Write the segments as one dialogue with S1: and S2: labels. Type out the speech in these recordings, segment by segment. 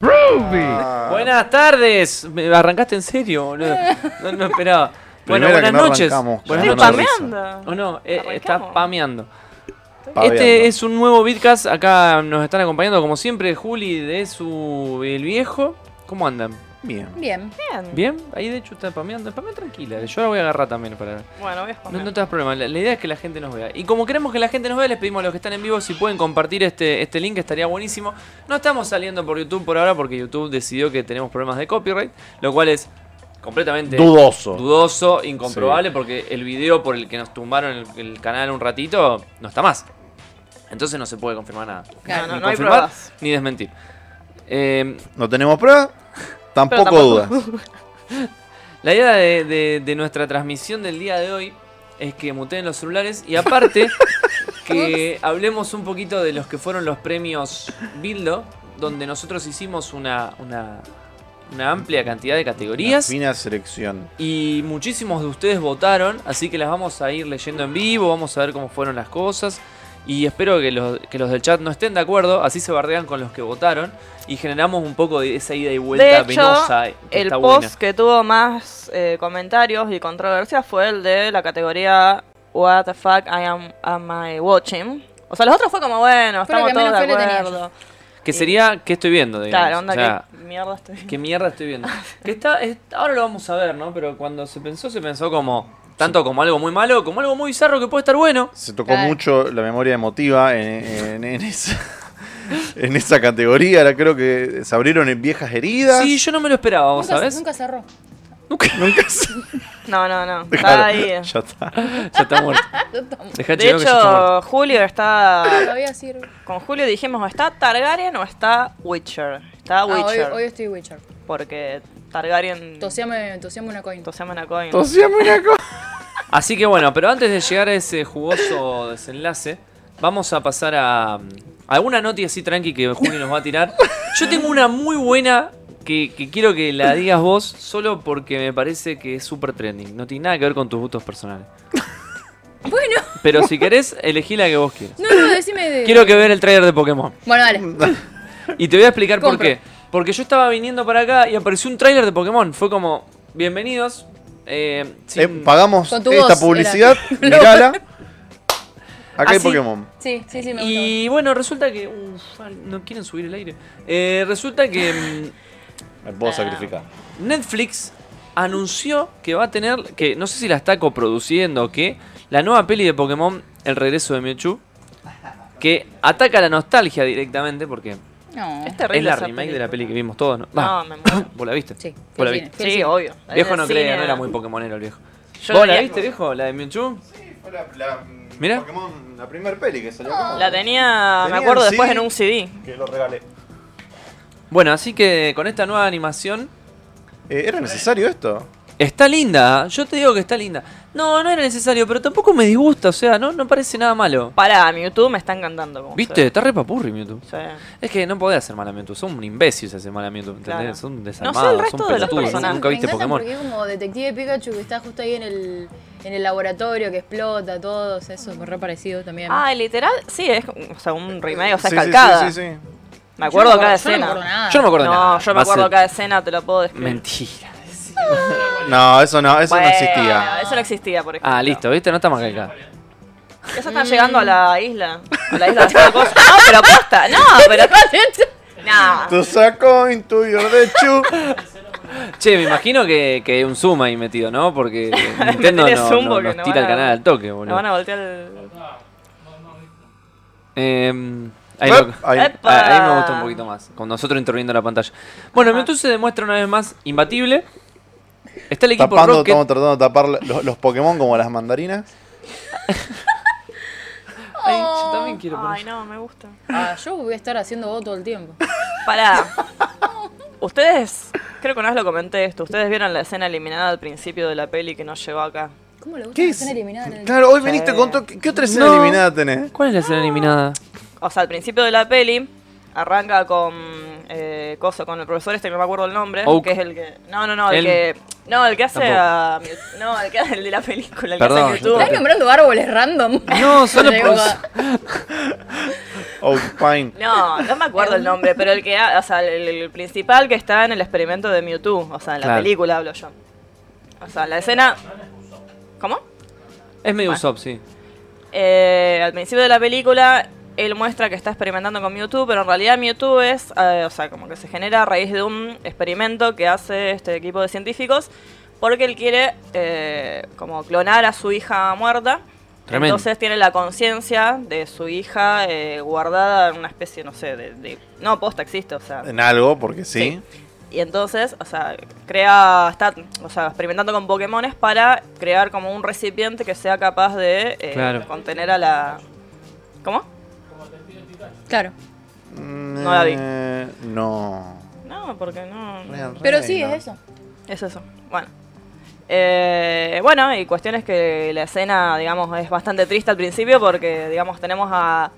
S1: Ruby.
S2: Buenas tardes. Me arrancaste en serio, boludo. No, no esperaba. Bueno,
S1: Primera
S2: buenas
S1: que no
S2: noches.
S1: arrancamos.
S2: Buenas
S1: Estoy
S2: noches.
S3: pameando.
S2: Oh, no, eh,
S3: Arrancamos.
S2: está pameando.
S1: Paveando.
S2: Este es un nuevo Bitcast. Acá nos están acompañando, como siempre, Juli de su El Viejo. ¿Cómo andan?
S1: Bien.
S4: Bien.
S3: Bien.
S2: ¿Bien? Ahí de hecho está pameando. Pamea tranquila. Yo la voy a agarrar también para.
S3: Bueno, voy a
S2: No,
S3: comer.
S2: no te das problema, la, la idea es que la gente nos vea. Y como queremos que la gente nos vea, les pedimos a los que están en vivo si pueden compartir este, este link, estaría buenísimo. No estamos saliendo por YouTube por ahora porque YouTube decidió que tenemos problemas de copyright, lo cual es completamente
S1: Dudoso.
S2: dudoso, incomprobable, porque el video por el que nos tumbaron el, el canal un ratito no está más. Entonces no se puede confirmar nada.
S4: Claro.
S3: No, no,
S2: ni
S3: no hay
S2: confirmar,
S3: pruebas.
S2: ni desmentir. Eh,
S1: No tenemos prueba, tampoco,
S3: Pero
S1: dudas.
S2: La idea de, de- de nuestra transmisión del día de hoy es que muteen los celulares y aparte que hablemos un poquito de los que fueron los premios Bildo, donde nosotros hicimos una, una, una amplia cantidad de
S1: Una
S2: categorías
S1: fina selección.
S2: y muchísimos de ustedes votaron, así que las vamos a ir leyendo en vivo, vamos a ver cómo fueron las cosas. Y espero que los, que los del chat no estén de acuerdo, así se bardean con los que votaron y generamos un poco de esa ida y vuelta
S3: De hecho,
S2: venosa que
S3: el
S2: está
S3: post
S2: buena.
S3: que tuvo más eh, comentarios y controversia fue el de la categoría What the fuck I am, am I watching. O sea, los otros fue como, bueno,
S4: Fue
S3: estamos
S4: lo que menos
S3: todos de
S4: fe le tenía
S3: acuerdo.
S2: Que sería, ¿qué estoy viendo? Digamos?
S3: Claro, onda,
S2: O sea,
S3: que mierda estoy
S2: ¿Qué mierda estoy viendo? Que está, es- ahora lo vamos a ver, ¿no? Pero cuando se pensó, se pensó como. Tanto como algo muy malo, como algo muy bizarro que puede estar bueno.
S1: Se tocó
S4: Claro.
S1: mucho la memoria emotiva en, en- en esa, en esa categoría. Ahora creo que se abrieron en viejas heridas.
S2: Sí, yo no me lo esperaba, ¿vos
S4: nunca,
S2: sabés?
S4: nunca cerró.
S1: Nunca se...
S3: No, no, no.
S1: Claro,
S3: Está ahí.
S1: Ya está.
S2: Ya está muerto. Dejá chico
S3: De
S2: que ya está muerto.
S3: hecho, Julio está.
S4: Todavía sirve.
S3: Con Julio dijimos, ¿está Targaryen o está Witcher? Está
S4: Ah, hoy,
S3: Witcher.
S4: hoy estoy Witcher.
S3: Porque Targaryen.
S4: Toseame, toseame una coin.
S3: Toseame una coin.
S1: Tosíame una cosa.
S2: Así que bueno, pero antes de llegar a ese jugoso desenlace, vamos a pasar a. a alguna noti así tranqui que Juli nos va a tirar. Yo tengo una muy buena que, que quiero que la digas vos, solo porque me parece que es súper trending. No tiene nada que ver con tus gustos personales.
S4: Bueno,
S2: Pero si querés, elegí la que vos quieras.
S4: no, no, decime de.
S2: Quiero que ver el trailer de Pokémon.
S4: Bueno, dale.
S2: Y te voy a explicar por
S4: Compro.
S2: qué. Porque yo estaba viniendo para acá y apareció un trailer de Pokémon. Fue como, bienvenidos. eh, sin-
S1: Eh, pagamos
S4: Con tu
S1: esta
S4: voz,
S1: publicidad,
S4: era.
S1: mirala. Acá hay
S2: Así-
S1: Pokémon.
S4: Sí, sí, sí, me gusta.
S2: y bueno, resulta que... uf, ay, no quieren subir el aire. Eh, resulta que mm,
S1: Me puedo sacrificar.
S2: Netflix anunció que va a tener, que no sé si la está coproduciendo o qué, la nueva peli de Pokémon, El regreso de Mewtwo, que ataca la nostalgia directamente porque
S4: No.
S3: Es terrible.
S2: es la
S3: esa
S2: remake de
S3: película.
S2: la peli que vimos todos, ¿no?
S3: No,
S2: Va,
S3: me muero.
S2: Ah, vos la viste.
S4: Sí, fui
S2: Vos la
S4: al
S2: viste.
S4: cine.
S3: Sí, obvio.
S2: El Viejo no
S3: cree,
S2: creía, no era muy pokemonero el viejo.
S3: Yo
S2: ¿Vos
S3: la
S2: la
S3: vi-
S2: viste, viejo? ¿La de Mewtwo?
S1: Fue la, la- mm,
S2: Mirá.
S1: Pokémon, la primer peli que salió.
S3: La tenía,
S1: Tenía
S3: me acuerdo,
S1: el
S3: después
S1: CD.
S3: en un CD.
S1: Que lo regalé.
S2: Bueno, así que con esta nueva animación.
S1: Eh, ¿Era necesario esto?
S2: Está linda, yo te digo que está linda. No, no era necesario, pero tampoco me disgusta, o sea, no, no parece nada malo.
S3: Para Mewtwo me está encantando. como
S2: ¿Viste?
S3: se ve.
S2: Está re papurri Mewtwo.
S3: Sí.
S2: Es que no podés hacer mal a Mewtwo, son un imbécil si haces mal a Mewtwo, ¿entendés?
S3: Claro.
S2: Son
S3: sé el
S2: desarmados,
S3: resto
S2: son
S3: de los
S2: pelotudos,
S3: personajes.
S2: nunca viste
S4: me encanta
S2: Pokémon.
S4: Porque es como detective Pikachu que está justo ahí en el, en el laboratorio que explota todo. o sea, eso es re parecido también.
S3: Ah, literal, sí, es o sea, un remake, o sea,
S1: Sí,
S3: es calcada.
S1: Sí, sí, sí, sí.
S3: Me acuerdo cada
S4: Yo no me
S3: escena.
S4: acuerdo nada.
S2: Yo no me acuerdo nada.
S3: No, yo me
S2: va a
S3: acuerdo
S2: ser-
S3: cada escena, te lo puedo describir.
S2: Mentira.
S1: No, eso no, eso
S3: Bueno,
S1: no existía.
S3: Eso no existía, por ejemplo.
S2: Ah, listo, ¿viste? No está mal calcada.
S3: Ya están llegando a la isla. A la isla de las cosas. No, pero posta. No, pero. No.
S1: Tu saco into your de chu.
S2: Che, me imagino que, que hay un zoom ahí metido, ¿no? Porque Nintendo
S3: Metele
S2: no,
S3: zoom
S2: no-
S3: porque
S2: nos
S3: nos
S2: tira el
S3: van a-
S2: canal al toque, boludo.
S3: Me van a voltear el.
S2: Eh, ahí,
S1: Ep,
S2: lo-
S1: ahí.
S3: Ep.
S2: Ah, ahí me
S3: Pa.
S2: gusta un poquito más, con nosotros interviniendo la pantalla. Bueno, Mewtwo se demuestra una vez más imbatible. Está el equipo
S1: Tapando,
S2: Rocket.
S1: estamos tratando de tapar los, los Pokémon como las mandarinas.
S2: Ay, yo también quiero poner-
S3: Ay, no, me gusta.
S4: Ah, yo voy a estar haciendo vos todo el tiempo.
S3: Pará. Ustedes. Creo que una vez lo comenté esto. Ustedes vieron la escena eliminada al principio de la peli que nos llegó acá.
S4: ¿Cómo le gusta
S1: ¿Qué
S4: la
S1: es?
S4: escena eliminada en el-
S1: Claro, hoy viniste con to- ¿Qué otra escena
S2: No.
S1: eliminada tenés?
S2: ¿Cuál es la escena eliminada?
S3: O sea, al principio de la peli arranca con eh, coso, con el profesor este que no me acuerdo el nombre,
S2: Oak.
S3: que es el que no, no, no,
S2: Él.
S3: el, que no, el que hace
S2: Tampoco.
S3: a Mew- no, el que el de la película, el
S2: Perdón,
S3: que hace
S2: yo
S3: a
S4: ¿Estás
S3: YouTube.
S4: nombrando árboles random?
S2: No, solo
S4: Llegó
S2: por-
S4: a-
S1: Oh, Outpine.
S3: No, no me acuerdo el nombre, pero el que, ha- o sea, el, el principal que está en el experimento de Mewtwo, o sea, en la
S2: Claro.
S3: película hablo yo. O sea, la escena... ¿Cómo?
S2: Es medio Usopp, sí.
S3: Eh, al principio de la película, él muestra que está experimentando con Mewtwo, pero en realidad Mewtwo es, eh, o sea, como que se genera a raíz de un experimento que hace este equipo de científicos, porque él quiere eh, como clonar a su hija muerta.
S2: Tremendo.
S3: Entonces tiene la conciencia de su hija eh, guardada en una especie, no sé, de, de- No, posta existe, o sea...
S1: En algo, porque sí.
S3: Y entonces, o sea, crea, está, o sea, experimentando con Pokémones para crear como un recipiente que sea capaz de eh,
S2: Claro.
S3: contener a la... ¿Cómo?
S4: Claro.
S1: Mm,
S3: No la vi.
S1: eh, No.
S3: No, porque no...
S1: Real
S4: Pero
S1: Rey,
S4: sí,
S1: ¿no?
S4: es eso.
S3: Es eso. Bueno. Eh, bueno, y cuestiones que la escena, digamos, es bastante triste al principio porque, digamos, tenemos a,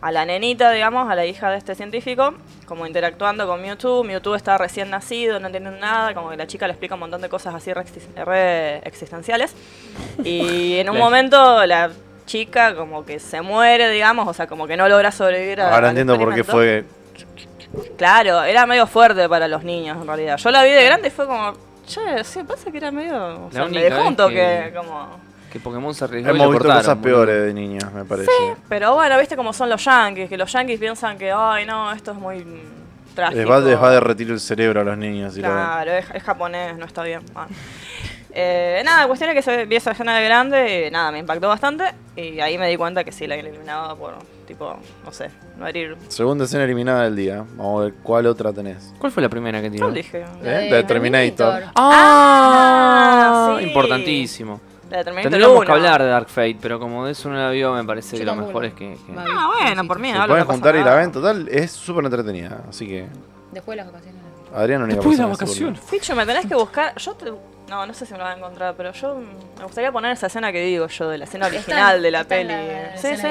S3: a la nenita, digamos, a la hija de este científico, como interactuando con Mewtwo. Mewtwo está recién nacido, no entiende nada, como que la chica le explica un montón de cosas así re, exis- re existenciales. Y en un
S2: Claro.
S3: momento la chica como que se muere, digamos, o sea, como que no logra sobrevivir. a-
S1: Ahora
S3: al
S1: entiendo por qué
S3: experimento.
S1: fue.
S3: Claro, era medio fuerte para los niños en realidad. Yo la vi de grande y fue como, che, sí, pasa que era medio. O sea, me
S2: única
S3: dejó un
S2: vez que-
S3: toque, como.
S2: Que Pokémon se arriesgó y
S1: Hemos
S2: lo
S1: visto
S2: cortaron,
S1: cosas
S2: boludo.
S1: peores de niños, me parece.
S3: Pero bueno, viste como son los yankees, que los yankees piensan que, ay, no, esto es muy mm, trágico.
S1: Les va, les va a derretir el cerebro a los niños. si lo ven.
S3: Claro, es, es japonés, no está bien. Ah. Eh, nada, cuestión es que se vi esa escena de grande y nada, me impactó bastante. Y ahí me di cuenta que sí, la eliminaba por, tipo, no sé, no herir.
S1: Segunda escena eliminada del día. Vamos a ver cuál otra tenés.
S2: ¿Cuál fue la primera que tiró?
S3: Yo dije.
S1: La de
S4: Eh,
S1: Terminator.
S2: ¡Ah!
S3: Ah, sí.
S2: Importantísimo.
S3: La de Terminator
S2: Tendríamos
S3: 1.
S2: que hablar de Dark Fate, pero como de eso no la vio, me parece
S4: Yo
S2: que lo
S4: tampoco
S2: mejor
S4: la-
S2: es que. que-
S4: Va.
S3: Ah, bueno, por mí,
S1: Se
S3: hablo,
S1: pueden
S3: no pasa
S1: juntar y la
S3: nada.
S1: ven. Total, es súper entretenida. Así que.
S4: Después de las vacaciones.
S1: Adrián, única
S2: Después de la
S1: persona que se
S2: vacación.
S3: Picho, me tenés que buscar. Yo te- No, no sé si me lo voy a encontrar, pero yo mm, me gustaría poner esa escena que digo yo, de la escena original de la peli. sí, sí.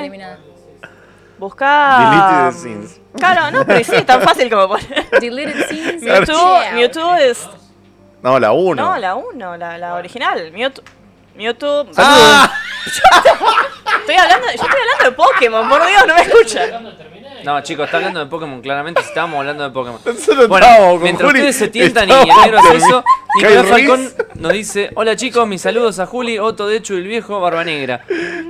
S3: Buscá.
S1: Deleted scenes.
S3: Claro, no, pero sí, es tan fácil como poner.
S4: Deleted scenes.
S3: Mewtwo,
S4: yeah.
S3: Mewtwo es.
S1: volvió. No, la 1.
S3: No, la 1, la, la original. Mewtwo. Mewtwo.
S2: ¡Ah!
S3: Estoy hablando, yo estoy hablando de Pokémon, por Dios, no me escuchan.
S2: No, chicos, está hablando de Pokémon. Claramente estábamos hablando de Pokémon.
S1: Nosotros
S2: Bueno,
S1: estábamos con
S2: mientras
S1: Juli,
S2: ustedes se tientan y el
S1: estábamos
S2: negro hace
S1: con-
S2: eso,
S1: Kai
S2: Nicolás
S1: Ruiz.
S2: Falcón nos dice: Hola chicos, mis saludos a Juli, Otto, Dechu, el viejo, Barba Negra.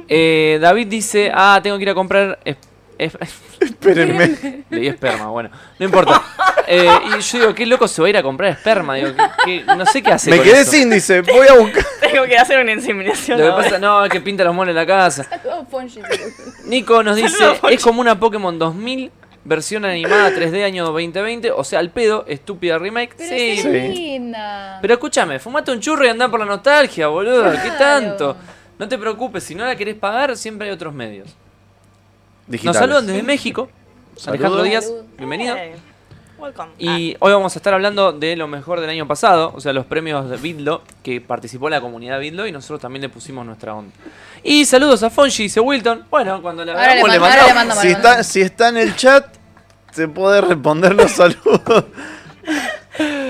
S2: Eh, David dice: Ah, tengo que ir a comprar. es- es-
S1: Espérenme.
S2: Leí esperma, bueno, no importa. Eh, y yo digo, qué loco se va a ir a comprar esperma. Digo, que, que- no sé qué hace.
S1: Me
S2: con
S1: quedé
S2: eso.
S1: sin, dice. Voy a buscar.
S3: Tengo que hacer una inseminación.
S2: Lo que
S3: ahora.
S2: pasa, no, que pinta los moles en la casa.
S4: Todo ponche.
S2: Nico nos dice,
S3: Saludos, Poncho.
S2: es como una Pokémon 2000, versión animada 3D año 2020, o sea, al pedo, estúpida remake.
S4: Pero
S2: sí.
S4: es
S1: Sí.
S4: linda.
S2: Pero escúchame, fumate un churro y andá por la nostalgia, boludo. ¿Qué
S4: Claro.
S2: tanto? No te preocupes, si no la querés pagar, siempre hay otros medios. Nos
S1: Digitales.
S2: saludan desde México. Alejandro
S1: Saludos.
S2: Díaz,
S4: Saludos.
S2: bienvenido.
S3: Hey, Eh, welcome.
S4: Ah.
S2: Y hoy vamos a estar hablando de lo mejor del año pasado, o sea, los premios de Bidlo, que participó la comunidad Bidlo y nosotros también le pusimos nuestra onda. Y saludos a Fonji, dice Wilton. Bueno, cuando la
S4: Ahora
S2: veamos
S4: le
S2: le
S4: mando-
S2: mandamos.
S4: ahora le mando,
S1: si,
S4: mando,
S1: está,
S4: mando.
S1: si está en el chat, se puede responder los saludos.
S3: Ah,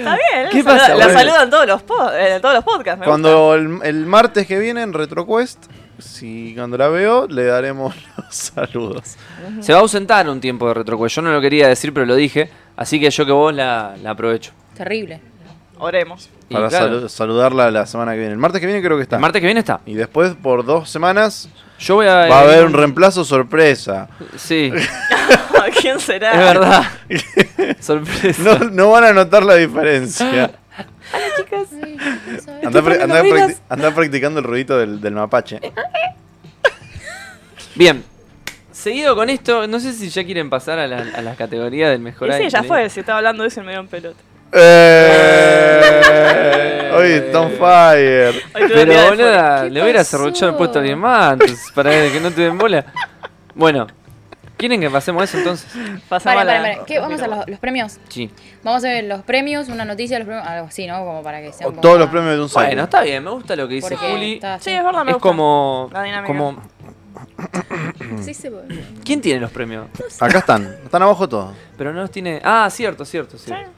S3: Está bien,
S2: ¿Qué
S3: la, saluda-
S2: pasa,
S3: la
S2: boludo?
S3: saludan todos los, po- eh, todos los podcasts. me
S1: Cuando el, el martes que viene en RetroQuest, si cuando la veo, le daremos los saludos.
S2: Se va a ausentar un tiempo de retrocuello. Yo no lo quería decir, pero lo dije. Así que yo que vos la, la aprovecho.
S4: Terrible.
S3: gusta. Oremos.
S2: Y
S1: Para
S2: claro,
S1: salu- saludarla la semana que viene. El martes que viene creo que está.
S2: El martes que viene está.
S1: Y después, por dos semanas,
S2: Yo voy a.
S1: va a haber un reemplazo sorpresa.
S2: Sí, es
S3: ¿Quién será?
S2: verdad. Sorpresa.
S1: No, no van a notar la diferencia.
S4: Sí, ¿qué sabes?
S1: Andá, pra- andá
S2: las
S1: practi-
S2: venas.
S1: andá practicando el ruidito del, del mapache.
S2: Bien. Seguido con esto, no sé si ya quieren pasar a, la- a las categorías del mejor
S3: Y
S2: año.
S3: sí, ya fue, si estaba hablando de eso y me dieron pelota.
S1: Eh, Oye, Tom Fire.
S3: Hoy tuve día
S2: Pero
S3: de
S2: boluda,
S4: ¿Qué
S2: le hubiera
S4: pasó?
S2: cerruchado el puesto a alguien más entonces, para que no te den bola. Bueno, ¿quieren que pasemos eso entonces?
S3: furia. Pasamos
S4: Vale,
S3: a la-
S4: vale, vale. ¿Qué? Vamos a los, los premios.
S2: Sí.
S4: Vamos a ver los premios, una noticia de los premios. Algo así, ¿no? Como para que sea
S1: O
S4: un poco
S1: todos los
S4: más-
S1: premios de un saco.
S2: Bueno, está bien, me gusta lo que dice
S4: Porque
S2: Juli.
S4: está así.
S3: Sí, es verdad, me
S2: Es
S3: gusta.
S2: como,
S3: La dinámica.
S2: como.
S4: Sí, se puede.
S2: ¿Quién tiene los premios?
S1: Acá están. Están abajo todos.
S2: Pero no los tiene. Ah, cierto, cierto, cierto.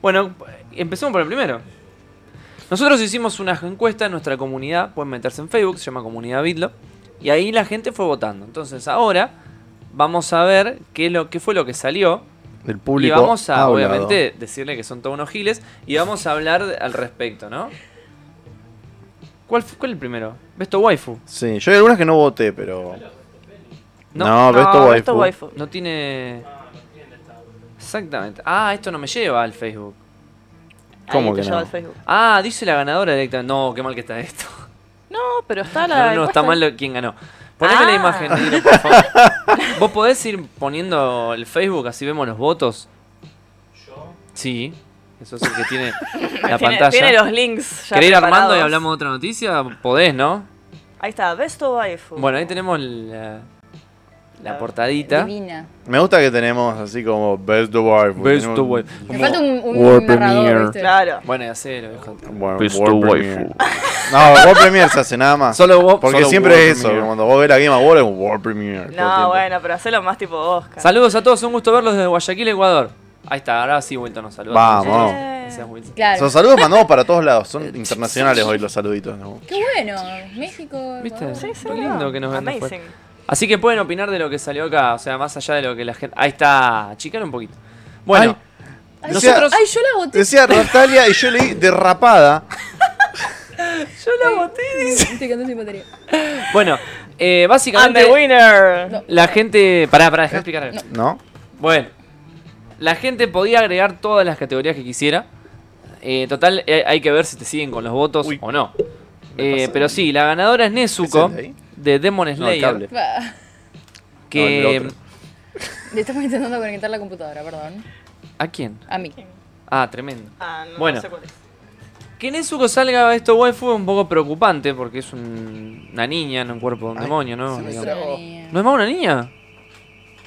S2: Bueno, empecemos por el primero. Nosotros hicimos una encuesta en nuestra comunidad, pueden meterse en Facebook, se llama Comunidad Bitlo, y ahí la gente fue votando. Entonces ahora vamos a ver qué, es lo, qué fue lo que salió.
S1: Del público.
S2: y vamos a,
S1: ha hablado.
S2: obviamente, decirle que son todos unos giles. Y vamos a hablar al respecto, ¿no? ¿Cuál, fu- cuál es el primero? Besto Waifu.
S1: Sí, yo hay algunas que no voté, pero.
S2: No.
S1: No, pero esto
S3: esto
S1: waifu.
S3: waifu.
S2: No tiene... Exactamente. Ah, esto no me lleva al Facebook.
S1: ¿Cómo
S3: Ahí te
S1: que
S3: lleva
S1: no?
S3: al Facebook.
S2: Ah, dice la ganadora directa. No, qué mal que está esto.
S3: No, pero está
S2: No,
S3: la.
S2: no,
S3: encuesta.
S2: está mal lo- quién ganó. Poneme la
S3: Ah.
S2: imagen, Nilo, por favor. ¿Vos podés ir poniendo el Facebook así vemos los votos? ¿Yo? Sí. Eso es el que tiene la
S3: Tiene-
S2: pantalla.
S3: Tiene los links. ya
S2: ¿Querés ir armando y
S3: preparados.
S2: hablamos de otra noticia? Podés, ¿no?
S3: Ahí está, Besto Waifu.
S2: Bueno, ahí tenemos la, la portadita.
S4: Divina.
S1: Me gusta que tenemos así como Best of Waifu.
S2: Best
S1: Tenemos-
S2: of Waifu.
S4: Me falta un, un
S1: World
S4: narrador,
S1: Premiere.
S4: ¿viste?
S3: Claro.
S2: Bueno, ya sé, lo dijo.
S1: Bueno,
S5: Best
S1: World
S5: of
S1: Premiere.
S5: Waifu.
S1: No, World Premiere se hace nada más.
S2: Solo vos-
S1: Porque
S2: solo
S1: siempre
S2: World
S1: es eso.
S2: Premiere.
S1: Cuando vos ves la Game Award es un World Premiere. todo el
S3: No,
S1: tiempo.
S3: bueno, pero hacelo más tipo Oscar.
S2: Saludos a todos, un gusto verlos desde Guayaquil, Ecuador. Ahí está, ahora sí Wilton nos saluda.
S1: Vamos.
S2: Gracias, Wilton.
S4: Claro.
S1: Son saludos mandados para todos lados. Son internacionales hoy los saluditos. ¿no?
S4: Qué bueno. México.
S2: ¿Viste?
S4: Ecuador.
S3: Sí, sí,
S2: Qué
S3: no.
S2: lindo que nos ven
S3: Amazing.
S2: Así que pueden opinar de lo que salió acá, o sea, más allá de lo que la gente. Ahí está, chicar un poquito. Bueno,
S4: Ay,
S1: Nosotros-
S4: Ay, yo la boté.
S1: Decía Natalia y yo leí derrapada.
S4: Yo la boté. Estoy quedando sin batería.
S2: bueno, eh,
S3: And the
S2: básicamente
S3: winner.
S4: No.
S2: la gente. Pará, pará, déjame explicar. algo.
S1: ¿No?
S2: Bueno, la gente podía agregar todas las categorías que quisiera. Eh, total, eh, hay que ver si te siguen con los votos
S1: Uy.
S2: o no.
S1: Me
S2: Eh,
S1: pasa.
S2: pero sí, la ganadora es Nezuko
S1: ¿Es el de ahí?
S2: de Demon
S1: No, el
S2: Slayer.
S1: cable.
S4: Va.
S1: No,
S2: que,
S1: el otro.
S4: Le estamos intentando conectar la computadora, perdón.
S2: ¿A quién?
S4: A mí.
S2: Ah, tremendo.
S3: Ah, no,
S2: Bueno.
S3: no sé cuál es.
S2: Que Nezuko salga de esto waifu es un poco preocupante porque es un- una niña en un cuerpo de un
S1: Ay,
S2: demonio, ¿no?
S1: se me
S2: Digamos.
S4: Es
S1: Bravo.
S4: una niña.
S2: ¿No es más una niña?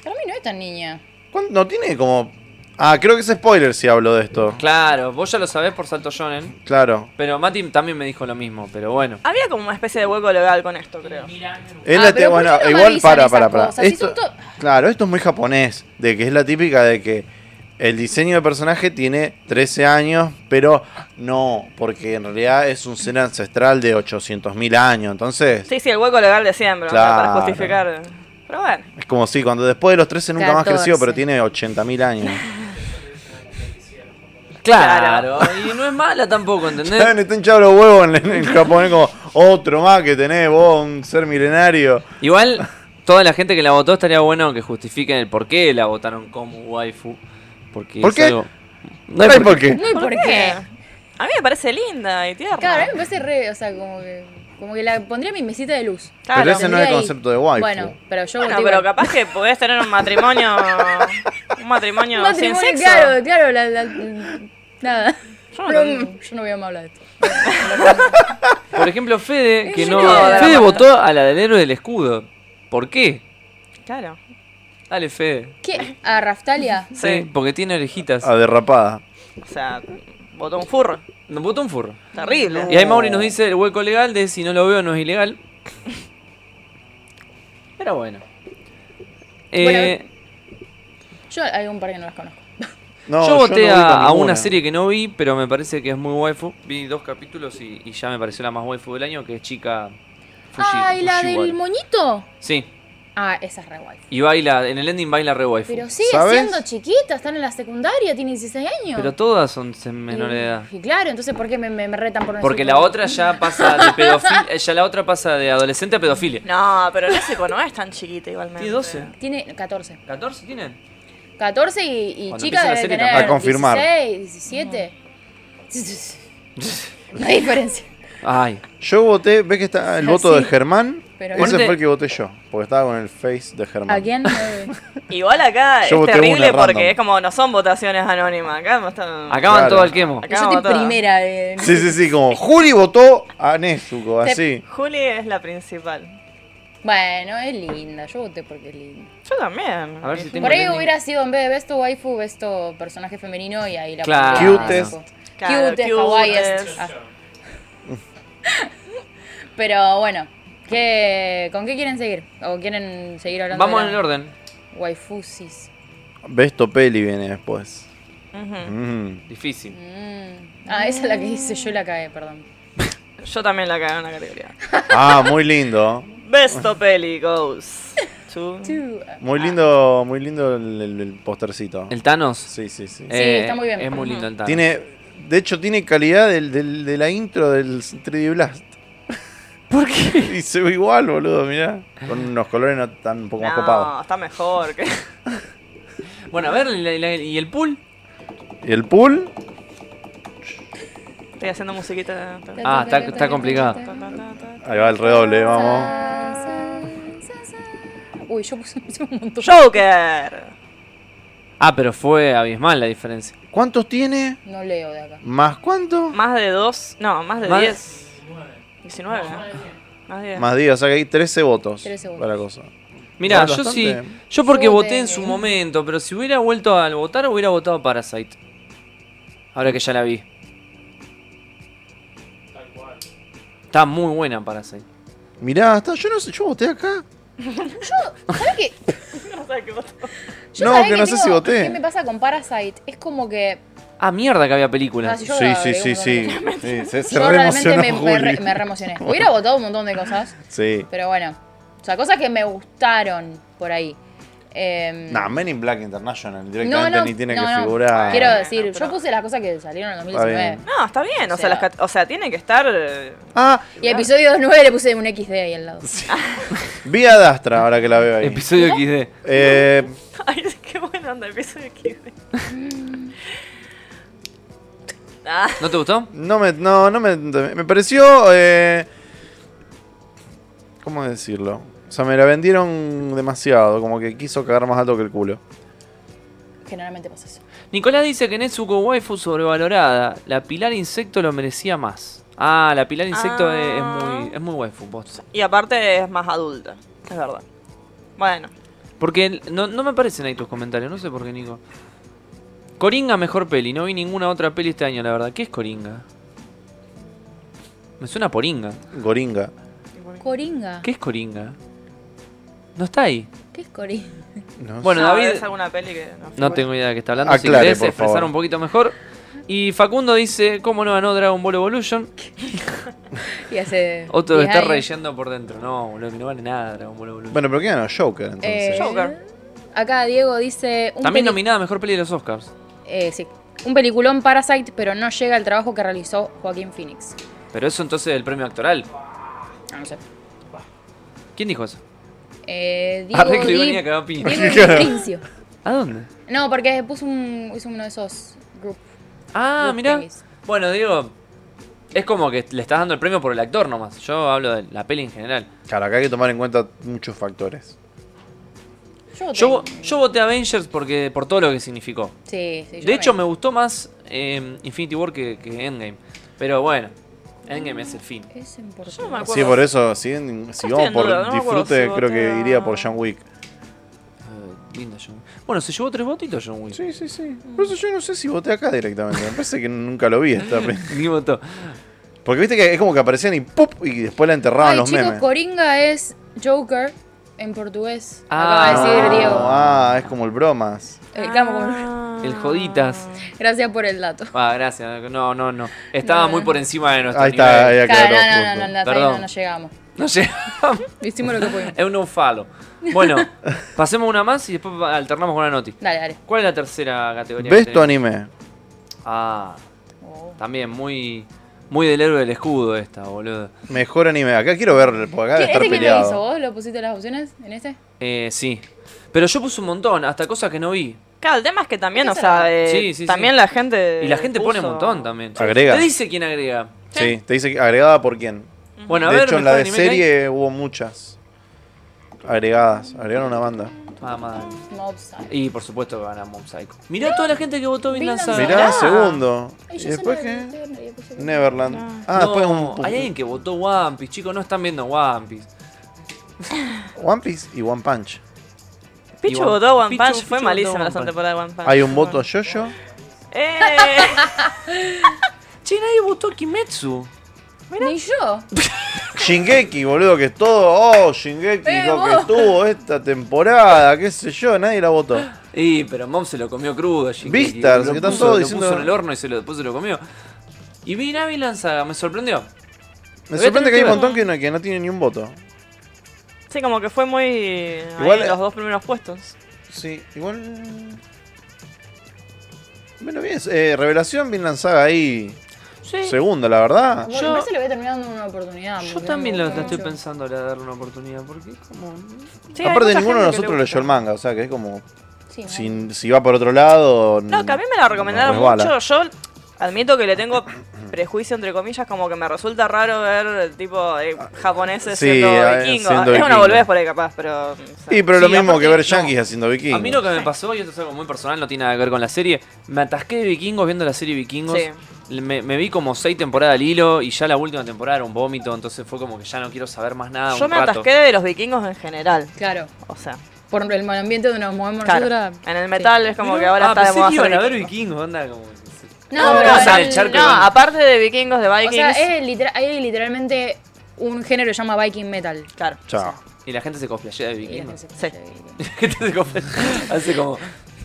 S4: Para mí no es tan niña.
S1: ¿Cuán- No tiene como. Ah, creo que es spoiler si hablo de esto.
S2: Claro, vos ya lo sabés por Salto Shonen.
S1: Claro.
S2: Pero Mati también me dijo lo mismo, pero bueno.
S3: Había como una especie de hueco legal con esto, creo.
S1: Es
S4: Ah,
S1: la
S4: pero
S1: te-
S4: ¿por
S1: bueno,
S4: qué no me
S1: igual
S4: avisan
S1: para,
S4: esas
S1: para, para.
S4: cosas? Si
S1: Esto-
S4: son to-
S1: claro, esto es muy japonés, de que es la típica de que el diseño del personaje tiene 13 años, pero no, porque en realidad es un ser ancestral de 800.000 años, entonces
S3: Sí, sí, el hueco legal de siempre, ¿no? para
S1: Claro.
S3: justificar. Pero bueno,
S1: es como si cuando después de los 13 nunca más creció,
S4: 14.
S1: pero tiene 80.000 años.
S2: Claro, y no es mala tampoco, ¿entendés?
S1: Está hinchado los huevos en, en japonés como otro más que tenés vos, un ser milenario.
S2: Igual, toda la gente que la votó estaría bueno que justifiquen el por qué la votaron como waifu. Porque
S1: ¿Por
S2: es
S1: qué?
S2: algo- No
S1: Ay,
S2: hay por qué.
S1: qué?
S4: No hay por qué.
S3: A mí me parece linda y tierna.
S4: Claro, a mí me parece re, o sea, como que, como que la pondría en mi mesita de luz.
S3: Claro.
S1: Pero ese no es el
S4: Tendría ahí.
S1: concepto de waifu.
S4: Bueno, pero yo
S3: Bueno,
S4: voté
S3: pero
S4: igual.
S3: capaz que podés tener un matrimonio. un matrimonio,
S4: Un
S3: sin
S4: matrimonio,
S3: sexo.
S4: claro, claro, la, la- nada.
S3: Yo no
S4: Pero,
S3: lo-
S4: mm, yo no voy a hablar de esto.
S2: Por ejemplo, Fede, que
S4: Es
S2: no.
S4: una-
S2: Fede votó a la del héroe del escudo. ¿Por qué?
S3: Claro.
S2: Dale, Fede.
S4: ¿Qué? ¿A Raftalia?
S2: Sí,
S3: Sí.
S2: porque tiene orejitas.
S1: A derrapada.
S3: O sea, botó un furro.
S2: Nos votó un furro.
S3: Terrible.
S2: Y ahí Mauri nos dice el hueco legal de si no lo veo no es ilegal. Pero bueno. Eh,
S4: Yo hay un par que no las conozco.
S1: No,
S2: yo voté
S1: no
S2: a-
S1: voy con
S2: a, una
S1: ninguna.
S2: serie que no vi, pero me parece que es muy waifu. Vi dos capítulos y, y ya me pareció la más waifu del año, que es chica Fushi.
S4: Ah, ¿y la
S2: Fujiwara.
S4: del moñito?
S2: Sí,
S4: Ah, esa es re guay.
S2: y baila, en el ending baila re waifu.
S4: Pero sigue
S1: ¿Sabes?
S4: siendo chiquita, están en la secundaria, tiene 16 años.
S2: Pero todas son se-
S4: Y-
S2: menor de edad.
S4: Y claro, entonces ¿por qué me, me- me retan por no
S2: Porque
S4: decir
S2: la
S4: todo?
S2: otra ya pasa de pedofilia, ya la otra pasa de adolescente a pedofilia.
S3: No, pero Nezuko no es tan chiquita igualmente.
S2: Tiene 12.
S4: Tiene 14.
S2: ¿14 tienen?
S4: 14 y, y
S2: Cuando
S4: chica
S2: empiece la
S4: debe
S2: serie
S4: tener
S1: también. A confirmar.
S4: 16, 17. No hay diferencia.
S2: Ay.
S1: Yo voté, ves que está el
S4: Ah,
S1: voto
S4: sí.
S1: de Germán.
S4: Pero-
S1: Ese
S2: Ponete-
S1: fue el que voté yo, porque estaba con el face de Germán.
S4: ¿A quién? Eh,
S3: Igual acá
S1: Yo
S3: es
S1: voté
S3: terrible
S1: una
S3: porque
S1: random.
S3: es como no son votaciones anónimas. Acá no están.
S2: Acá van
S1: Claro.
S2: todo al quemo.
S3: Acá
S4: Yo
S3: vamos
S4: estoy
S3: todas.
S4: primera. eh,
S1: Sí, sí, sí, como Juli votó a Nezuko,
S4: Te-
S1: así.
S3: Juli es la principal.
S4: Bueno, es linda. Yo voté porque es linda.
S3: Yo también.
S2: A ver si tengo
S4: Por ahí
S2: el ending.
S4: hubiera sido en vez de besto waifu, besto personaje femenino y ahí la
S2: Claro.
S4: pondría,
S1: Cutest.
S4: tipo,
S3: Claro,
S4: Cutest,
S3: cutest.
S4: hawaiiest. Ah. Pero bueno, ¿qué, ¿con qué quieren seguir? ¿O quieren seguir hablando
S2: Vamos
S4: de
S2: en el
S4: la-
S2: orden.
S4: Waifusis.
S1: Besto Peli viene después.
S3: Ujú.
S1: Mm.
S2: Difícil.
S4: Mm. Ah, esa es la que hice yo y la cagué, perdón.
S3: Yo también la cagué en la categoría.
S1: Ah, muy lindo.
S3: Besto Peli Goes Two.
S4: uh,
S1: Muy lindo, muy lindo el, el- el postercito.
S2: El Thanos. eh,
S1: Sí, sí, sí.
S4: Sí, está muy bien.
S2: Es muy lindo el Thanos.
S1: Tiene, de hecho, tiene calidad del, del- de la intro del 3D Blast.
S2: ¿Por qué?
S1: Y se ve igual, boludo, mirá. Con unos colores no tan un poco más
S3: No,
S1: copados.
S3: está mejor. que-
S2: Bueno, a ver, y la- y la- ¿y el pool? Ah,
S1: Y el pool,
S3: Estoy haciendo musiquita. Ta, ta,
S2: Ah, está, está complicado.
S3: ta, ta, ta.
S1: ahí va el redoble,
S4: Ah.
S1: vamos.
S4: Uy, yo puse puse un montón.
S3: Joker.
S2: Ah, pero fue abismal la diferencia.
S1: ¿Cuántos tiene?
S4: No leo de acá.
S1: ¿Más cuánto?
S3: Más de dos. No, más de
S2: Más-
S3: 10. 19. ¿eh? Más de 10.
S1: Más 10, o sea que hay 13 votos.
S4: 13 votos.
S1: Para la cosa.
S2: Mira,
S1: Bueno,
S2: yo sí.
S1: bastante.
S2: Yo porque
S4: Yo
S2: voté
S4: de-
S2: en su momento, pero si hubiera vuelto a votar, hubiera votado Parasite. Ahora que ya la vi. Está muy buena Parasite.
S1: Mirá, está, yo no sé, yo voté acá.
S4: ¿Sabes qué? Yo
S1: No,
S4: sabés
S1: que no sé si voté.
S4: ¿Qué me pasa con Parasite? Es como que.
S2: Ah, mierda que había película.
S4: Ah, si yo la averiguo, no, no.
S1: Sí, se, se
S4: Yo
S1: reemocionó
S4: realmente me, me,
S1: Juli.
S4: re- me reemocioné. Hubiera votado un montón de cosas,
S1: Sí.
S4: pero bueno. O sea, cosas que me gustaron por ahí. Eh,
S1: Nah, Men in Black International
S4: no,
S1: directamente
S4: no,
S1: ni tiene
S4: no,
S1: que
S4: no.
S1: figurar.
S4: Quiero
S3: Bueno,
S4: decir,
S3: pero-
S4: yo puse las cosas que salieron en el
S1: Está
S4: 2019.
S1: bien.
S3: No, está bien. O,
S4: O
S3: sea, las
S4: sea-
S3: cat- o sea, tiene que estar. eh,
S1: Ah,
S4: Y episodio 9 le puse un XD ahí al lado.
S1: vi a Dastra ahora que la veo ahí.
S2: Episodio XD.
S1: Eh,
S3: Ay, qué buena onda. Empiezo de 15. Ah,
S2: ¿No te gustó?
S1: no me. No, no me. Me pareció. Eh, ¿Cómo decirlo? O sea, me la vendieron demasiado, como que quiso cagar más alto que el culo.
S4: Generalmente pasa eso.
S2: Nicolás dice que Netsuko Waifu sobrevalorada. La Pilar Insecto lo merecía más. Ah, la Pilar Insecto
S3: Ah.
S2: es, es muy, es muy waifu. vos.
S3: y aparte es más adulta. Es verdad. Bueno.
S2: Porque el- no, no me aparecen ahí tus comentarios, no sé por qué, Nico. Coringa, mejor peli. No vi ninguna otra peli este año, la verdad. ¿Qué es Coringa? Me suena a Poringa.
S1: Goringa.
S4: Coringa.
S2: ¿Qué es Coringa? No está ahí.
S4: ¿Qué es Coringa?
S1: No sé.
S2: Bueno,
S3: Ah,
S2: David-
S3: ¿ves alguna peli que no
S2: No
S3: figura?
S2: tengo idea de qué está hablando. si
S1: Aclare,
S2: querés
S1: por
S2: expresar
S1: favor.
S2: un poquito mejor. Y Facundo dice, ¿cómo no ganó Dragon Ball Evolution?
S4: Y hace.
S2: Otro que
S4: 10
S2: está
S4: años.
S2: reyendo por dentro. No, boludo, que no vale nada Dragon Ball Evolution.
S1: Bueno, pero ¿qué ganó Joker
S4: Eh,
S1: entonces?
S3: Joker.
S4: Acá Diego dice. Un
S2: También
S4: peli-
S2: nominada a Mejor Peli de los Oscars.
S4: eh, sí. Un peliculón Parasite, pero no llega al trabajo que realizó Joaquín Phoenix. Ah,
S2: Pero eso entonces es el premio actoral.
S4: No, no sé.
S2: ¿Quién dijo eso?
S4: Eh, Diego
S2: Ah, re que le
S4: Di-
S2: venía a cagar piña.
S4: Diego Di Princio.
S2: ¿A dónde?
S4: No, porque puso un, hizo uno de esos group.
S2: Ah,
S4: Los
S2: mira.
S4: tenis.
S2: Bueno, digo, es como que le estás dando el premio por el actor nomás. Yo hablo de la peli en general.
S1: Claro, acá hay que tomar en cuenta muchos factores.
S4: Yo,
S2: Yo,
S4: tengo-
S2: yo voté Avengers porque por todo lo que significó.
S4: Sí, sí, yo
S2: De hecho, me
S4: también.
S2: gustó más eh, Infinity War que, que Endgame. Pero bueno, Endgame es el fin.
S4: Es importante.
S3: Yo no me acuerdo.
S1: Sí, por eso, si, en- si
S3: Estoy
S1: vamos
S3: en
S1: por
S3: duda, no me acuerdo
S1: disfrute,
S3: si
S1: creo que
S3: voté a-
S1: iría por John Wick.
S2: Eh, lindo John. Wick. Bueno, se llevó tres votitos John Wick.
S1: Sí, sí, sí. Por eso yo no sé si voté acá directamente. Me parece que nunca lo vi esta peli.
S2: Ni votó.
S1: Porque viste que es como que aparecían y ¡pup! y después la enterraban
S4: Ay,
S1: los
S4: chicos,
S1: memes.
S4: Coringa es Joker en portugués.
S2: Ah.
S4: Acaba de decir
S1: No,
S4: Diego.
S1: Ah, es como el bromas.
S4: Eh, clamo, como-
S3: Ah.
S2: El Joditas.
S4: Gracias por el dato.
S2: Ah, gracias. No, no, no. Estaba
S4: No, no,
S2: muy
S4: no.
S2: por encima de nuestro
S1: Ahí está, ahí
S2: nivel.
S1: aclaró.
S4: Claro, no, no, no,
S1: punto.
S4: no, no, hasta ahí
S2: Perdón.
S4: no, no llegamos.
S2: No llegamos.
S4: Hicimos lo que pudimos.
S2: Es un unfalo. Bueno, pasemos una más y después alternamos con la noti.
S4: Dale, dale.
S2: ¿Cuál es la tercera categoría? que
S1: ¿Ves tu
S2: tenés?
S1: anime?
S2: Ah, también muy, muy del héroe del escudo esta, boludo.
S1: Mejor anime. Acá quiero ver, porque acá
S4: ¿Quién-
S1: debe estar
S4: ¿Este quién lo hizo?
S1: peleado.
S4: ¿Vos lo pusiste las opciones en este?
S2: Eh, sí. Pero yo puse un montón, hasta cosas que no vi.
S3: Claro, el tema es que también, o
S4: Esa
S3: sea,
S4: era-
S3: eh,
S2: Sí, sí,
S3: también
S2: sí.
S3: la gente.
S2: Y
S4: Eh,
S2: la gente pone un
S3: puso-
S2: montón también.
S1: Agrega.
S2: Te dice quién agrega.
S1: Sí, te dice que agregada por quién.
S2: Bueno, a
S1: de
S2: ver.
S1: hecho, en
S2: mejor
S1: la de
S2: anime que hay.
S1: serie hubo muchas agregadas. Agregaron una banda.
S2: Ah, madre.
S4: Mob Psycho.
S2: Y por supuesto que gana Mob Psycho. Mirá toda la gente que votó Vinland Saga.
S4: Vinland
S1: Mirá,
S4: Mirá.
S1: segundo.
S4: Ay,
S1: ¿Y
S4: yo
S1: después
S4: solo-
S1: qué?
S4: yo puse-
S1: Neverland. Ah,
S2: No,
S1: después un,
S2: hay alguien que votó One Piece, chicos, no están viendo One Piece.
S1: One Piece y One Punch.
S2: Y
S3: Pichu
S2: One-
S3: votó One
S2: Pichu-
S3: Punch,
S2: Pichu
S3: fue
S2: votó
S3: malísima
S2: One
S3: la
S2: Punch.
S3: temporada de One Punch.
S1: Hay un voto a Yoyo.
S3: ¡Eh!
S2: Che, nadie votó Kimetsu.
S4: Ni yo.
S1: Shingeki, boludo, que es todo. Oh, Shingeki,
S4: Eh,
S1: lo que
S4: vos.
S1: tuvo esta temporada, qué sé yo, nadie la votó.
S2: Y pero Mom se lo comió crudo. Shingeki.
S1: Vistas,
S2: Lo
S1: que están
S2: puso-
S1: todos
S2: lo
S1: diciendo-
S2: puso en el horno y se lo, después se lo comió. Y vi Vinland Saga, me sorprendió.
S1: Me
S2: Voy a
S3: este
S1: sorprende
S2: tener
S1: que hay un
S2: que ver.
S1: montón que no, que no tiene ni un voto.
S3: Sí, como que fue muy. ahí
S1: Igual, eh,
S3: los dos primeros puestos.
S1: Sí, igual. Bueno, bien, eh, Revelación bien lanzada ahí.
S3: Sí.
S1: Segunda, la verdad.
S4: Bueno,
S2: Yo-
S4: me parece que le voy a terminar dando una oportunidad.
S2: Yo
S4: porque
S2: también
S4: me
S2: lo,
S4: gusta
S2: la estoy
S4: mucho.
S2: pensando ahora de darle una oportunidad, porque es como.
S3: Sí, hay
S1: Aparte, ninguno
S3: mucha
S1: de
S3: gente que le
S1: nosotros leyó
S3: gusta.
S1: el manga, o sea que es como.
S4: Sí, ¿no?
S1: Si, si va por otro lado.
S3: No, que a mí me la recomendaron
S1: nos resbala.
S3: mucho. Yo admito que le tengo prejuicio, entre comillas, como que me resulta raro ver tipo eh, japoneses
S1: Sí,
S3: siendo
S1: eh,
S3: vikingos.
S1: siendo
S3: es una
S1: vikingos.
S3: volvés por ahí, capaz, pero. o sea,
S1: Y pero lo
S2: Sí,
S1: mismo que
S2: aparte,
S1: ver
S2: no.
S1: yankees haciendo vikingos.
S2: A mí lo que me pasó, y esto es algo muy personal, no tiene nada que ver con la serie. Me atasqué de vikingos viendo la serie vikingos. Me, me vi como seis temporadas al hilo y ya la última temporada era un vómito, entonces fue como que ya no quiero saber más nada. Ah,
S3: Yo
S2: un
S3: me
S2: rato.
S3: atasqué de los vikingos en general.
S4: Claro,
S3: O sea,
S4: por el ambiente donde nos movemos
S3: claro.
S4: nosotras.
S3: En el metal es como que ahora
S2: ah,
S3: está de
S2: pensé
S3: moda.
S2: que
S3: ser
S2: iban a ver
S3: vikingo.
S2: vikingos, onda como.
S4: No,
S2: Ah,
S4: pero
S2: vamos a
S4: el-
S2: echar que
S3: No,
S2: van.
S3: aparte de vikingos, de
S4: O sea,
S3: vikings.
S4: es litera- hay literalmente un género que se llama Viking Metal.
S3: Claro.
S1: Chao.
S2: Y la gente se cosplayea de
S4: Y eh, la
S2: vikingos.
S4: gente
S3: Sí.
S4: se-
S2: La gente se cosplayea. Hace como.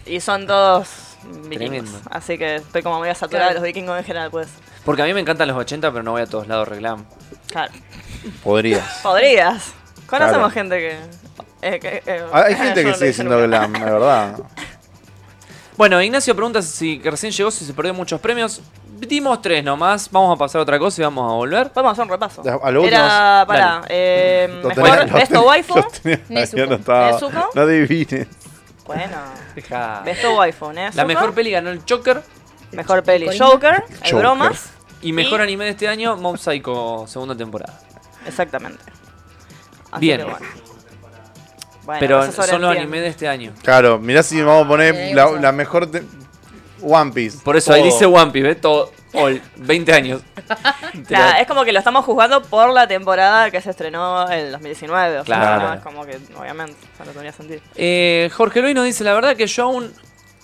S3: Y son todos vikingos.
S2: Tremendo.
S3: Así que estoy como medio saturada de
S4: Claro.
S3: los vikingos en general, pues.
S2: Porque a mí me encantan los 80, pero no voy a todos lados reclamo.
S3: Claro.
S1: Podrías.
S3: Podrías. Conocemos
S1: Claro.
S3: gente que. eh, que, eh,
S1: Ah, Hay gente
S3: yo
S1: que
S3: no
S1: sigue
S3: le
S1: siendo
S3: hice nunca.
S1: glam, la verdad.
S2: Bueno, Ignacio pregunta si que recién llegó, si se perdió muchos premios. Dimos tres nomás, vamos a pasar a otra cosa y vamos a volver.
S3: Vamos a hacer un repaso.
S1: A lo último,
S3: Era,
S2: dale.
S3: pará, eh,
S1: Lo
S3: mejor
S1: tenía- lo
S3: Besto
S1: tenía-
S3: Waifu.
S1: lo tenía ahí
S4: Nezuko.
S1: anotado.
S3: Nezuko.
S1: No adivines.
S3: Bueno,
S2: Dejá.
S3: Besto Waifu, ¿eh?
S2: La mejor peli ganó el Joker
S3: mejor peli.
S4: Corinna.
S3: Joker, el
S1: Joker.
S3: bromas.
S2: y mejor
S3: Y-
S2: anime de este año, Mob Psycho, segunda temporada.
S3: Exactamente. Así
S2: Bien.
S3: que bueno. Bueno,
S2: Pero
S3: eso
S2: son los
S3: sobreentiende.
S2: animes de este año.
S1: Claro, mirá si vamos a
S4: Eh,
S1: poner la,
S4: eso.
S1: la mejor. te- One Piece.
S2: Por eso ahí dice One Piece, ¿eh? todo, all, 20 años.
S3: Nah, es como que lo estamos juzgando por la temporada que se estrenó en 2019. O sea,
S2: Claro.
S3: no, es como que, obviamente, o sea, no tenía sentido.
S2: Eh, Jorge Luis nos dice la verdad que yo aún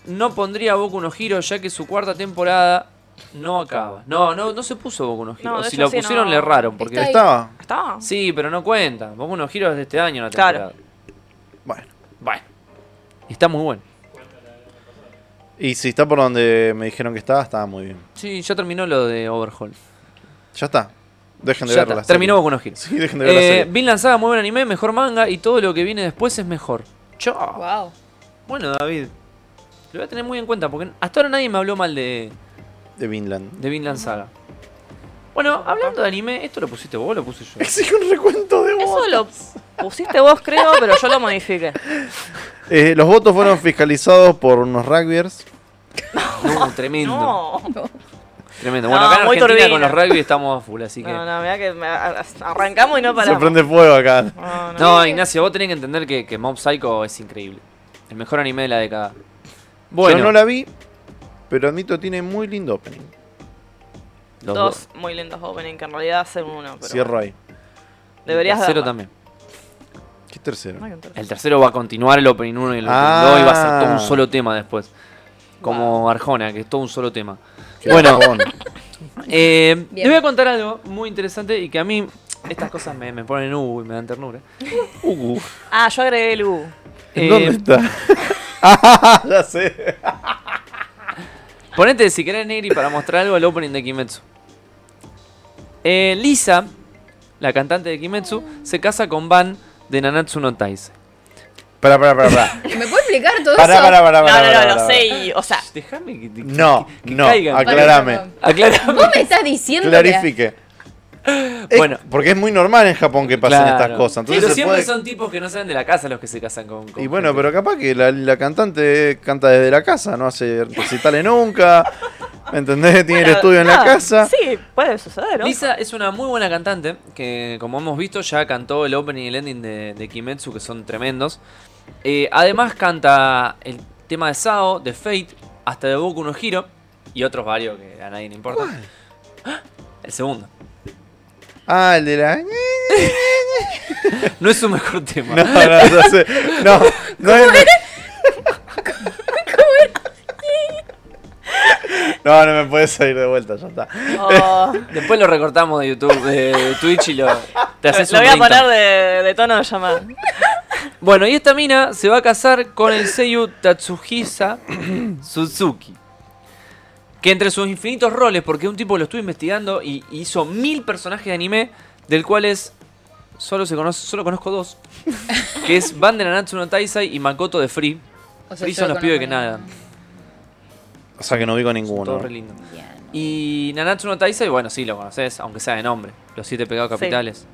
S2: no pondría a Boku no Hero ya que su cuarta temporada no acaba. No, no, no se puso Boku no Hero.
S3: No, de
S2: si
S3: hecho,
S2: lo
S3: sí,
S2: pusieron
S3: no.
S2: le erraron porque
S4: Está ahí.
S1: Estaba.
S3: ¿Estaba?
S2: sí, pero no cuenta. Boku no Hero es de este año la
S3: Claro.
S2: temporada.
S1: Bueno.
S2: Bueno. Está muy bueno.
S1: Y si está por donde me dijeron que estaba, estaba muy bien.
S2: Sí, ya terminó lo de Overhaul.
S1: Ya está. Dejen de
S2: Ya
S1: verla.
S2: está, Terminó Boku no Hero.
S1: Sí, dejen de ver la
S2: Eh,
S1: serie.
S2: Vinland Saga, muy buen anime, mejor manga y todo lo que viene después es mejor. Chao.
S4: Wow.
S2: Bueno, David, lo voy a tener muy en cuenta porque hasta ahora nadie me habló mal de,
S1: De Vinland.
S2: de Vinland Saga. Bueno, hablando de anime, ¿esto lo pusiste vos o lo puse yo?
S1: Exige un recuento de
S3: Eso lo pusiste vos, creo, pero yo lo modifiqué.
S1: Eh, los votos fueron fiscalizados por unos rugbyers.
S2: No, tremendo.
S3: No.
S2: Tremendo. Bueno, acá en
S3: No, muy
S2: Argentina con
S3: turbina.
S2: los rugby estamos a full, así que.
S3: No,
S2: No,
S3: no, mirá que me- a- a- arrancamos y no
S1: Se
S3: paramos.
S1: prende fuego acá.
S3: No, no.
S2: Ignacio, vos tenés que entender que, que Mob Psycho es increíble. El mejor anime de la década.
S1: Bueno.
S2: Bueno,
S1: Yo no la vi, pero admito tiene muy lindo opening.
S2: los
S3: Dos muy lindos opening que en realidad hacen uno. Pero
S1: Cierro ahí.
S2: El
S3: Deberías
S2: tercero
S3: darla.
S2: también.
S1: ¿Qué tercero?
S3: Ay, entonces.
S2: El tercero va a continuar el opening 1 y el opening 2
S1: Ah.
S2: y va a ser todo un solo tema después. Como Arjona, que es todo un solo tema.
S1: Qué
S2: Bueno,
S1: bajón.
S2: Eh, les
S4: Bien.
S2: voy a contar algo muy interesante y que a mí estas cosas me, me ponen uh y me dan ternura.
S1: Uh,
S3: Ah, yo agregué el U.
S1: ¿en
S2: Eh,
S1: ¿Dónde está? Ah, ya sé.
S2: Ponete si querés Negri para mostrar algo al opening de Kimetsu. Eh, Lisa, la cantante de Kimetsu, se casa con Van de Nanatsu no Taise.
S1: Pará, pará, pará. Pará,
S4: ¿Me puede explicar todo
S1: pará,
S4: eso?
S1: pará. pará,
S3: No,
S1: pará,
S3: no,
S1: pará,
S3: no,
S1: pará.
S3: lo sé y, o sea,
S2: Déjame que, que-
S1: No,
S2: que- que
S1: no,
S2: caigan.
S1: aclarame.
S2: Aclarame.
S4: Vos me estás diciendo que...
S1: Clarifique. Eh,
S2: Bueno.
S1: Porque es muy normal en Japón que pasen
S2: Claro.
S1: estas cosas. Entonces
S2: pero
S1: se
S2: siempre
S1: puede-
S2: son tipos que no salen de la casa los que se casan con. con
S1: Y bueno,
S2: gente.
S1: pero capaz que la, la cantante canta desde la casa, no hace recitales nunca. ¿Me entendés? Tiene el
S3: bueno,
S1: estudio en la
S3: nada,
S1: casa.
S3: Sí, puede suceder. ojo.
S2: Lisa es una muy buena cantante que, como hemos visto, ya cantó el opening y el ending de, de Kimetsu, que son tremendos. Eh, además, canta el tema de Sao, de Fate, hasta de Boku no Hero y otros varios que a nadie le importa. ¡Ah! El segundo.
S1: Ah, el de la.
S2: No es su mejor tema.
S1: No, no, no sé. No, no es. No, no me puedes salir de vuelta, ya está.
S3: O-
S2: Después lo recortamos de YouTube, de Twitch y lo. Te haces
S3: lo
S2: un
S3: voy a
S2: ringtone.
S3: poner de, de tono de llamada.
S2: Bueno, y esta mina se va a casar con el Seiyu Tatsuhisa Suzuki. Que entre sus infinitos roles, porque un tipo lo estuve investigando y y hizo mil personajes de anime, del cual es solo, se conoce, solo conozco dos. que es Van de Nanatsu no Taisai y Makoto de Free.
S4: O
S2: Free
S4: yo
S2: son los pibes
S4: conozco
S2: que
S4: nada.
S2: nadan.
S1: O sea que no ubico ninguno.
S2: Todo re lindo.
S4: Bien.
S2: Y Nanatsu no Taisai, bueno, sí lo conoces, aunque sea de nombre. Los siete pecados
S3: Sí.
S2: capitales.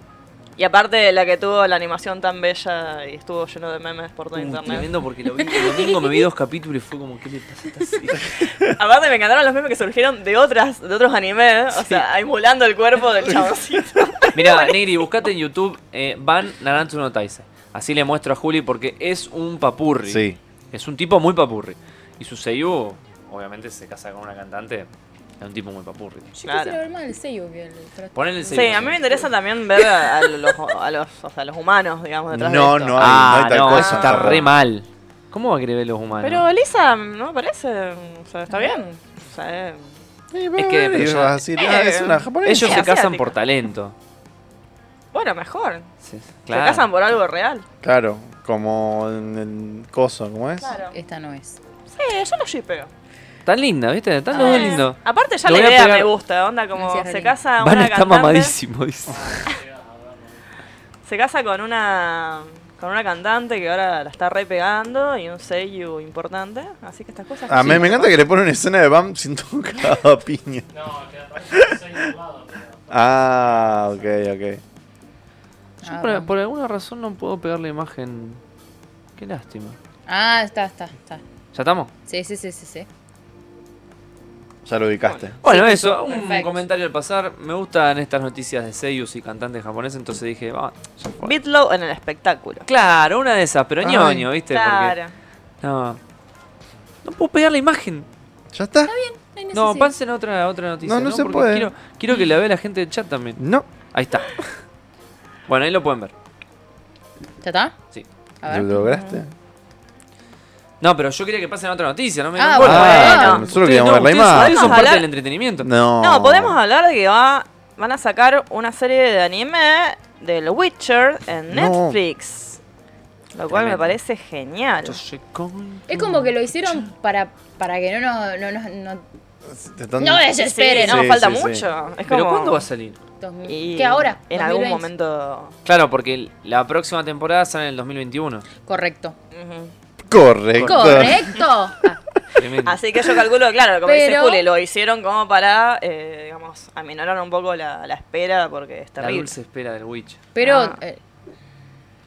S3: Y aparte la que tuvo la animación tan bella y estuvo lleno de memes por todo
S2: Uh,
S3: internet.
S2: tremendo porque lo vi el domingo, me vi dos capítulos y fue como, ¿qué le pasa a esta serie?
S3: aparte me encantaron los memes que surgieron de otras, de otros animes, o
S2: Sí.
S3: sea, emulando el cuerpo del chaboncito.
S2: Mirá, Negri, buscate en YouTube eh, Van Nanatsu no Taisai. Así le muestro a Juli porque es un papurri.
S1: Sí.
S2: Es un tipo muy papurri. Y su seiyuu, obviamente, se casa con una cantante. Es un tipo muy papurri.
S4: Yo
S3: Claro.
S4: quisiera ver más el sello que el trato.
S2: Ponele el
S3: Sí,
S2: seiyuu
S3: a mí
S2: también.
S3: me interesa también ver a, a los, a los- o sea, a los humanos, digamos, detrás
S1: No,
S3: de esto.
S1: no hay-
S2: Ah,
S1: tal
S2: no,
S1: cosa.
S2: eso está re mal. ¿Cómo va a querer ver los humanos?
S3: Pero Lisa, no parece, o sea, está bien. O sea, eh,
S1: Es
S2: que, pero ya-
S1: vas a decir, ah,
S2: Eh,
S1: es una japonesa.
S2: Ellos se
S3: asiática.
S2: casan por talento.
S3: bueno, mejor.
S2: Sí,
S3: Se
S2: claro.
S3: casan por algo real.
S1: Claro, como en el coso, ¿cómo es?
S4: Esta no es.
S3: Sí, yo lo shipeo.
S2: Tan linda, ¿viste? Están los dos
S3: Eh,
S2: lindos.
S3: Aparte ya
S2: Lo
S3: la
S2: voy a
S3: idea
S2: pegar.
S3: me gusta, onda como
S4: Gracias,
S3: se
S4: Rolina.
S3: casa
S2: Van
S3: ah, una
S2: está
S3: cantante,
S2: mamadísimo, dice.
S3: se casa con una con una cantante que ahora la está repegando y un sello importante, así que estas cosas.
S2: Ah,
S1: A mí
S3: sí,
S1: Ah, me encanta
S3: ¿no?
S1: que le ponen una escena de BAM sin tocar a piña. Ah, ok, ok.
S2: Yo por,
S4: Ah, bueno.
S2: por alguna razón no puedo pegar la imagen. Qué lástima.
S4: Ah, está, está, está.
S2: ¿Ya estamos?
S4: Sí, sí, sí, sí, sí.
S1: Ya lo ubicaste.
S2: Bueno,
S4: Sí,
S2: eso,
S4: perfecto.
S2: un
S4: Perfecto.
S2: comentario al pasar. Me gustan estas noticias de seiyus y cantantes japoneses, entonces dije, va, ya fue.
S3: Bitlow en el espectáculo.
S2: Claro, una de esas, pero
S1: Ay.
S2: ñoño, ¿viste? Porque-
S3: Claro.
S2: no. No puedo pegar la imagen.
S1: ¿Ya está?
S4: No, hay
S2: No,
S4: necesidad.
S2: pasen a otra, a otra noticia.
S1: No, no se
S2: Porque
S1: puede.
S2: Quiero, quiero que la vea la gente del chat también.
S1: No.
S2: Ahí está. Bueno, ahí lo pueden ver.
S4: ¿Ya está?
S2: Sí.
S4: A
S1: ¿Lo
S4: ver.
S1: lograste?
S2: No, no, pero yo quería que pasen a otra noticia, no me
S4: Ah,
S2: no,
S4: bueno.
S1: Ah,
S3: bueno.
S1: solo
S2: ustedes
S1: queríamos
S2: no,
S1: ver la
S2: ustedes-
S1: imagen.
S2: ustedes son
S3: Vamos a
S2: parte
S3: hablar-
S2: del entretenimiento.
S1: No.
S3: No, podemos hablar de que va, van a sacar una serie de anime del Witcher en
S1: No.
S3: Netflix. Lo cual
S2: Tremendo.
S3: me parece genial.
S2: Yo soy con-
S4: Es como que lo hicieron para, para que no nos... No, no, no,
S1: Te están-
S4: No, es-
S3: Sí,
S4: Espere,
S3: no,
S1: sí,
S3: falta
S1: sí, sí.
S3: mucho. Es
S2: ¿Pero
S3: como-
S2: cuándo va a salir?
S4: dos mil-
S3: y
S4: ¿Qué ahora?
S3: En algún
S4: 2020.
S3: momento.
S2: Claro, porque la próxima temporada sale en el 2021.
S4: Correcto.
S3: Ujú.
S1: Correcto.
S4: Correcto. Ah,
S2: Tremendo.
S3: Así que yo calculo, claro, como dice
S4: Pero-
S3: Juli, lo hicieron como para, eh, digamos, aminorar un poco la, la espera porque es
S2: La
S3: terrible.
S2: dulce espera del Witch.
S4: pero...
S3: Ah.
S4: eh,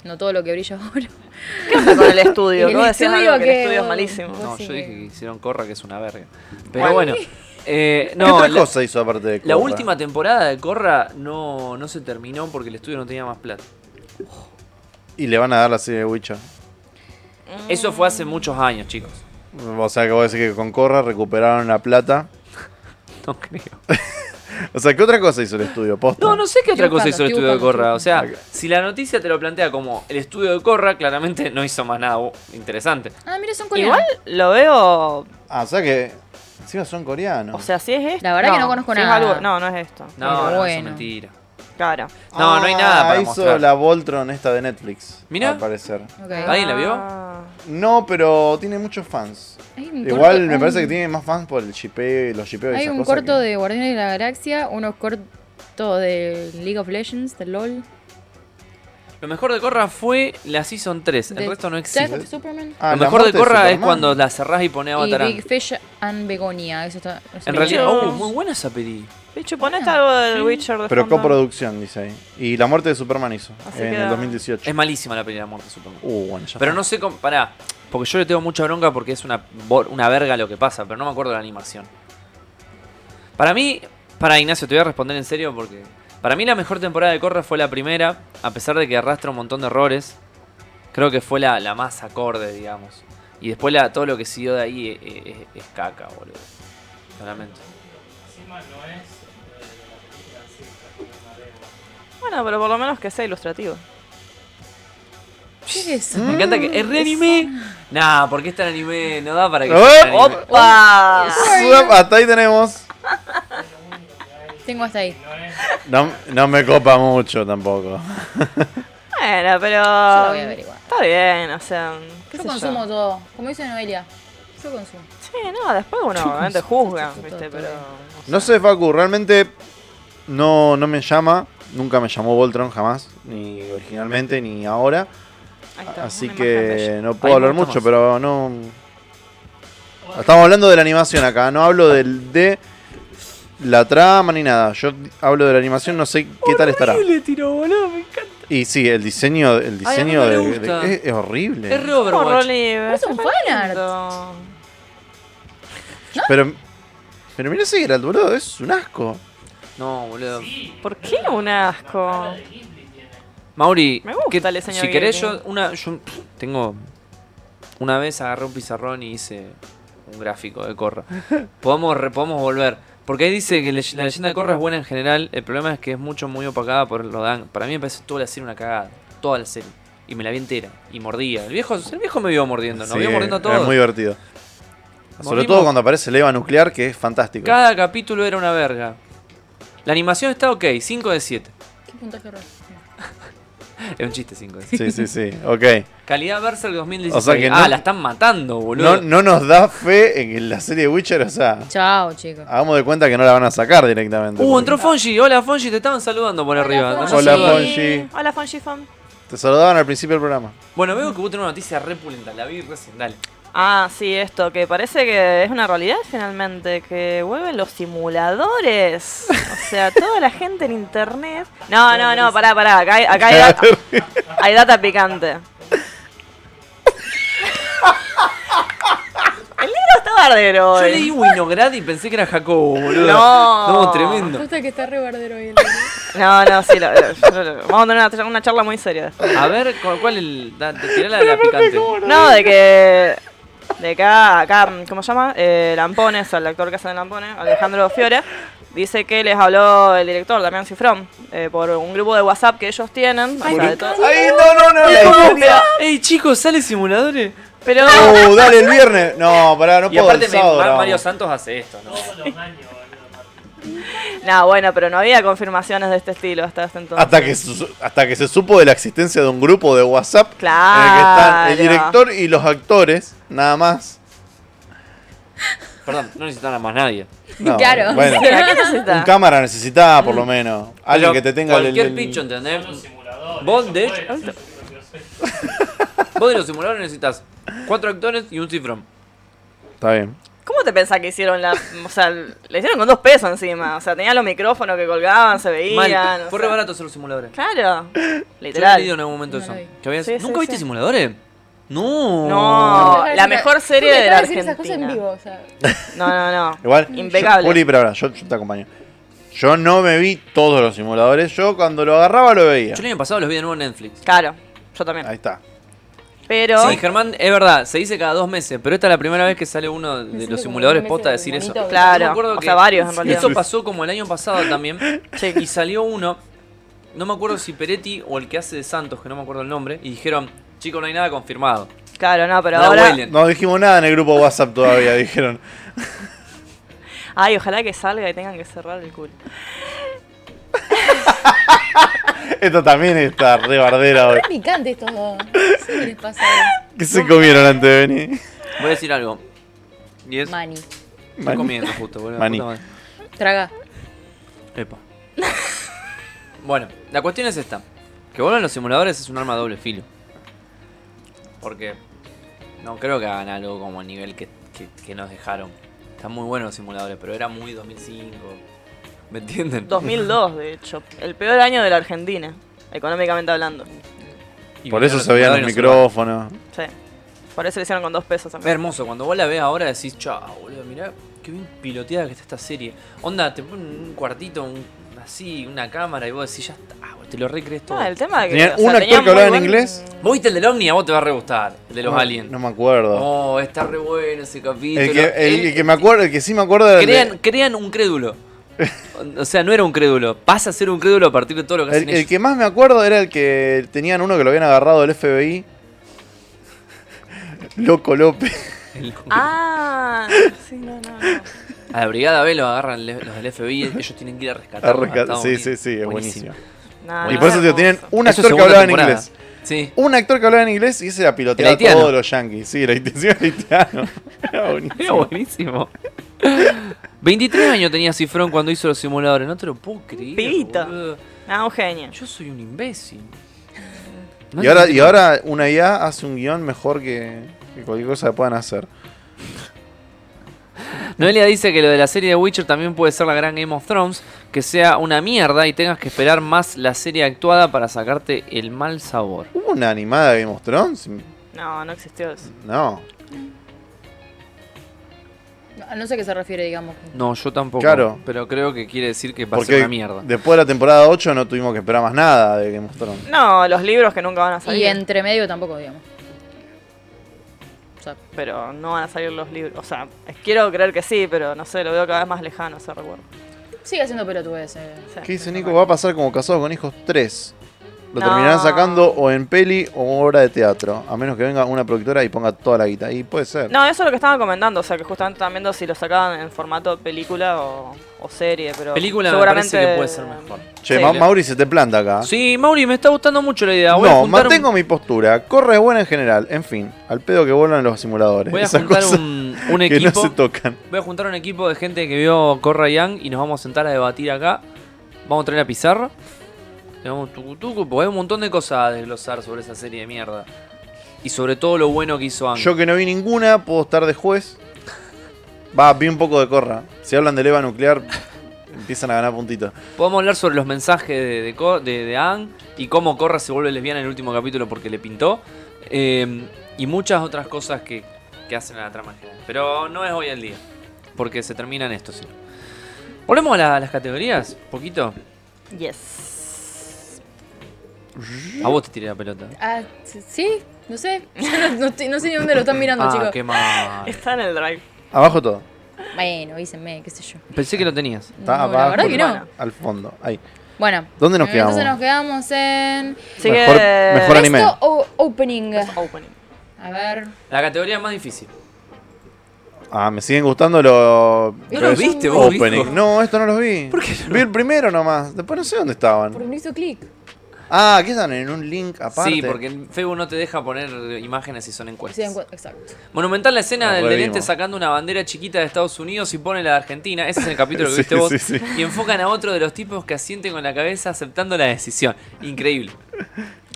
S4: no todo lo que brilla ahora.
S3: ¿Qué onda con el estudio?
S4: El
S3: ¿Vos decías
S4: estudio
S3: algo que, el
S4: que-
S3: estudio es malísimo.
S4: Vos
S2: No,
S4: sí
S2: yo
S4: que-
S2: dije que hicieron Corra, que es una verga. Pero bueno. eh,
S1: ¿Qué
S2: no,
S1: otra
S2: la,
S1: cosa hizo aparte de
S2: la
S1: Corra?
S2: última temporada de Corra no, no se terminó porque el estudio no tenía más plata.
S1: Y le van a dar la serie de Witcher.
S2: Eso fue hace muchos años, chicos.
S1: O sea, que voy a decir que con Corra recuperaron la plata.
S2: No creo.
S1: O sea, ¿qué otra cosa hizo el estudio? Posta.
S2: No, no sé qué otra
S4: Estoy
S2: cosa
S4: buscando,
S2: hizo el
S4: estoy
S2: estudio de
S4: buscando,
S2: Corra. O sea,
S1: buscando.
S2: si la noticia te lo plantea como el estudio de Corra, claramente no hizo más nada interesante.
S4: Ah, mira, son coreanos.
S3: Igual lo veo.
S1: Ah, o sea que. Encima son coreanos.
S3: O sea, si es esto.
S4: La verdad que no conozco
S3: si es
S4: nada.
S3: algo- no, no es esto.
S2: No, no,
S4: Pero
S2: eso es
S4: bueno.
S2: mentira.
S3: Claro.
S2: No, no hay nada para
S1: Ah, hizo
S2: mostrar.
S1: la Voltron esta de Netflix.
S2: Mirá.
S1: Al parecer.
S4: Ok.
S2: ¿Alguien la vio?
S3: Ah.
S1: No, pero tiene muchos fans.
S4: Hay un
S1: Igual
S4: corto-
S1: me parece que
S4: un-
S1: tiene más fans por el chipeo y los chipeos y
S4: Hay
S1: esas
S4: un
S1: cosas
S4: corto
S1: que-
S4: de Guardianes de la Galaxia, unos cortos de League of Legends, de LOL.
S2: Lo mejor de Corra fue la Season 3. El
S4: de
S2: resto no
S4: Death
S2: existe.
S4: of Superman.
S1: Ah,
S2: lo
S1: la
S2: mejor de
S1: muerte
S2: Corra es
S1: Superman.
S2: cuando la cerrás y ponés a
S4: y
S2: Avatar.
S4: Big Fish and Begonia. Eso está. eso
S2: En
S4: lo
S2: realidad,
S4: vi.
S2: oh, muy buena esa peli.
S3: Pichu, ponete
S4: Ah.
S3: algo del Witcher de
S1: Pero
S3: fondo.
S1: coproducción, dice ahí. Y la muerte de Superman hizo.
S3: Así
S1: en
S3: queda.
S1: el 2018.
S2: Es malísima la peli de la muerte, supongo.
S1: Uh, bueno, ya
S2: Pero
S1: está.
S2: no sé cómo. Pará, porque yo le tengo mucha bronca porque es una, bor- una verga lo que pasa, pero no me acuerdo de la animación. Para mí, para Ignacio, te voy a responder en serio porque. Para mí, la mejor temporada de Corra fue la primera, a pesar de que arrastra un montón de errores. Creo que fue la, la más acorde, digamos. Y después la, todo lo que siguió de ahí es, es- es caca, boludo. Lo lamento.
S3: Bueno, pero por lo menos que sea ilustrativo.
S4: ¿Qué es eso?
S2: Me encanta que. ¿Es reanime? Nah, porque es tan anime, no da para que.
S1: Eh,
S2: sea tan anime.
S3: ¡Opa!
S1: Sup, Hasta ahí tenemos.
S3: Mm.
S4: Tengo hasta ahí.
S1: No, no me copa mucho tampoco.
S3: Bueno, pero.
S4: Yo lo voy a averiguar.
S3: Está bien, o sea. Ah. qué
S4: Yo
S3: sé
S4: consumo todo. Como dice Noelia, yo consumo.
S3: Sí, no, después uno obviamente juzga,
S4: sí, sí,
S3: ¿viste?
S4: todo,
S3: Pero.
S4: todo
S1: No sé, Facu, realmente no, no me llama. Nunca me llamó Voltron jamás, ni originalmente, ni ahora.
S3: Ahí está,
S1: Así
S3: una imagen
S1: que
S3: bella.
S1: no puedo
S2: Hay
S1: hablar
S2: mucho
S1: mucho,
S2: más.
S1: pero no. Estamos hablando de la animación acá, no hablo del, de la trama ni nada. Yo hablo de la animación, no sé qué tal estará.
S2: Horrible, tiro, boludo, me encanta.
S1: Y sí, el diseño, el
S2: Ay, a mí
S1: diseño
S2: no me
S1: de- de-
S2: gusta.
S1: es, es horrible.
S2: Es re
S3: Como
S2: Overwatch.
S3: Rolly,
S4: es un
S3: está
S4: fanart.
S3: lindo.
S1: Pero, pero mira ese Geralt, boludo, es un asco.
S2: No, boludo.
S3: ¿Por qué un asco?
S2: Mauri,
S3: Me gusta
S2: ¿qué-
S3: el diseño
S2: si
S3: de
S2: querés
S3: Guillermo.
S2: yo una yo tengo una vez agarré un pizarrón y hice un gráfico de Corra. podemos re- podemos volver, porque ahí dice que le- la leyenda de Corra es buena en general, el problema es que es mucho muy opacada por lo dan. Para mí me parece toda la serie una cagada, toda la serie y me la vi entera y mordía. El viejo el viejo me vio mordiendo, nos
S1: Sí,
S2: vio mordiendo a
S1: era
S2: todos.
S1: muy divertido. Sobre
S2: Morimos.
S1: todo cuando aparece el Eva nuclear, que es fantástico.
S2: Cada capítulo era una verga. La animación está ok, 5 de 7.
S4: ¿Qué puntaje error?
S2: Es un chiste 5 de 7.
S1: Sí, sí, sí. Ok.
S2: Calidad Berserk 2016.
S1: O sea que
S2: Ah,
S1: no-
S2: la están matando, boludo.
S1: No, no nos da fe en que la serie de Witcher, o sea.
S4: Chao, chicos.
S3: Ah,
S1: Hagamos de cuenta que no la van a sacar directamente.
S2: Uh,
S1: porque-
S2: entró Fonji. Hola, Fonji. Te estaban saludando por
S4: Hola,
S2: arriba.
S4: Fonji.
S2: Andá
S1: Hola,
S2: saludando.
S1: Fonji.
S3: Hola, Fonji Fan.
S1: Te saludaban al principio del programa.
S2: Bueno, veo que vos tenés una noticia re pulenta. La vi recién. Dale.
S3: Ah, sí, esto, que parece que es una realidad finalmente, que vuelven los simuladores. O sea, toda la gente en internet. No, no, no, pará, pará, acá hay, acá hay, data, hay data picante. El libro está bardero
S2: Yo
S3: hoy.
S2: leí Winograd y pensé que era Jacobo, boludo.
S3: No.
S2: No, tremendo.
S4: Posta que está re bardero hoy en
S3: No, no, sí, lo- lo- lo- vamos a tener una, cha- una charla muy seria. después.
S2: A ver, ¿cu- ¿cuál es el. da- te- Tirá la de la picante.
S3: No, de que. De que acá, acá, ¿cómo se llama? Eh, Lampones, al actor que hace de Lampones, Alejandro Fiore, dice que les habló el director, Damián Cifrón, eh, por un grupo de WhatsApp que ellos tienen. o sea, de todo-
S1: ¡Ay, no, no, no!
S3: Es como-
S1: no,
S2: Ey, chicos, ¿sale simuladores?
S3: Pero.
S1: no. Uh, dale el viernes! No, pará, no
S2: Y
S1: puedo.
S2: aparte,
S1: el
S2: me-
S1: sábado
S2: Mar-
S1: grabamos.
S2: Mario Santos hace esto, ¿no?
S3: No, bueno, pero no había confirmaciones de este estilo hasta este entonces.
S1: hasta que, su- hasta que se supo de la existencia de un grupo de WhatsApp en el que están el
S3: Claro.
S1: director y los actores, nada más.
S2: Perdón, no necesitan a más nadie.
S1: No,
S4: Claro.
S1: Bueno,
S3: ¿Pero qué
S1: un
S3: necesitas?
S1: cámara necesitaba por lo menos. Alguien
S2: Pero
S1: que te tenga el-
S2: Cualquier
S1: el-
S2: picho, ¿entendés? Vos, de hecho. Vos de los simuladores necesitas cuatro actores y un cifrón.
S1: Está bien.
S3: ¿Cómo te pensás que hicieron la.? O sea, le hicieron con dos pesos encima. O sea, tenían los micrófonos que colgaban, se
S2: Mal.
S3: veían. o
S2: Fue re
S3: sea.
S2: barato hacer los simuladores.
S3: Claro.
S2: Yo lo he
S3: Literal.
S2: leído en algún momento
S4: No
S2: eso.
S4: lo vi.
S2: Que habías-
S3: Sí, sí,
S2: ¿Nunca viste
S3: sí.
S2: simuladores? No.
S3: No. la mejor serie de la
S4: decir esas cosas en
S3: Argentina.
S4: vivo, o sea.
S3: No, no, no.
S1: Igual, yo-
S3: Impecable.
S1: Juli, pero ahora, yo, yo te acompaño. Yo no me vi todos los simuladores. Yo cuando lo agarraba lo veía.
S2: Yo el año pasado los vi de nuevo en Netflix.
S3: Claro, yo también.
S1: Ahí está.
S3: Pero.
S2: Sí, Germán, es verdad, se dice cada dos meses, pero esta es la primera vez que sale uno de los simuladores posta a decir eso. Yo me
S3: Claro,
S2: acuerdo
S3: o
S2: que
S3: sea, varios en realidad.
S2: Esto pasó como el año pasado también.
S3: Sí.
S2: Y salió uno, no me acuerdo si Peretti o el que hace de Santos, que no me acuerdo el nombre, y dijeron, chico, no hay nada confirmado.
S3: Claro, no, pero
S2: No la
S3: ahora.
S2: huelen.
S1: No dijimos nada en el grupo WhatsApp todavía, dijeron.
S3: Ay, ojalá que salga y tengan que cerrar el culo.
S1: Esto también está re bardera hoy.
S4: Re picante estos dos. No sé qué les pasa.
S1: ¿Qué se comieron antes de venir?
S2: Voy a decir algo. Y es...
S4: Mani.
S2: Estoy comiendo justo, boludo.
S1: Maní.
S2: puta madre.
S4: Traga.
S2: Epa. bueno, la cuestión es esta. Que vuelvan los simuladores es un arma a doble filo. Porque no creo que hagan algo como el nivel que, que- que nos dejaron. Están muy buenos los simuladores, pero era muy 2005. ¿Me entienden?
S3: 2002, de hecho. El peor año de la Argentina, económicamente hablando.
S2: Y
S1: Por
S2: vinieron
S1: eso
S2: los
S1: se veían los
S2: simuladores y nos
S1: micrófonos.
S3: Sí. Por eso le hicieron con dos pesos
S2: salvaron. Es
S3: también.
S2: hermoso, cuando vos la ves ahora decís, chao, boludo, mirá qué bien piloteada que está esta serie. Onda, te ponen un cuartito, un- así, una cámara, y vos decís, ya está, boludo, te lo recrees todo.
S3: Ah, el tema de que.
S1: Tenían
S3: o sea,
S1: un actor
S3: tenían
S1: que hablaba
S3: muy
S1: en
S3: buen-
S1: inglés.
S2: ¿Vos viste el del Omni? A vos te va a re gustar, el de los
S1: No,
S2: aliens.
S1: No me acuerdo.
S2: Oh, está re bueno ese capítulo.
S1: el, que, el,
S2: Él-
S1: que me acuerdo, el que sí me acuerdo era el de-
S2: crean, crean un crédulo. O sea, no era un crédulo. Pasa a ser un crédulo a partir de todo lo que
S1: el,
S2: hacen
S1: el
S2: ellos.
S1: que más me acuerdo era el que tenían uno que lo habían agarrado del FBI. Loco López.
S2: El-
S3: Ah, sí, no, no. no.
S2: A la Brigada B lo agarran le- los del FBI. Ellos tienen que ir a rescatar.
S1: A rescat- sí, sí, sí, es buenísimo.
S2: Ah,
S3: No,
S1: Y
S3: no,
S1: por eso tío,
S3: hermoso.
S1: tienen un actor que hablaba en inglés.
S2: Sí.
S1: Un actor que hablaba en inglés y ese la piloteaba
S2: El haitiano.
S1: todos los yankees. Sí, la intención haitiano. Era buenísimo.
S2: Era buenísimo. 23 años tenía Cifrón cuando hizo los simuladores. No te lo puedo creer.
S3: Pibito.
S2: boludo.
S3: Ah, un genio.
S2: Yo soy un imbécil.
S1: Y ahora, y ahora una IA hace un guión mejor que, que cualquier cosa que puedan hacer.
S2: Noelia dice que lo de la serie de Witcher también puede ser la gran Game of Thrones, que sea una mierda y tengas que esperar más la serie actuada para sacarte el mal sabor.
S1: ¿Hubo una animada de Game of Thrones?
S3: No, no existió eso.
S1: No.
S4: No, no sé a qué se refiere, digamos.
S2: No, yo tampoco.
S1: Claro.
S2: Pero creo que quiere decir que va a ser
S1: Porque
S2: una mierda.
S1: después de la temporada 8 no tuvimos que esperar más nada de Game of Thrones.
S3: No, los libros que nunca van a salir.
S4: Y entre medio tampoco, digamos. O sea,
S3: Pero no van a salir los libros. O sea, quiero creer que sí, pero no sé, lo veo cada vez más lejano ese recuerdo.
S4: sigue haciendo pelotudez. eh.
S3: O sea,
S1: ¿Qué dice Nico? Va a pasar como Casados con Hijos 3. Lo
S3: No.
S1: terminarán sacando o en peli o obra de teatro. A menos que venga una productora y ponga toda la guita. Y puede ser.
S3: No, eso es lo que estaba comentando, o sea, que justamente estaban viendo si lo sacaban en formato película o, o serie, pero
S2: Película me
S3: seguramente
S2: parece que puede ser mejor.
S1: Che,
S2: Sí.
S1: Ma- Mauri se te planta acá.
S2: Sí, Mauri, me está gustando mucho la idea. Voy a
S1: no,
S2: juntar un-
S1: mantengo mi postura. Corre es buena en general. En fin, al pedo que vuelan los simuladores.
S2: Voy a
S1: Esas
S2: juntar
S1: cosas
S2: un, un
S1: que
S2: equipo.
S1: no se tocan.
S2: Voy a juntar un equipo de gente que vio Corra Young y nos vamos a sentar a debatir acá. Vamos a traer la pizarra. Le vamos tucu tucu, porque hay un montón de cosas a desglosar sobre esa serie de mierda. Y sobre todo lo bueno que hizo Ang.
S1: Yo que no vi ninguna, puedo estar de juez. Va, vi un poco de corra. Si hablan de leva nuclear, empiezan a ganar puntitos.
S2: Podemos hablar sobre los mensajes de, de, Co- de- de Aang y cómo Corra se vuelve lesbiana en el último capítulo porque le pintó. eh, y muchas otras cosas que, que hacen a la trama en general. Pero no es hoy el día. Porque se terminan estos, sí. Volvemos a, la- a las categorías, poquito.
S3: Yes.
S2: A vos te tiré la pelota.
S4: Ah, sí, no sé. Yo no, no estoy- no sé ni dónde lo están mirando,
S2: ah,
S4: chicos.
S2: qué mal.
S3: Está en el drive.
S1: Abajo todo.
S4: Bueno, avísenme, qué sé yo.
S2: Pensé que lo tenías.
S1: Está
S4: No,
S1: abajo.
S4: la verdad que no.
S3: Bueno.
S1: Al fondo. Ahí.
S4: Bueno.
S1: ¿Dónde nos quedamos?
S4: Entonces nos quedamos en...
S3: Sigue
S1: Mejor- mejor anime.
S4: Esto o opening.
S3: opening.
S4: A ver.
S2: La categoría más difícil.
S1: Ah, me siguen gustando los.
S4: No
S2: lo
S1: los
S2: viste vos,
S1: Opening.
S2: Vico.
S1: No, esto no los vi.
S2: ¿Por qué no?
S1: Vi el primero nomás. Después no sé dónde
S4: Porque
S1: estaban.
S4: no hizo clic.
S1: Ah, ¿qué están? En un link aparte.
S2: Sí, porque en Facebook no te deja poner imágenes si son
S1: Pues.
S2: encuestas.
S4: Sí, en cu- exacto.
S2: Monumental la escena
S1: Nos
S2: del
S1: revimos.
S2: delente sacando una bandera chiquita de Estados Unidos y pone la de Argentina. Ese es el capítulo que
S1: Sí,
S2: viste vos.
S1: sí, sí.
S2: Y enfocan a otro de los tipos que asienten con la cabeza aceptando la decisión. Increíble.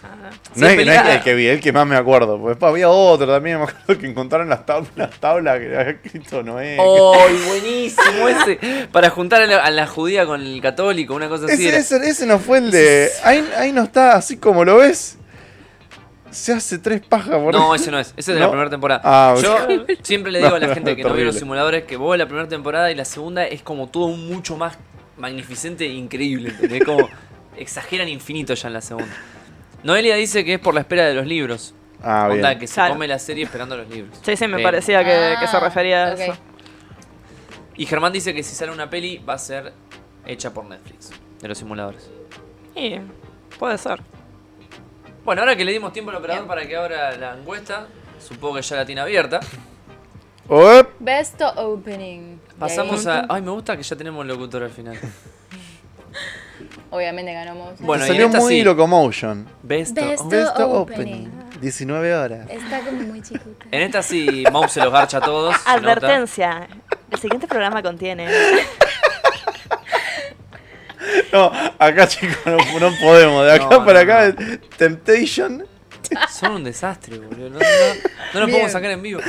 S1: Ah. No es,
S2: Siempre
S1: no es
S2: la-
S1: el que vi, el que más me acuerdo. Pues después había otro también. Me acuerdo que encontraron las tablas, las tablas que le había escrito Noé.
S2: ¡Ay, buenísimo ese! Para juntar a la, a la judía con el católico, una cosa así.
S1: Ese,
S2: era.
S1: ese, ese no fue el de. Ahí, ahí no está, así como lo ves. Se hace tres pajas por
S2: No, ese no es. Ese es de
S1: ¿No?
S2: la primera temporada.
S1: Ah, ok.
S2: Yo siempre le digo
S1: No,
S2: a la
S1: no,
S2: gente que no vio
S1: terrible.
S2: los simuladores que vos la primera temporada y la segunda es como todo un mucho más magnificente e increíble. ¿entendés? Como exageran infinito ya en la segunda. Noelia dice que es por la espera de los libros.
S1: Ah, bien.
S2: Onda, que se
S3: Claro.
S2: come la serie esperando los libros.
S3: Sí, sí, me
S2: Eh,
S3: parecía que, que se
S4: Ah,
S3: refería a
S4: ok.
S3: eso.
S2: Y Germán dice que si sale una peli va a ser hecha por Netflix, de los simuladores.
S3: Y puede ser.
S2: Bueno, ahora que le dimos tiempo al operador para que abra la encuesta, supongo que ya la tiene abierta.
S1: Op.
S4: Best opening. Y
S2: Pasamos
S4: ahí,
S2: a... Ay, me gusta que ya tenemos locutor al final.
S4: Obviamente ganamos.
S2: Bueno, y en
S1: salió
S2: esta
S1: muy
S2: sí.
S1: locomotion.
S2: Besto.
S4: Besto.
S2: Oh.
S1: Best
S4: opening.
S1: opening. 19 horas.
S4: Está como muy chiquita.
S2: En esta sí, Mau se los garcha a todos. se nota.
S3: Advertencia. El siguiente programa contiene.
S1: No, acá chicos, no, no podemos. De acá
S2: No, no,
S1: para acá,
S2: no.
S1: Temptation.
S2: Son un desastre, boludo. No, no, no lo
S4: Bien.
S2: podemos sacar en vivo.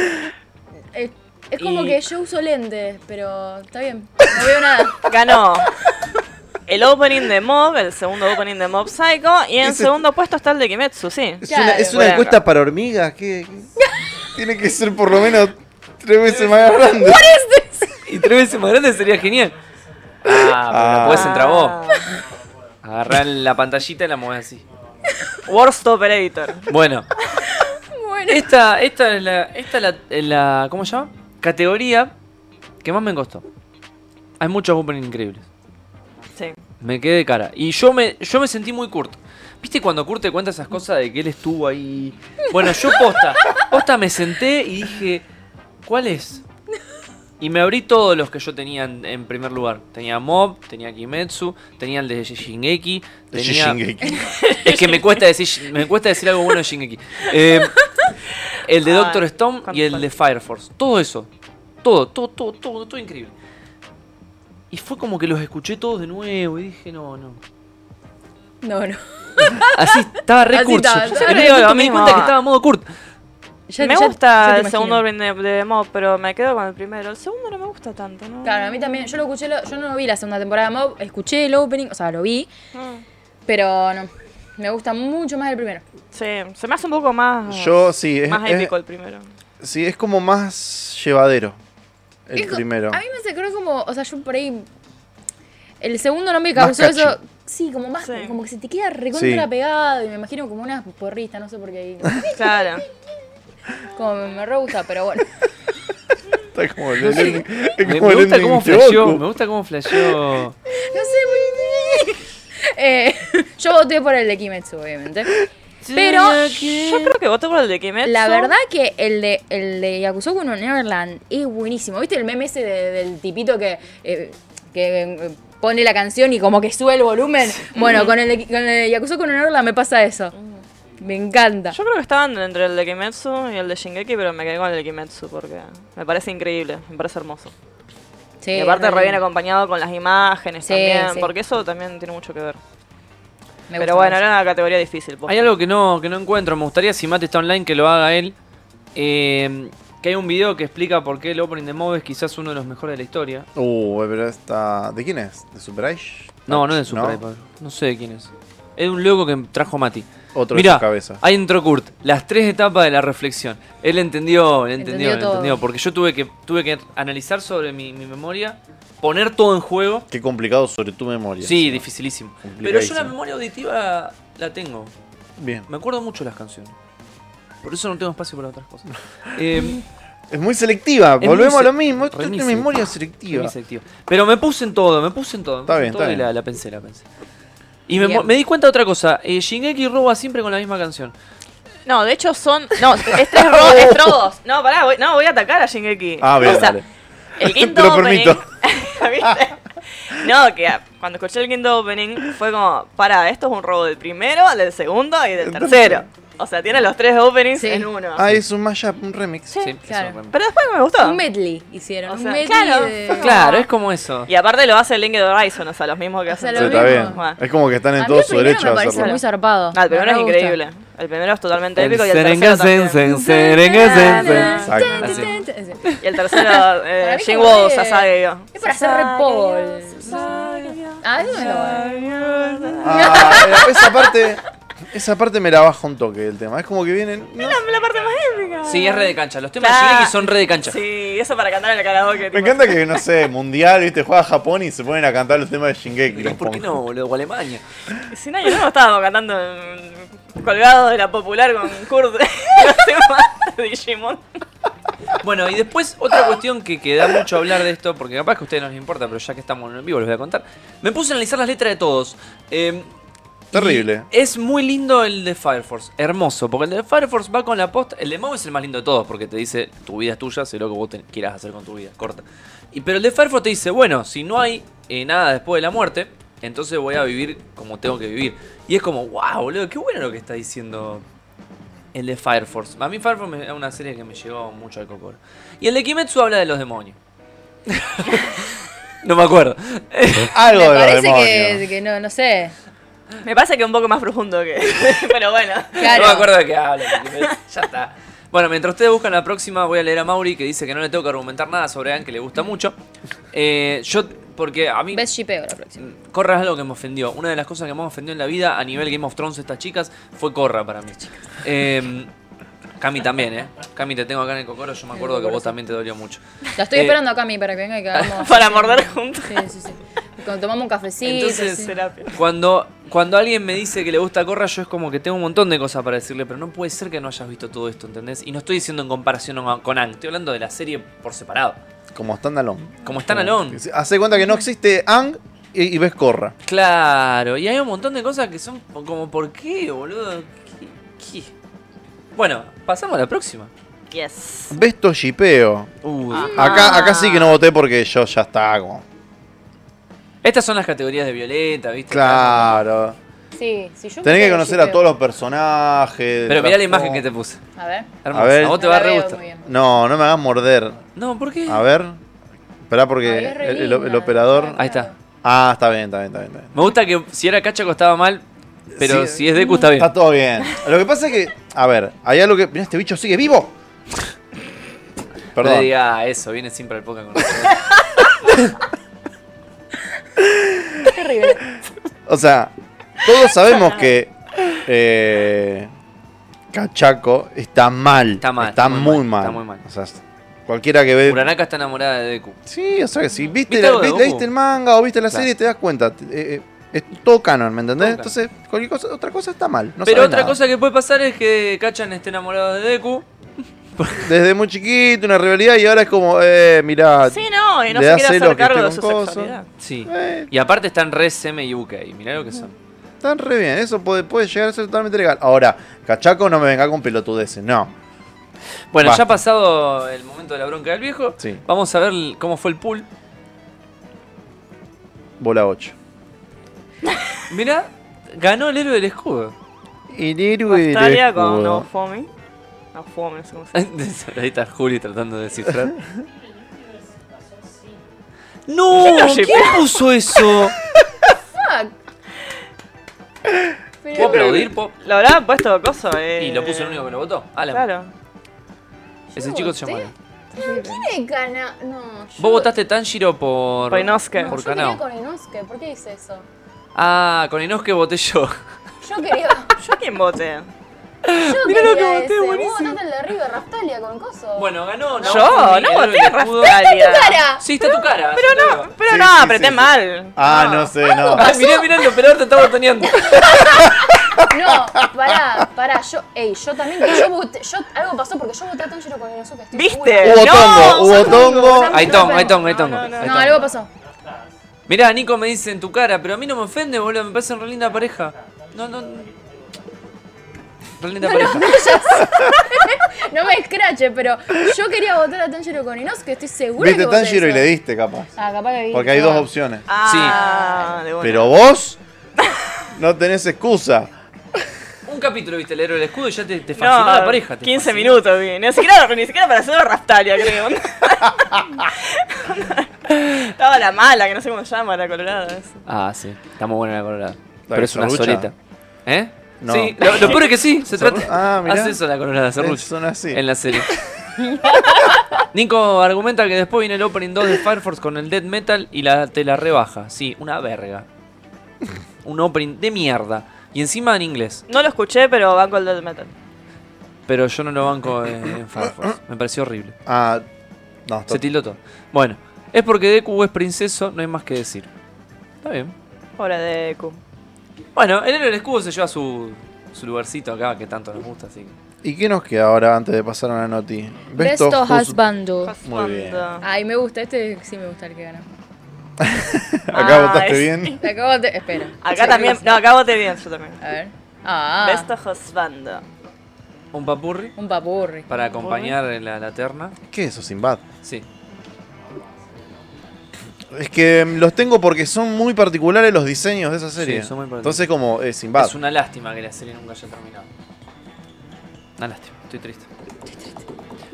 S4: Es, es como
S2: Y-
S4: que yo uso lentes, pero está bien. No veo nada.
S3: Ganó el opening de Mob, el segundo opening de Mob Psycho, y en
S1: Ese-
S3: segundo puesto está el de Kimetsu, sí.
S1: Es
S4: Claro.
S1: una, es una
S3: Bueno.
S1: encuesta para hormigas. ¿qué, qué? Tiene que ser por lo menos tres veces más grande.
S2: Y tres veces más grande sería genial. Ah, pero
S1: Ah.
S2: la podés entrar vos.
S3: Ah,
S2: Agarrá la pantallita y la mueves así.
S3: Worst Operator.
S2: Bueno,
S4: Bueno.
S2: esta, esta es la. Esta es la, es la- ¿Cómo se llama? Categoría que más me costó. Hay muchos openings increíbles.
S3: Sí.
S2: Me quedé de cara. Y yo me, yo me sentí muy Kurt. ¿Viste cuando Kurt te cuenta esas cosas de que él estuvo ahí? Bueno, yo posta. Posta me senté y dije, ¿cuál es? Y me abrí todos los que yo tenía en, en primer lugar. Tenía Mob, tenía Kimetsu, tenía el de Shingeki, tenía...
S1: Shingeki.
S2: Es que me cuesta decir, me cuesta decir algo bueno de Shingeki. Eh, el de
S3: Ah,
S2: Doctor Stone y
S3: ¿cuánto
S2: el
S3: falta?
S2: de Fire Force. Todo eso. Todo, todo, todo, todo, todo increíble. Y fue como que los escuché todos de nuevo y dije, no, no.
S4: No, no.
S2: Así estaba re
S4: Así
S2: Kurt.
S4: estaba,
S2: Yo-
S4: estaba
S2: en
S3: re
S2: un momento
S3: lo
S2: me di
S3: mismo.
S2: cuenta que estaba en modo Kurt.
S4: Ya-
S3: me
S4: ya- ya
S3: gusta
S4: te
S3: el segundo
S4: imagino.
S3: brinde de Mob, pero me quedo con el primero. El segundo no me gusta tanto, ¿no?
S4: Claro, a mí también. Yo lo escuché, lo- yo no vi la segunda temporada de Mob, escuché el opening, o sea, lo vi,
S3: Mm.
S4: pero no. Me gusta mucho más el primero.
S3: Sí, se me hace un poco más.
S1: Yo sí, es,
S3: Más
S1: es-
S3: épico el primero.
S1: sí, es como más llevadero el
S4: Es co-
S1: primero.
S4: A mí me sacó como, o sea, yo por ahí. El segundo no me
S1: Más
S4: causó
S1: catchy.
S4: eso. Sí, como más,
S3: Sí.
S4: como que se te queda recontra
S1: Sí.
S4: pegado y me imagino como una porrista, no sé por qué.
S3: Claro.
S4: Como me, me re gusta, pero bueno.
S1: Está como el ending- es
S2: Me,
S1: como
S2: me
S1: el
S2: gusta
S1: ending
S2: cómo
S1: de
S2: flasheó.
S1: Goku.
S2: Me gusta cómo flasheó.
S4: No sé, muy- eh, Yo voté por el de Kimetsu, obviamente. Pero
S3: Yo creo que voto por el de Kimetsu.
S4: la verdad que el de, el de Yakuza Uno Neverland es buenísimo. ¿Viste el meme ese de- del tipito que, eh, que eh, pone la canción y como que sube el volumen? Bueno, con el de, con el de Yakuza Uno Neverland me pasa eso. Me encanta.
S3: Yo creo que estaban entre el de Kimetsu y el de Shingeki, pero me quedé con el de Kimetsu porque me parece increíble, me parece hermoso.
S4: Sí,
S3: y aparte
S4: es
S3: re bien
S4: lindo.
S3: acompañado con las imágenes
S4: Sí,
S3: también,
S4: sí.
S3: porque eso también tiene mucho que ver.
S4: Me gusta
S3: Pero bueno,
S4: mucho.
S3: era una categoría difícil. posta.
S2: Hay algo que no, que no encuentro. Me gustaría, si Mate está online, que lo haga él. Eh, que hay un video que explica por qué el opening de Mob es quizás uno de los mejores de la historia.
S1: Uh, pero está. ¿De quién es? ¿De Super Aish?
S2: No, no es de Super Hype, Pablo. No sé de quién es. Es un loco que trajo Mati.
S1: Otro de
S2: Mirá,
S1: sus cabezas.
S2: ahí entró Kurt. Las tres etapas de la reflexión. Él entendió, él entendió,
S4: Entendió
S2: él
S4: todo.
S2: entendió. Porque yo tuve que, tuve que analizar sobre mi, mi memoria, poner todo en juego.
S1: Qué complicado sobre tu memoria.
S2: Sí, dificilísimo. Pero yo
S1: Complicadísimo.
S2: la memoria auditiva la tengo.
S1: Bien.
S2: Me acuerdo mucho las canciones. Por eso no tengo espacio para otras cosas. Eh,
S1: Es muy selectiva.
S2: muy
S1: Volvemos a
S2: se-
S1: lo mismo. Esto es
S2: re
S1: una
S2: mi
S1: memoria
S2: Fui
S1: selectiva.
S2: muy selectivo. Pero me puse en todo, me puse en todo. me
S1: Está
S2: puse en
S1: bien,
S2: todo
S1: está
S2: y la,
S1: bien.
S2: la pensé, la pensé. Y me,
S4: Bien.
S2: mo- me di cuenta de otra cosa. eh, Shingeki roba siempre con la misma canción.
S3: No, de hecho son. No, es tres ro- es rodos. No, pará, voy, no, voy a atacar a Shingeki.
S1: Ah, bien,
S3: O sea,
S1: dale. Te
S3: El quinto
S1: lo
S3: opening.
S1: permito.
S3: ¿Viste? No, que ah, cuando escuché el quinto opening fue como, para, esto es un robo del primero, del segundo y del tercero. O sea, tiene los tres openings
S4: Sí.
S3: en uno.
S1: Ah, es un mashup, un remix.
S2: Sí, eso
S4: claro.
S2: realmente.
S3: Pero después me gustó.
S4: Un medley hicieron.
S3: O
S4: un
S3: sea,
S4: medley
S3: claro,
S4: de-
S3: fue como-
S2: Claro, es como eso.
S3: Y aparte lo hace Linked Horizon, o sea, los mismos que
S4: O
S3: hacen.
S4: sea,
S1: Pero
S4: lo
S1: está
S4: mismo.
S1: bien. Es como que están en
S4: A mí
S1: todo
S4: el
S1: su
S4: primero
S1: derecho
S4: me
S1: a
S4: parece
S1: hacerlo.
S4: muy zarpado.
S3: Ah, No, el primero
S4: Me
S3: es
S4: gusta.
S3: increíble. El primero es totalmente
S2: El
S3: épico y el tercero
S2: Serengen,
S3: también.
S2: sen, sen, Serengen, sen, sen.
S1: Exacto.
S2: Así.
S4: Es
S3: Y el tercero,
S4: Para
S3: eh,
S4: mí como
S3: Jinwoo,
S4: que-
S3: Sasage yo.
S4: para hacer repol. Ah, eso no es bueno.
S1: Ah, esa parte. Esa parte me la baja un toque del tema. Es como que vienen. no,
S3: La parte más épica.
S2: Sí, es red de cancha. Los temas
S3: Claro.
S2: de Shingeki son red de cancha.
S3: Sí, eso para cantar en el karaoke.
S1: Me
S3: tipo.
S1: encanta que, no sé, mundial, viste, juega a Japón y se ponen a cantar los temas de Shingeki.
S2: Dirás,
S1: los
S2: ¿Por qué
S1: pongo.
S2: no, boludo? O Alemania.
S3: Si no, yo no estábamos cantando mm, colgado de la popular con Kurt. los temas de Digimon.
S2: Bueno, y después otra cuestión que, que da mucho hablar de esto, porque capaz que a ustedes no les importa, pero ya que estamos en vivo les voy a contar. Me puse a analizar las letras de todos. Eh,
S1: Terrible.
S2: y Es muy lindo el de Fire Force, hermoso, porque el de Fire Force va con la posta. El de Mob es el más lindo de todos, porque te dice, tu vida es tuya, sé lo que vos te- quieras hacer con tu vida, corta. Y, pero el de Fire Force te dice, bueno, si no hay eh, nada después de la muerte, entonces voy a vivir como tengo que vivir. Y es como, wow, boludo, qué bueno lo que está diciendo el de Fire Force. A mí Fire Force me- es una serie que me llegó mucho al cocoro. Y el de Kimetsu habla de los demonios. no me acuerdo.
S1: Algo
S4: Me
S1: de los
S4: parece
S1: demonios.
S4: que, que no, no sé.
S3: Me parece que un poco más profundo que. Pero bueno.
S4: Claro.
S2: No me acuerdo de qué habla. el de Kimetsu. ya está. Bueno, mientras ustedes buscan la próxima, voy a leer a Mauri que dice que no le tengo que argumentar nada sobre Anne, que le gusta mucho. Eh, yo, porque a mí.
S4: Ves Shipeo la
S2: Mm,
S4: próxima.
S2: Corra es algo que me ofendió. Una de las cosas que más me ofendió en la vida a nivel Game of Thrones estas chicas fue Corra para mí. Eh, Cami también, ¿eh? Cami, te tengo acá en el cocoro. Yo me acuerdo que a vos también te dolió mucho.
S4: La estoy
S2: Eh,
S4: esperando acá a mí para que venga y que hagamos.
S3: Para morder juntos.
S4: Sí, sí, sí. Cuando tomamos un cafecito.
S2: Entonces,
S4: sí.
S3: Terapia.
S2: cuando, cuando alguien me dice que le gusta Corra, yo es como que tengo un montón de cosas para decirle, pero no puede ser que no hayas visto todo esto, ¿entendés? Y no estoy diciendo en comparación con- con Ang, estoy hablando de la serie por separado.
S1: Como standalone.
S2: Como standalone.
S1: Hace cuenta que no existe Ang y, y ves Corra.
S2: Claro, y hay un montón de cosas que son como, ¿por qué, boludo? ¿Qué- qué? Bueno, pasamos a la próxima. Ah.
S3: Yes.
S1: Ves Toshipeo.
S2: Uy.
S4: Ah.
S1: Acá, acá sí que no voté porque yo ya estaba como.
S2: Estas son las categorías de Violeta, ¿viste?
S1: Claro.
S4: Sí, sí, yo
S1: Tenés que
S4: creo
S1: conocer a
S4: shipeo.
S1: todos los personajes.
S2: Pero mirá la
S1: trasfondo.
S2: imagen que te puse.
S4: A ver.
S2: Hermosa. A,
S1: A ver.
S2: vos te
S4: No
S2: va a
S4: la
S2: re
S4: veo
S2: gustar.
S4: muy bien.
S1: No, no me hagas morder.
S2: No, ¿por qué?
S1: A ver. Esperá porque
S4: Ay, es re
S1: el, el- el
S4: linda.
S1: operador.
S2: Ahí está.
S1: Ah, está bien, está bien, está bien. está bien.
S2: Me gusta que si era cachaco estaba mal, Pero
S1: Sí. Ah,
S2: si es Deku, está bien.
S1: Está todo bien. Lo que pasa es que, a ver, hay algo que. Mira, este bicho sigue vivo.
S2: No le
S1: Perdón.
S2: diga "Ah, eso, viene siempre al poca con
S4: Terrible.
S1: O sea, todos sabemos que eh, Cachaco está mal.
S2: Está mal,
S1: Está,
S2: está muy
S1: muy mal,
S2: mal, está muy mal.
S1: O sea, cualquiera que ve.
S2: Uranaka está enamorada de Deku.
S1: Sí, o sea, que si viste,
S2: ¿Viste
S1: la-
S2: algo de
S1: vi-
S2: Goku?
S1: leíste el manga o viste la
S2: Claro.
S1: serie, te das cuenta. Te- eh, eh, es todo canon, ¿me entendés?
S2: Todo
S1: Entonces, cualquier cosa, otra cosa está mal. no
S2: Pero
S1: sabes
S2: otra
S1: nada.
S2: cosa que puede pasar es que Kachan esté enamorado de Deku.
S1: Desde muy chiquito, una rivalidad, y ahora es como, eh, mirá.
S3: Sí, no, y no
S1: le
S3: se
S1: hace
S3: quiere
S1: lo
S3: hacer
S1: que
S3: cargo de
S1: esté
S3: su
S1: con coso.
S3: sexualidad.
S2: Sí.
S1: eh,
S2: Y aparte están re Seme y UK. Mirá lo que son.
S1: Están re bien, eso puede, puede llegar a ser totalmente legal. Ahora, cachaco no me venga con pelotudeces, no.
S2: Bueno,
S1: Basta.
S2: ya pasado el momento de la bronca del viejo.
S1: Sí.
S2: Vamos a ver l- cómo fue el pool.
S1: Bola 8.
S2: Mirá, ganó el héroe del escudo.
S1: Y Liru y
S3: Bastalia con
S1: Escudo.
S3: Naofumi. Naofumi, no sé cómo se dice.
S2: Ahí está Juli tratando de descifrar. ¡No! ¿Quién puso eso?
S4: Fuck. Pero-
S2: ¿Puedo aplaudir? ¿Puedo-
S3: Lo habrá puesto coso, eh.
S2: Y lo puso el único que lo votó. Alan.
S3: Claro.
S2: Ese
S4: Yo
S2: chico se
S4: voté.
S2: llama Alan.
S4: No, ¿Quién es Kana? No. yo-
S2: Vos votaste Tanjiro por.
S3: Por Inosuke.
S4: No,
S2: Por
S4: yo quería
S2: Kanao.
S4: con Inosuke. ¿Por qué hice eso?
S2: Ah, con Inosuke voté yo.
S4: Yo quería.
S3: ¿Yo a quién voté?
S4: Yo
S2: Mirá lo
S4: quería
S2: que voté,
S4: ese. Vos
S2: buenísimo.
S4: votaste el de River, Raftalia con coso.
S2: Bueno, ganó.
S3: Yo, no voté a Rastalia.
S4: ¡Cara!
S2: Sí, está tu cara. Pero no.
S3: Pero
S1: Sí,
S3: no,
S1: sí,
S3: apreté
S1: sí, sí.
S3: mal.
S1: Ah, no sé, no.
S2: Ay, mirá, mirá, el operador te está botoneando.
S4: No, pará, pará. Yo, ey, yo también. Yo voté. Yo, algo pasó porque yo voté a Tanjiro con Inosuke. estoy
S3: ¿Viste?
S4: segura.
S1: Hubo
S3: No,
S1: tongo, hubo
S4: son
S1: tongo.
S4: tongos,
S2: Ahí tongo, ahí tongo, ahí
S3: No,
S2: tongo.
S3: no, no.
S2: ahí
S4: No,
S2: tongo.
S4: algo pasó.
S2: Mirá, Nico me dice en tu cara, pero a mí no me ofende, boludo. Me parecen re linda pareja. No, no. no. Re linda pareja.
S4: No me escrache, pero yo quería votar a Tanjiro con Inosuke. Estoy segura
S1: Viste
S4: que voté
S1: Tanjiro y
S4: eso.
S1: le diste, capaz.
S4: Ah, capaz que vi-
S1: Porque hay dos
S4: ah.
S1: opciones.
S3: Ah, de una.
S1: Pero vos no tenés excusa.
S2: Un capítulo, viste, el héroe del escudo y ya te, te fascinó
S3: No,
S1: Ah,
S2: la pareja. te
S3: 15
S2: fascinó.
S3: minutos, bien. Ni siquiera, ni siquiera para hacer Rastalia, creo. Estaba la mala, que no sé cómo se llama, la colorada. esa.
S2: Ah, sí. Está muy buena la colorada.
S1: que
S2: Pero es una
S1: serrucha?
S2: soleta. ¿Eh?
S1: No.
S2: Sí, lo, lo peor es que sí, se trata.
S1: Serru- Ah, mirá.
S2: Hace eso la colorada, serrucha.
S1: Son así.
S2: en la serie. Nico argumenta que después viene el opening 2 de Fire Force con el Dead Metal y la, te la rebaja. Sí, una verga. Un opening de mierda. Y encima en inglés.
S3: No lo escuché, pero van con Dead Metal.
S2: Pero yo no lo banco en, en Fire Force. Me pareció horrible.
S1: Ah, no, está-
S2: Se tildó todo. Bueno, es porque Deku es princeso, no hay más que decir. Está bien.
S3: Pobre de Q.
S2: Bueno, el héroe del escudo se lleva su, su lugarcito acá que tanto nos gusta, así que.
S1: ¿Y qué nos queda ahora antes de pasar a la noti?
S4: Best
S1: Besto
S4: of Husband.
S1: Muy bien.
S4: Ay, me gusta. Este sí me gusta el que ganó.
S1: Acá
S3: Ah,
S1: votaste
S3: es-
S1: bien.
S4: Acabo de... Espera.
S3: Acá también, no, acá voté bien yo también.
S4: A ver. Ah.
S3: Best of Husband.
S2: Un papurri
S4: Un papurri.
S2: para acompañar la, la terna.
S1: ¿Qué es eso, Sinbad?
S2: Sí.
S1: Es que mm, los tengo porque son muy particulares los diseños de esa serie.
S2: son muy particulares.
S1: Entonces, como eh, Sinbad.
S2: Es una lástima que la serie nunca haya terminado. Una lástima, estoy triste.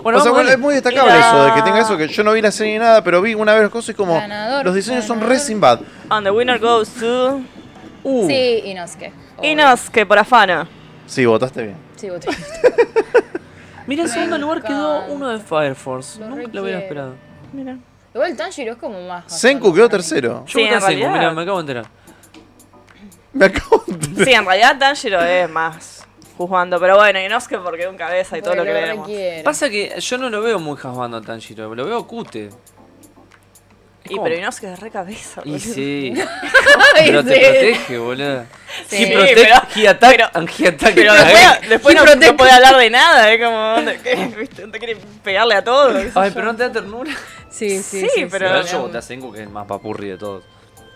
S2: Bueno,
S1: O sea,
S2: vamos,
S1: bueno,
S2: dale.
S1: es muy destacable
S3: Mira.
S1: eso, de que tenga eso, que yo no vi la serie ni nada, pero vi una vez las cosas y como
S4: Ganador,
S1: los diseños son re
S4: ganador.
S1: Sinbad.
S3: And the winner goes to.
S2: Uh,
S4: Sí, Inosuke. Obvio.
S3: Inosuke por afano.
S1: Sí, votaste bien.
S4: Sí, voté.
S2: Mira, en segundo lugar quedó
S4: encanta.
S2: uno de Fire Force.
S4: Lo
S2: Nunca
S4: requiero.
S2: lo hubiera esperado.
S3: Mira.
S4: Igual Tanjiro es como más...
S1: Senku quedó tercero.
S2: Yo
S3: Sí, en
S2: voté a Senku,
S3: realidad.
S2: mirá, me acabo de enterar.
S1: Me acabo de...
S3: Sí, en realidad Tanjiro es más juzgando. Pero bueno, Inosuke porque es un cabeza y todo lo que vemos.
S4: queremos.
S2: Pasa que yo no lo veo muy jasbando a Tanjiro, lo veo cute.
S3: Y pero Inosuke es re cabeza.
S2: Y
S3: boludo.
S2: sí, pero te protege, boludo.
S4: Sí.
S2: He
S4: Sí,
S2: protect, he attack,
S3: pero-
S2: and he attack.
S3: Pero
S2: Ah,
S3: después,
S2: eh.
S3: después
S4: Y
S3: no,
S4: protege.
S3: no puede hablar de nada, ¿eh? Como, ¿dónde- qué? ¿viste? ¿Te quiere pegarle a todos?
S2: Ay, pero no te da ternura.
S4: Sí,
S3: Sí,
S4: sí, sí. sí,
S3: pero-
S2: yo voté a Senku, que es el más papurri de todos.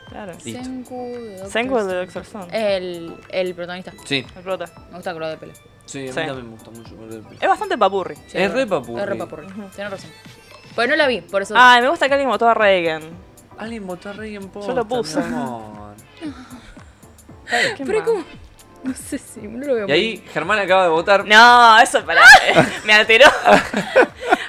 S3: Claro.
S2: Listo.
S4: Senku... Doctor
S3: Senku es de Doctor Stone.
S4: Eh. El, el protagonista.
S2: Sí,
S3: El prota.
S4: Me gusta el color de pelo.
S2: sí, a mí
S3: Sí.
S2: también me gusta mucho. me gusta.
S3: Es bastante papurri.
S4: Sí,
S2: Es re papurri.
S4: Es re papurri. Tienes razón. Pues no la vi, por eso...
S3: Ay, me gusta que alguien votó a Reagan.
S2: Alguien votó a Reagan Posta,
S3: Yo lo puse.
S2: mi amor.
S3: ¿Qué
S4: pero es
S3: más?
S4: como... No sé si... No lo veo
S2: Y ahí Germán acaba de votar.
S3: No, eso para. me alteró.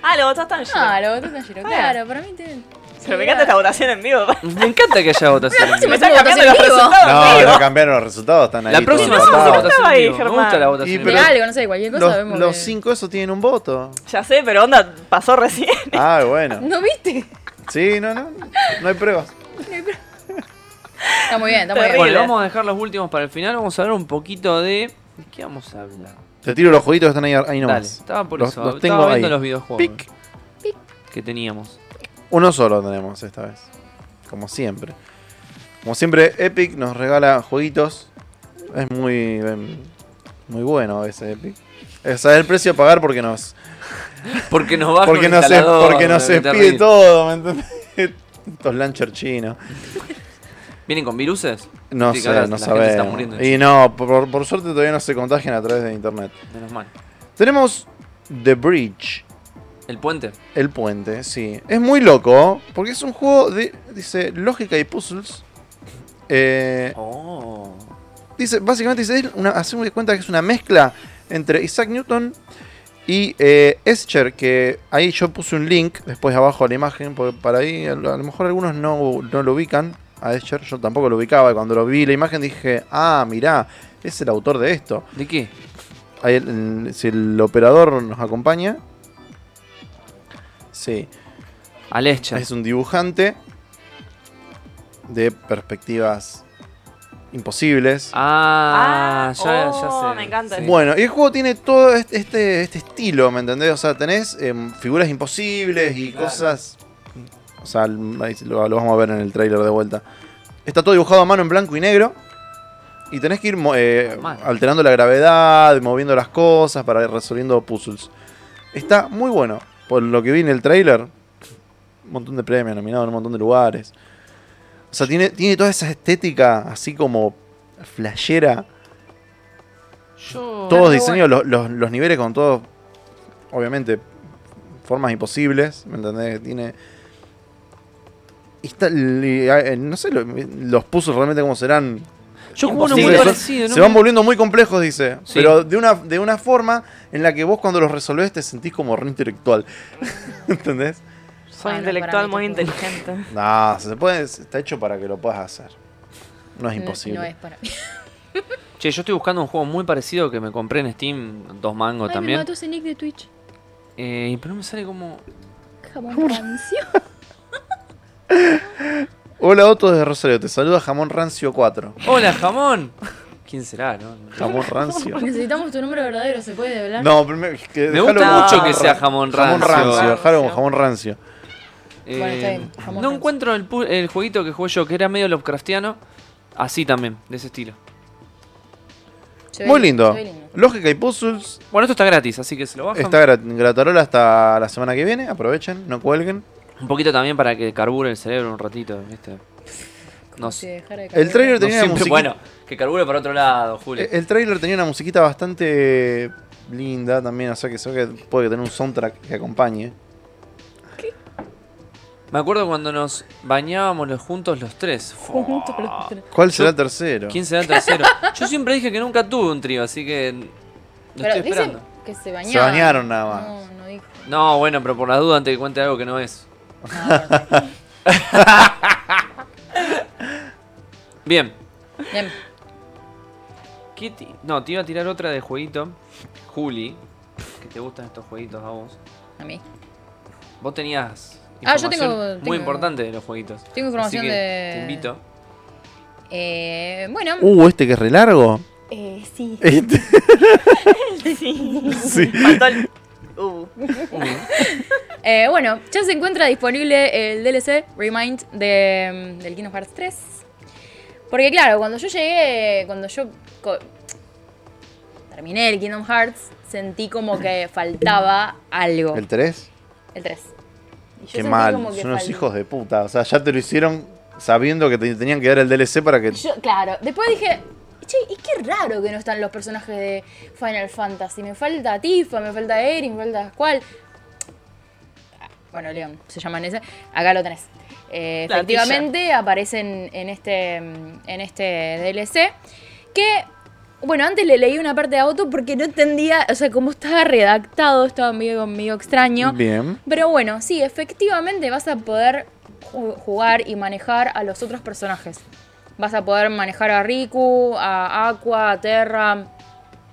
S3: ah, lo votó a Tanjiro.
S4: Ah, lo votó Tanjiro. Claro, para mí tiene...
S3: Pero me encanta esta votación en vivo.
S2: Me encanta que haya votación.
S4: próxima
S3: Me
S2: en vivo.
S4: es
S3: están
S4: una
S3: cambiando
S4: votación
S1: No,
S3: los resultados en
S4: en vivo.
S3: vivo.
S1: no cambiaron los resultados, están ahí.
S2: La
S1: todos
S2: próxima
S1: empatados.
S2: hacemos una
S3: no
S2: votación
S3: estaba
S2: en
S3: ahí,
S2: vivo. Me
S3: Germán.
S2: gusta la votación
S1: Y
S2: en
S1: pero-
S2: vivo.
S4: Algo, no sé, cualquier cosa.
S1: Los,
S4: vemos
S1: los
S4: que-
S1: cinco esos tienen un voto.
S3: Ya sé, pero onda, pasó recién.
S1: Ah, bueno.
S4: ¿No viste?
S1: Sí, no, no. No hay pruebas.
S4: Está muy bien, está muy bien.
S3: Terrible.
S2: Bueno, vamos a dejar los últimos para el final. Vamos a hablar un poquito de. ¿De qué vamos a hablar?
S1: Te tiro los jueguitos que están ahí, ahí
S2: Dale,
S1: nomás.
S2: estaba por
S1: los,
S2: eso.
S1: los
S2: estaba
S1: tengo ahí.
S2: viendo los videojuegos
S1: Pic.
S2: que teníamos.
S1: Uno solo tenemos esta vez. Como siempre. Como siempre, Epic nos regala jueguitos. Es muy. em, Muy bueno ese Epic. O sea, el precio a pagar porque nos.
S2: Porque nos baja
S1: Porque
S2: un
S1: nos,
S2: instalador,
S1: porque nos
S2: me voy a
S1: expide
S2: reír.
S1: todo, ¿me entendés? Estos launcher chinos.
S2: ¿Vienen con viruses?
S1: No
S2: Sí, que ahora
S1: sé, no
S2: la gente se está
S1: sabemos.
S2: muriendo en
S1: Y no, por, por suerte todavía no se contagian a través de internet.
S2: China. Menos mal.
S1: Tenemos The Bridge.
S2: El puente.
S1: El puente, sí. Es muy loco, porque es un juego de, dice, lógica y puzzles. Eh,
S2: Oh.
S1: dice, básicamente dice, es una, hacemos de cuenta que es una mezcla entre Isaac Newton y eh, Escher, que ahí yo puse un link, después abajo a la imagen, porque para ahí a lo a lo mejor algunos no, no lo ubican a Escher, yo tampoco lo ubicaba, y cuando lo vi la imagen dije, ah, mirá, es el autor de esto.
S2: ¿De qué?
S1: Ahí el- el- si el operador nos acompaña. Sí.
S2: Alecha.
S1: Es un dibujante de perspectivas imposibles.
S2: Ah,
S3: Ah,
S2: ya,
S3: oh,
S2: ya sé.
S3: me encanta.
S2: Sí.
S1: Bueno, y el juego tiene todo este, este, este estilo, ¿me entendés? O sea, tenés em, figuras imposibles y cosas... O sea, el- ahí lo, lo vamos a ver en el tráiler de vuelta. Está todo dibujado a mano en blanco y negro. Y tenés que ir mo- eh,
S2: Mano.
S1: alterando la gravedad, moviendo las cosas para ir resolviendo puzzles. Está muy bueno. Por lo que vi en el tráiler, un montón de premios, nominado en un montón de lugares. O sea, tiene, tiene toda esa estética así como flashera. Todos diseños, los, los- los niveles con todos, obviamente, formas imposibles, ¿me entendés? Tiene... y está- li- a- eh, no sé, lo- los puzzles realmente cómo serán.
S2: Yo jugué uno
S1: Sí,
S2: muy
S1: son-
S2: parecido, ¿no?
S1: Se van volviendo muy complejos, dice.
S2: Sí.
S1: Pero de una, de una forma en la que vos cuando los resolvés te sentís como re intelectual. ¿Entendés?
S3: Soy
S4: Bueno, para
S3: intelectual
S4: mí
S3: muy
S4: tampoco.
S3: inteligente.
S1: No, se puede, está hecho para que lo puedas hacer. No es
S4: No-
S1: imposible.
S4: Eh, No, es para mí.
S2: Che, yo estoy buscando un juego muy parecido que me compré en Steam, dos mangos
S4: Ay, me
S2: también.
S4: mató ese nick de Twitch.
S2: Eh, pero no me sale como.
S4: Jamón rancio.
S1: Hola Otto desde Rosario, te saluda Jamón Rancio 4.
S2: ¡Hola, jamón! ¿Quién será, no?
S1: Jamón Rancio.
S4: Necesitamos tu número verdadero, ¿se puede hablar?
S1: No, primero que
S2: Me
S1: dejalo
S2: gusta
S1: como
S2: mucho
S3: que
S2: sea jamón
S1: Jamón
S2: rancio.
S1: rancio, dejalo como
S3: Rancio.
S1: jamón rancio.
S2: Eh,
S4: Bueno, está bien, jamón
S2: no
S4: rancio.
S2: encuentro el, pu- el jueguito que jugué yo, que era medio Lovecraftiano. Así también, de ese estilo.
S4: Se ve
S1: Muy lindo.
S4: se ve lindo.
S1: Lógica y puzzles.
S2: Bueno, esto está gratis, así que se lo bajan.
S1: Está grat- Gratarola hasta la semana que viene. Aprovechen, no cuelguen.
S2: Un poquito también para que carbure el cerebro un ratito, ¿viste? No
S4: Si
S2: sé.
S4: dejara de
S1: El
S4: cargar.
S1: trailer
S2: No
S1: tenía, una
S2: siempre-
S1: musiqui-
S2: bueno, que carbure para otro lado, Julio.
S1: el tráiler tenía una musiquita bastante linda también. O sea que se ve que puede tener un soundtrack que acompañe.
S2: Me acuerdo cuando nos bañábamos los juntos los tres. Fua.
S4: Juntos los tres.
S1: ¿Cuál
S2: Yo-
S1: será el tercero?
S2: ¿Quién será el tercero? Yo siempre dije que nunca tuve un trío, así que. Lo
S4: Pero
S2: estoy
S4: dice
S2: esperando.
S4: que se bañaron.
S1: Se bañaron nada más.
S4: No, no dijo.
S2: No, bueno, pero por la duda, antes que cuente algo que no es.
S4: Ah,
S2: Bien.
S4: bueno. Bien.
S2: ¿Qué ti- no, te iba a tirar otra de jueguito. Juli, que te gustan estos jueguitos a vos.
S4: A mí.
S2: Vos tenías.
S4: Ah, yo
S2: información
S4: tengo- tengo-
S2: Muy importante de los jueguitos.
S4: Tengo información
S2: Así que
S4: de-
S2: Te invito.
S4: Eh, bueno.
S1: Uh, este que es re largo.
S4: Eh, sí.
S1: Este-
S3: Sí.
S1: sí.
S3: Faltó el- Uh.
S4: Eh, bueno, ya se encuentra disponible el DLC Remind de, mm, del Kingdom Hearts 3. Porque claro, cuando yo llegué, cuando yo co- terminé el Kingdom Hearts, sentí como que faltaba algo.
S1: ¿El
S4: El,
S1: 3?
S4: 3. Y yo
S1: Qué
S4: sentí
S1: mal.
S4: como que
S1: Son unos
S4: fal-
S1: hijos de puta. O sea, ya te lo hicieron sabiendo que te tenían que dar el DLC para que
S4: Yo, claro, después dije, che, y qué raro que no están los personajes de Final Fantasy. Me falta Tifa, me falta Eren, me falta Squall. Bueno, León, se llaman ese. Acá lo tenés. Eh,
S3: La
S4: efectivamente, aparecen en este, mm, en este DLC. Que, bueno, antes le leí una parte de auto porque no entendía, o sea, cómo estaba redactado, estaba medio, medio extraño.
S1: Bien.
S4: Pero bueno, sí, efectivamente vas a poder ju- jugar y manejar a los otros personajes. Vas a poder manejar a Riku, a Aqua, a Terra,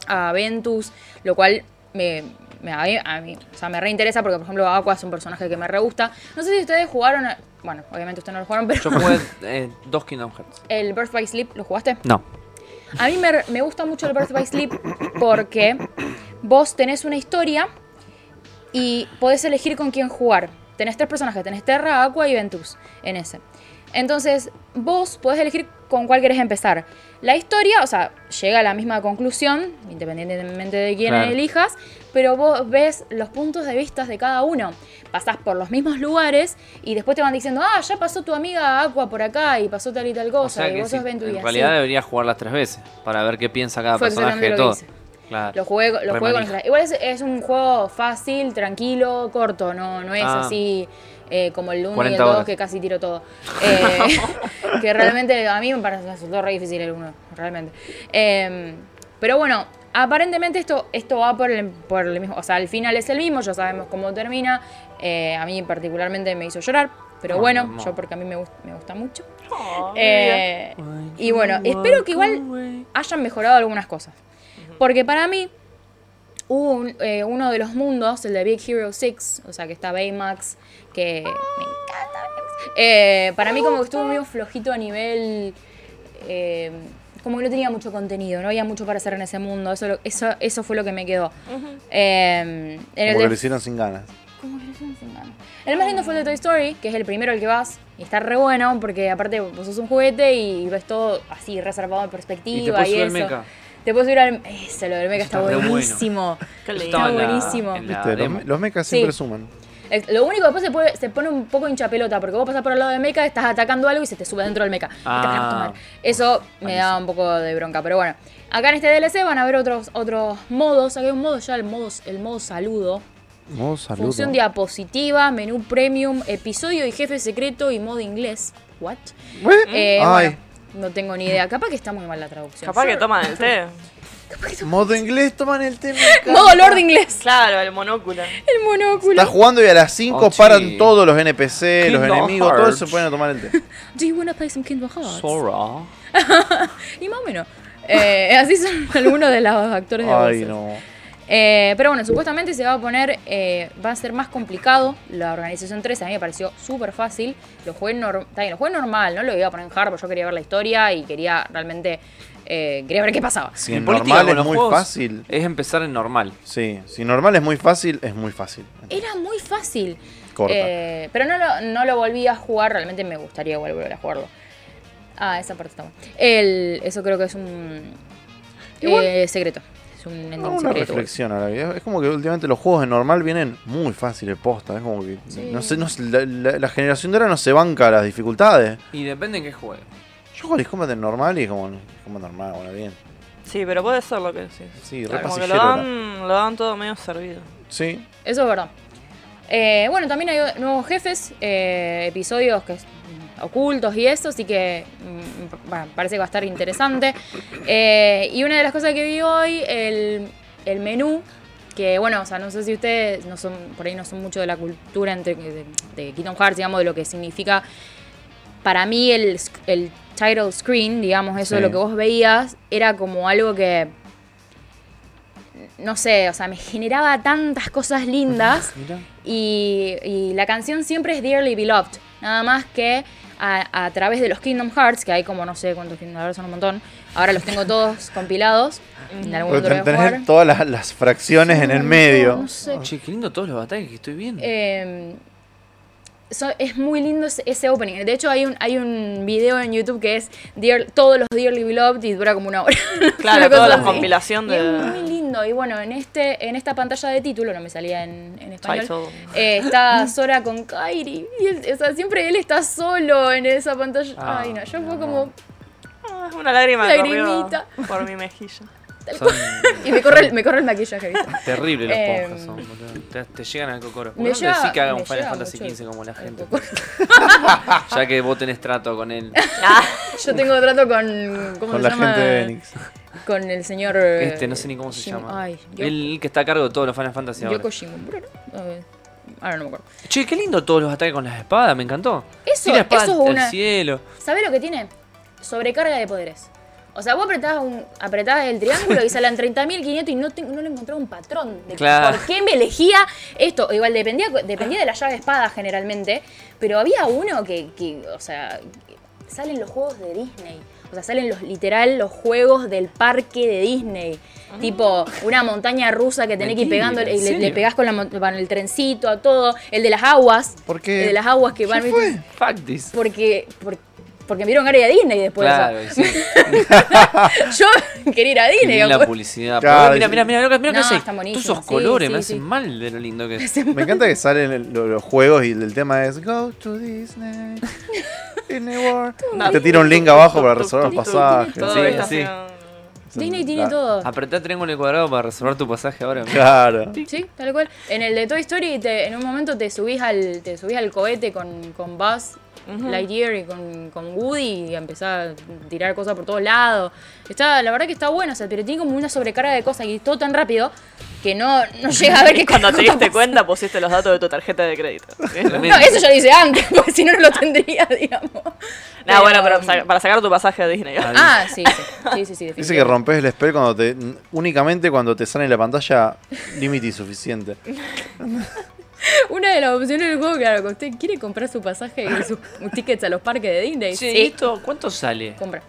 S4: a Ventus, lo cual me, me- a mí, a mí- o sea, me reinteresa porque, por ejemplo, Aqua es un personaje que me re gusta. No sé si ustedes jugaron, a- bueno, obviamente ustedes no lo jugaron, pero
S2: Yo jugué eh, dos Kingdom Hearts.
S4: el Birth by Sleep, ¿lo jugaste?
S2: No.
S4: A mí me, me gusta mucho el Birth by Sleep porque vos tenés una historia y podés elegir con quién jugar. Tenés tres personajes, tenés Terra, Aqua y Ventus en ese. Entonces, vos podés elegir con cuál querés empezar. La historia, o sea, llega a la misma conclusión, independientemente de quién
S2: Claro.
S4: elijas, pero vos ves los puntos de vista de cada uno. Pasás por los mismos lugares y después te van diciendo, ah, ya pasó tu amiga Aqua por acá y pasó tal y tal cosa,
S2: O sea
S4: y
S2: que
S4: vos
S2: si-
S4: sos Ventus y
S2: en
S4: así.
S2: realidad debería jugar las tres veces para ver qué piensa cada
S4: Fue
S2: personaje de
S4: exactamente lo
S2: todo.
S4: que
S2: Claro.
S4: Lo jugué, lo
S2: Re
S4: jugué con
S2: manija.
S4: los- Igual es, es un juego fácil, tranquilo, corto, no, no es
S2: Ah.
S4: así eh, como el 1 y el
S2: 40
S4: 2
S2: horas.
S4: que casi tiro todo. Eh, que realmente a mí me parece- me resultó re difícil el 1, realmente. Eh, pero bueno, aparentemente esto, esto va por el, por el mismo. O sea, el final es el mismo, ya sabemos cómo termina. Eh, a mí particularmente me hizo llorar. Pero
S2: Ah,
S4: bueno,
S2: mi amor.
S4: yo porque a mí me, gust- me gusta mucho.
S3: Oh, mi vida.
S4: Eh, y bueno, espero que igual hayan mejorado algunas cosas. Porque para mí, hubo un- eh, uno de los mundos, el de Big Hero 6, o sea que está Baymax, que me encanta Baymax. Eh, para mí como que estuvo medio flojito a nivel... eh, como que no tenía mucho contenido, no había mucho para hacer en ese mundo. Eso, lo- eso, eso fue lo que me quedó. Eh, en el
S1: Como que
S4: de-
S1: lo hicieron sin ganas.
S4: como que lo hicieron sin ganas. El más lindo fue el de Toy Story, que es el primero al que vas. Y está re bueno, porque aparte vos sos un juguete y ves todo así reservado en perspectiva.
S2: Y te puedes subir al
S4: eso.
S2: meca.
S4: Te puedes subir al. Eso, lo del meca está,
S2: Está re bueno.
S4: buenísimo.
S3: Qué
S2: Eso
S3: lindo.
S2: estaba en la-
S4: buenísimo.
S2: en la
S1: Viste,
S2: demo.
S1: Los, los mechas
S4: Sí.
S1: siempre suman.
S4: Es- Lo único que después se, puede- se pone un poco hinchapelota, porque vos pasás por el lado del meca, estás atacando algo y se te sube dentro del meca. Y te
S2: Ah.
S4: van a tomar. Eso me da un poco de bronca, pero bueno. Acá en este DLC van a haber otros, otros modos. Aquí hay un modo ya, el modo, el modo saludo,
S1: Modo saludo.
S4: Función diapositiva, menú premium, episodio y jefe secreto y modo inglés. ¿What? Eh,
S1: Ay.
S4: bueno, no tengo ni idea. Capaz que está muy mal la traducción.
S3: Capaz que
S4: Sure.
S3: toman el té.
S1: Modo inglés, toman el tema.
S4: Modo Lord inglés.
S3: Claro, el monóculo.
S4: El monóculo.
S1: Estás jugando y a las 5
S2: Oh, sí.
S1: paran todos los NPC, los
S2: Kingdom
S1: enemigos, todos se
S2: Hearts.
S1: ponen a tomar el té.
S4: Do you wanna play some Kingdom Hearts?
S2: Sora.
S4: Y más o menos. Eh, así son algunos de los actores de
S1: Ay,
S4: voces.
S1: no.
S4: Eh, pero bueno, supuestamente se va a poner, eh, va a ser más complicado la organización 3. A mí me pareció súper fácil. Lo jugué, nor- está bien, lo jugué normal, no lo iba a poner en hard, porque yo quería ver la historia y quería realmente, eh, quería ver qué pasaba.
S1: Si
S2: Mi
S1: en
S2: política
S1: normal
S2: con
S1: es
S2: los
S1: muy
S2: juegos
S1: fácil.
S2: Es empezar en normal.
S1: Sí, si normal es muy fácil, es muy fácil.
S4: Era muy fácil.
S1: Corta.
S4: Eh, pero no lo, no lo volví a jugar, realmente me gustaría igual volver a jugarlo. Ah, esa parte está buena. El, eso creo que es un eh, secreto. Es un ending
S1: Hago una
S4: secreto.
S1: reflexión ahora. que Es como que últimamente los juegos de normal vienen muy fáciles, posta. Es como que. No sé, no sé, la, la- la generación de ahora no se banca las dificultades.
S2: Y depende en qué juegue.
S1: Yo juego el Combat en normal y es como. Combat normal, bueno, bien.
S3: Sí, pero puede ser lo que decís.
S1: Sí, re
S3: Como que
S1: pasillero
S3: lo
S1: era.
S3: dan, lo dan todo medio servido.
S1: Sí,
S4: Eso es verdad. Eh, bueno, también hay o- nuevos jefes, eh, episodios que es- mm, ocultos y eso, así que mm, bueno, parece que va a estar interesante. Eh, y una de las cosas que vi hoy, el, el menú, que bueno, o sea, no sé si ustedes no son, por ahí no son mucho de la cultura entre, de, de Kingdom Hearts, digamos, de lo que significa para mí el, sc- el title screen, digamos, eso
S1: Sí.
S4: lo que vos veías, era como algo que, no sé, o sea, me generaba tantas cosas lindas y, y la canción siempre es Dearly Beloved, nada más que a, a través de los Kingdom Hearts, que hay como no sé cuántos Kingdom Hearts son un montón, ahora los tengo todos compilados, en algún
S1: pero
S4: otro voy a jugar.
S1: tenés todas las, las fracciones en el
S4: No,
S1: medio.
S4: no sé.
S2: Che, qué lindo todos los ataques que estoy viendo.
S4: Eh, so- es muy lindo ese, ese opening. De hecho, hay un, hay un video en YouTube que es Dear- todos los Dearly Beloved y dura como una hora.
S3: Claro,
S4: Una
S3: toda
S4: cosa
S3: la
S4: así.
S3: compilación
S4: Y es
S3: de
S4: muy lindo. Y bueno, en este en esta pantalla de título, no me salía en, en español,
S3: Title.
S4: eh, está Sora con Kairi. Y él- o sea, siempre él está solo en esa pantalla.
S2: Ah,
S4: Ay, no, yo fue
S2: no.
S4: como...
S3: Ah, una lágrima que corrió
S4: Lagrimita.
S3: por mi mejilla.
S2: Son
S4: Y me corre, el- me corre el maquillaje. ¿viste?
S2: terribles los
S4: Eh,
S2: ponjas. Son, boludo. te, te llegan al cocoro.
S4: me
S2: ¿Por qué no
S4: llega-
S2: decís que haga
S4: me
S2: un Final
S4: llega
S2: Fantasy
S4: mucho
S2: XV como la
S4: el
S2: gente?
S4: cocoro.
S2: ya que vos tenés trato con él.
S4: Yo tengo trato con... ¿Cómo
S1: Con la
S4: se llama?
S1: gente de Enix.
S4: Con el señor... eh,
S2: Este, no sé ni cómo se
S4: Shim-
S2: llama.
S4: Ay, yo-
S2: el que está a cargo de todos los Final Fantasy ahora.
S4: Yoko Shimomura, ¿no? A ver. Ahora no me acuerdo.
S2: Che, qué lindo todos los ataques con las espadas, me encantó.
S4: Eso-
S2: Tira espada
S4: eso es
S2: al
S4: una-
S2: cielo.
S4: ¿Sabés lo que tiene? Sobrecarga de poderes. O sea, vos apretás, un, apretás el triángulo y salen 30.500 y no, te- no le encontrás un patrón. De
S2: Claro.
S4: ¿Por qué me elegía esto? Igual dependía, dependía de la llave de espada generalmente, pero había uno que, que, o sea, salen los juegos de Disney. O sea, salen los literal los juegos del parque de Disney. Tipo, una montaña rusa que tenés que ir
S2: Ah. Mentira,
S4: pegando y
S2: ¿en
S4: le, le
S2: serio?
S4: pegás con, la mon- con el trencito, a todo. El de las aguas.
S1: ¿Por qué?
S4: El de las aguas que
S1: ¿Qué
S4: van...
S1: fue?
S2: Fuck this.
S4: Porque, porque, porque me vieron área de Disney después.
S2: Claro,
S4: o sea.
S2: sí.
S4: Yo quería ir a
S2: Qué
S4: Disney.
S2: linda
S4: digamos.
S2: publicidad.
S1: Claro,
S2: mira,
S1: sí.
S2: mira, mira, mira, mira
S4: No,
S2: qué
S4: están
S2: haces. Tú
S4: buenísimos.
S2: esos
S4: Sí,
S2: colores
S4: sí,
S2: me
S4: sí.
S2: hacen mal de lo lindo que es.
S1: Me encanta que salen el- lo- los juegos y el tema es Go to Disney. Disney World. Te tira un link abajo para resolver los pasajes.
S3: Todo
S2: Sí,
S3: esto
S2: sí.
S3: hace un-
S4: Disney tiene
S1: Claro.
S4: todo.
S3: Ah,
S2: Apretá triángulo y cuadrado para reservar tu pasaje ahora. amigo.
S1: Claro.
S4: Sí, tal cual. En el de Toy Story, te- en un momento te subís al, te subís al cohete con, con Buzz Lightyear y con, con Woody y empezás a tirar cosas por todos lados. Está, la verdad que está bueno, o sea, pero tiene como una sobrecarga de cosas y es todo tan rápido que no, no llega a ver qué
S3: Cuando te
S4: cosa
S3: diste
S4: pasa.
S3: cuenta pusiste los datos de tu tarjeta de crédito.
S4: No, eso ya lo hice antes, porque si no, no lo tendría, digamos.
S3: Nah, Ah, bueno, pero sa- para sacar tu pasaje a Disney.
S4: Ah, sí, sí. Sí, sí, sí,
S1: Dice que
S4: definitivamente.
S1: rompes el spell cuando te, únicamente cuando te sale en la pantalla límite suficiente.
S4: Una de las opciones del juego, claro, que usted quiere comprar su pasaje y sus tickets a los parques de Disney.
S2: Che, ¿y esto cuánto sale?
S4: Compra.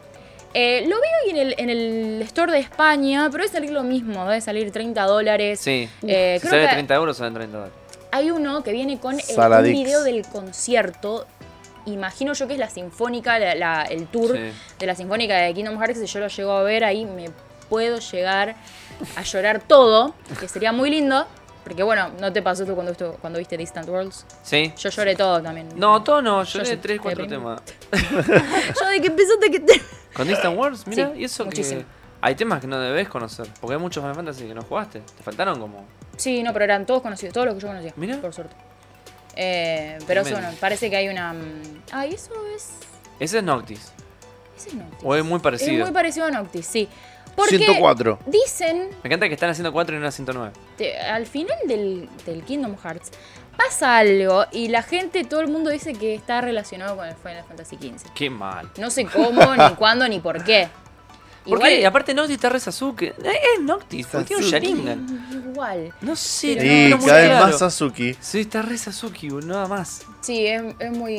S4: Eh, lo veo ahí en el, en el store de España, pero debe salir lo mismo, debe salir 30 dólares.
S2: Sí.
S4: Eh,
S2: si
S4: creo
S2: sale
S4: que
S2: 30 euros, salen 30 dólares.
S4: hay uno que viene con el, un
S1: Saladix.
S4: video del concierto. Imagino yo que es la sinfónica, la- la- el tour
S2: Sí.
S4: de la sinfónica de Kingdom Hearts. Si yo lo llego a ver ahí, me puedo llegar a llorar todo, que sería muy lindo. Porque bueno, no te pasó tú cuando, estu- cuando viste Distant Worlds.
S2: ¿Sí?
S4: Yo lloré todo también.
S2: No, todo no, yo
S4: Yo
S2: de
S4: sí,
S2: 3, 4
S4: de primera.
S2: temas.
S4: Yo de que empezaste que te...
S2: Con Distant Wars, mira,
S4: Sí,
S2: y eso
S4: muchísimo.
S2: que. Hay temas que no debes conocer, porque hay muchos Final Fantasy que no jugaste. Te faltaron como.
S4: Sí, no, pero eran todos conocidos, todos los que yo conocía.
S2: Mirá.
S4: Por suerte. Eh, pero eso
S2: Tremendo.
S4: no, parece que hay una. mm, Ay, eso es.
S2: Ese es Noctis.
S4: Ese es Noctis.
S2: O es muy parecido.
S4: Es muy parecido a Noctis, sí. Porque
S1: 104.
S4: dicen
S2: Me encanta que están haciendo 4 y no 109.
S4: te- al final del, del Kingdom Hearts pasa algo y la gente, todo el mundo dice que está relacionado con el Final Fantasy XV.
S2: Qué mal.
S4: No sé cómo, ni cuándo, ni por qué.
S2: Porque y aparte Noctis está re Sasuke. Eh, Es Noctis, porque tiene un
S1: Sasuke.
S2: Sharingan.
S4: Igual.
S2: No sé,
S4: Pero
S1: Sí,
S4: no, no,
S2: muy
S1: cada vez
S2: claro.
S1: más Sasuke.
S2: Sí, está re Sasuke, boludo, nada más.
S4: Sí, es, es muy,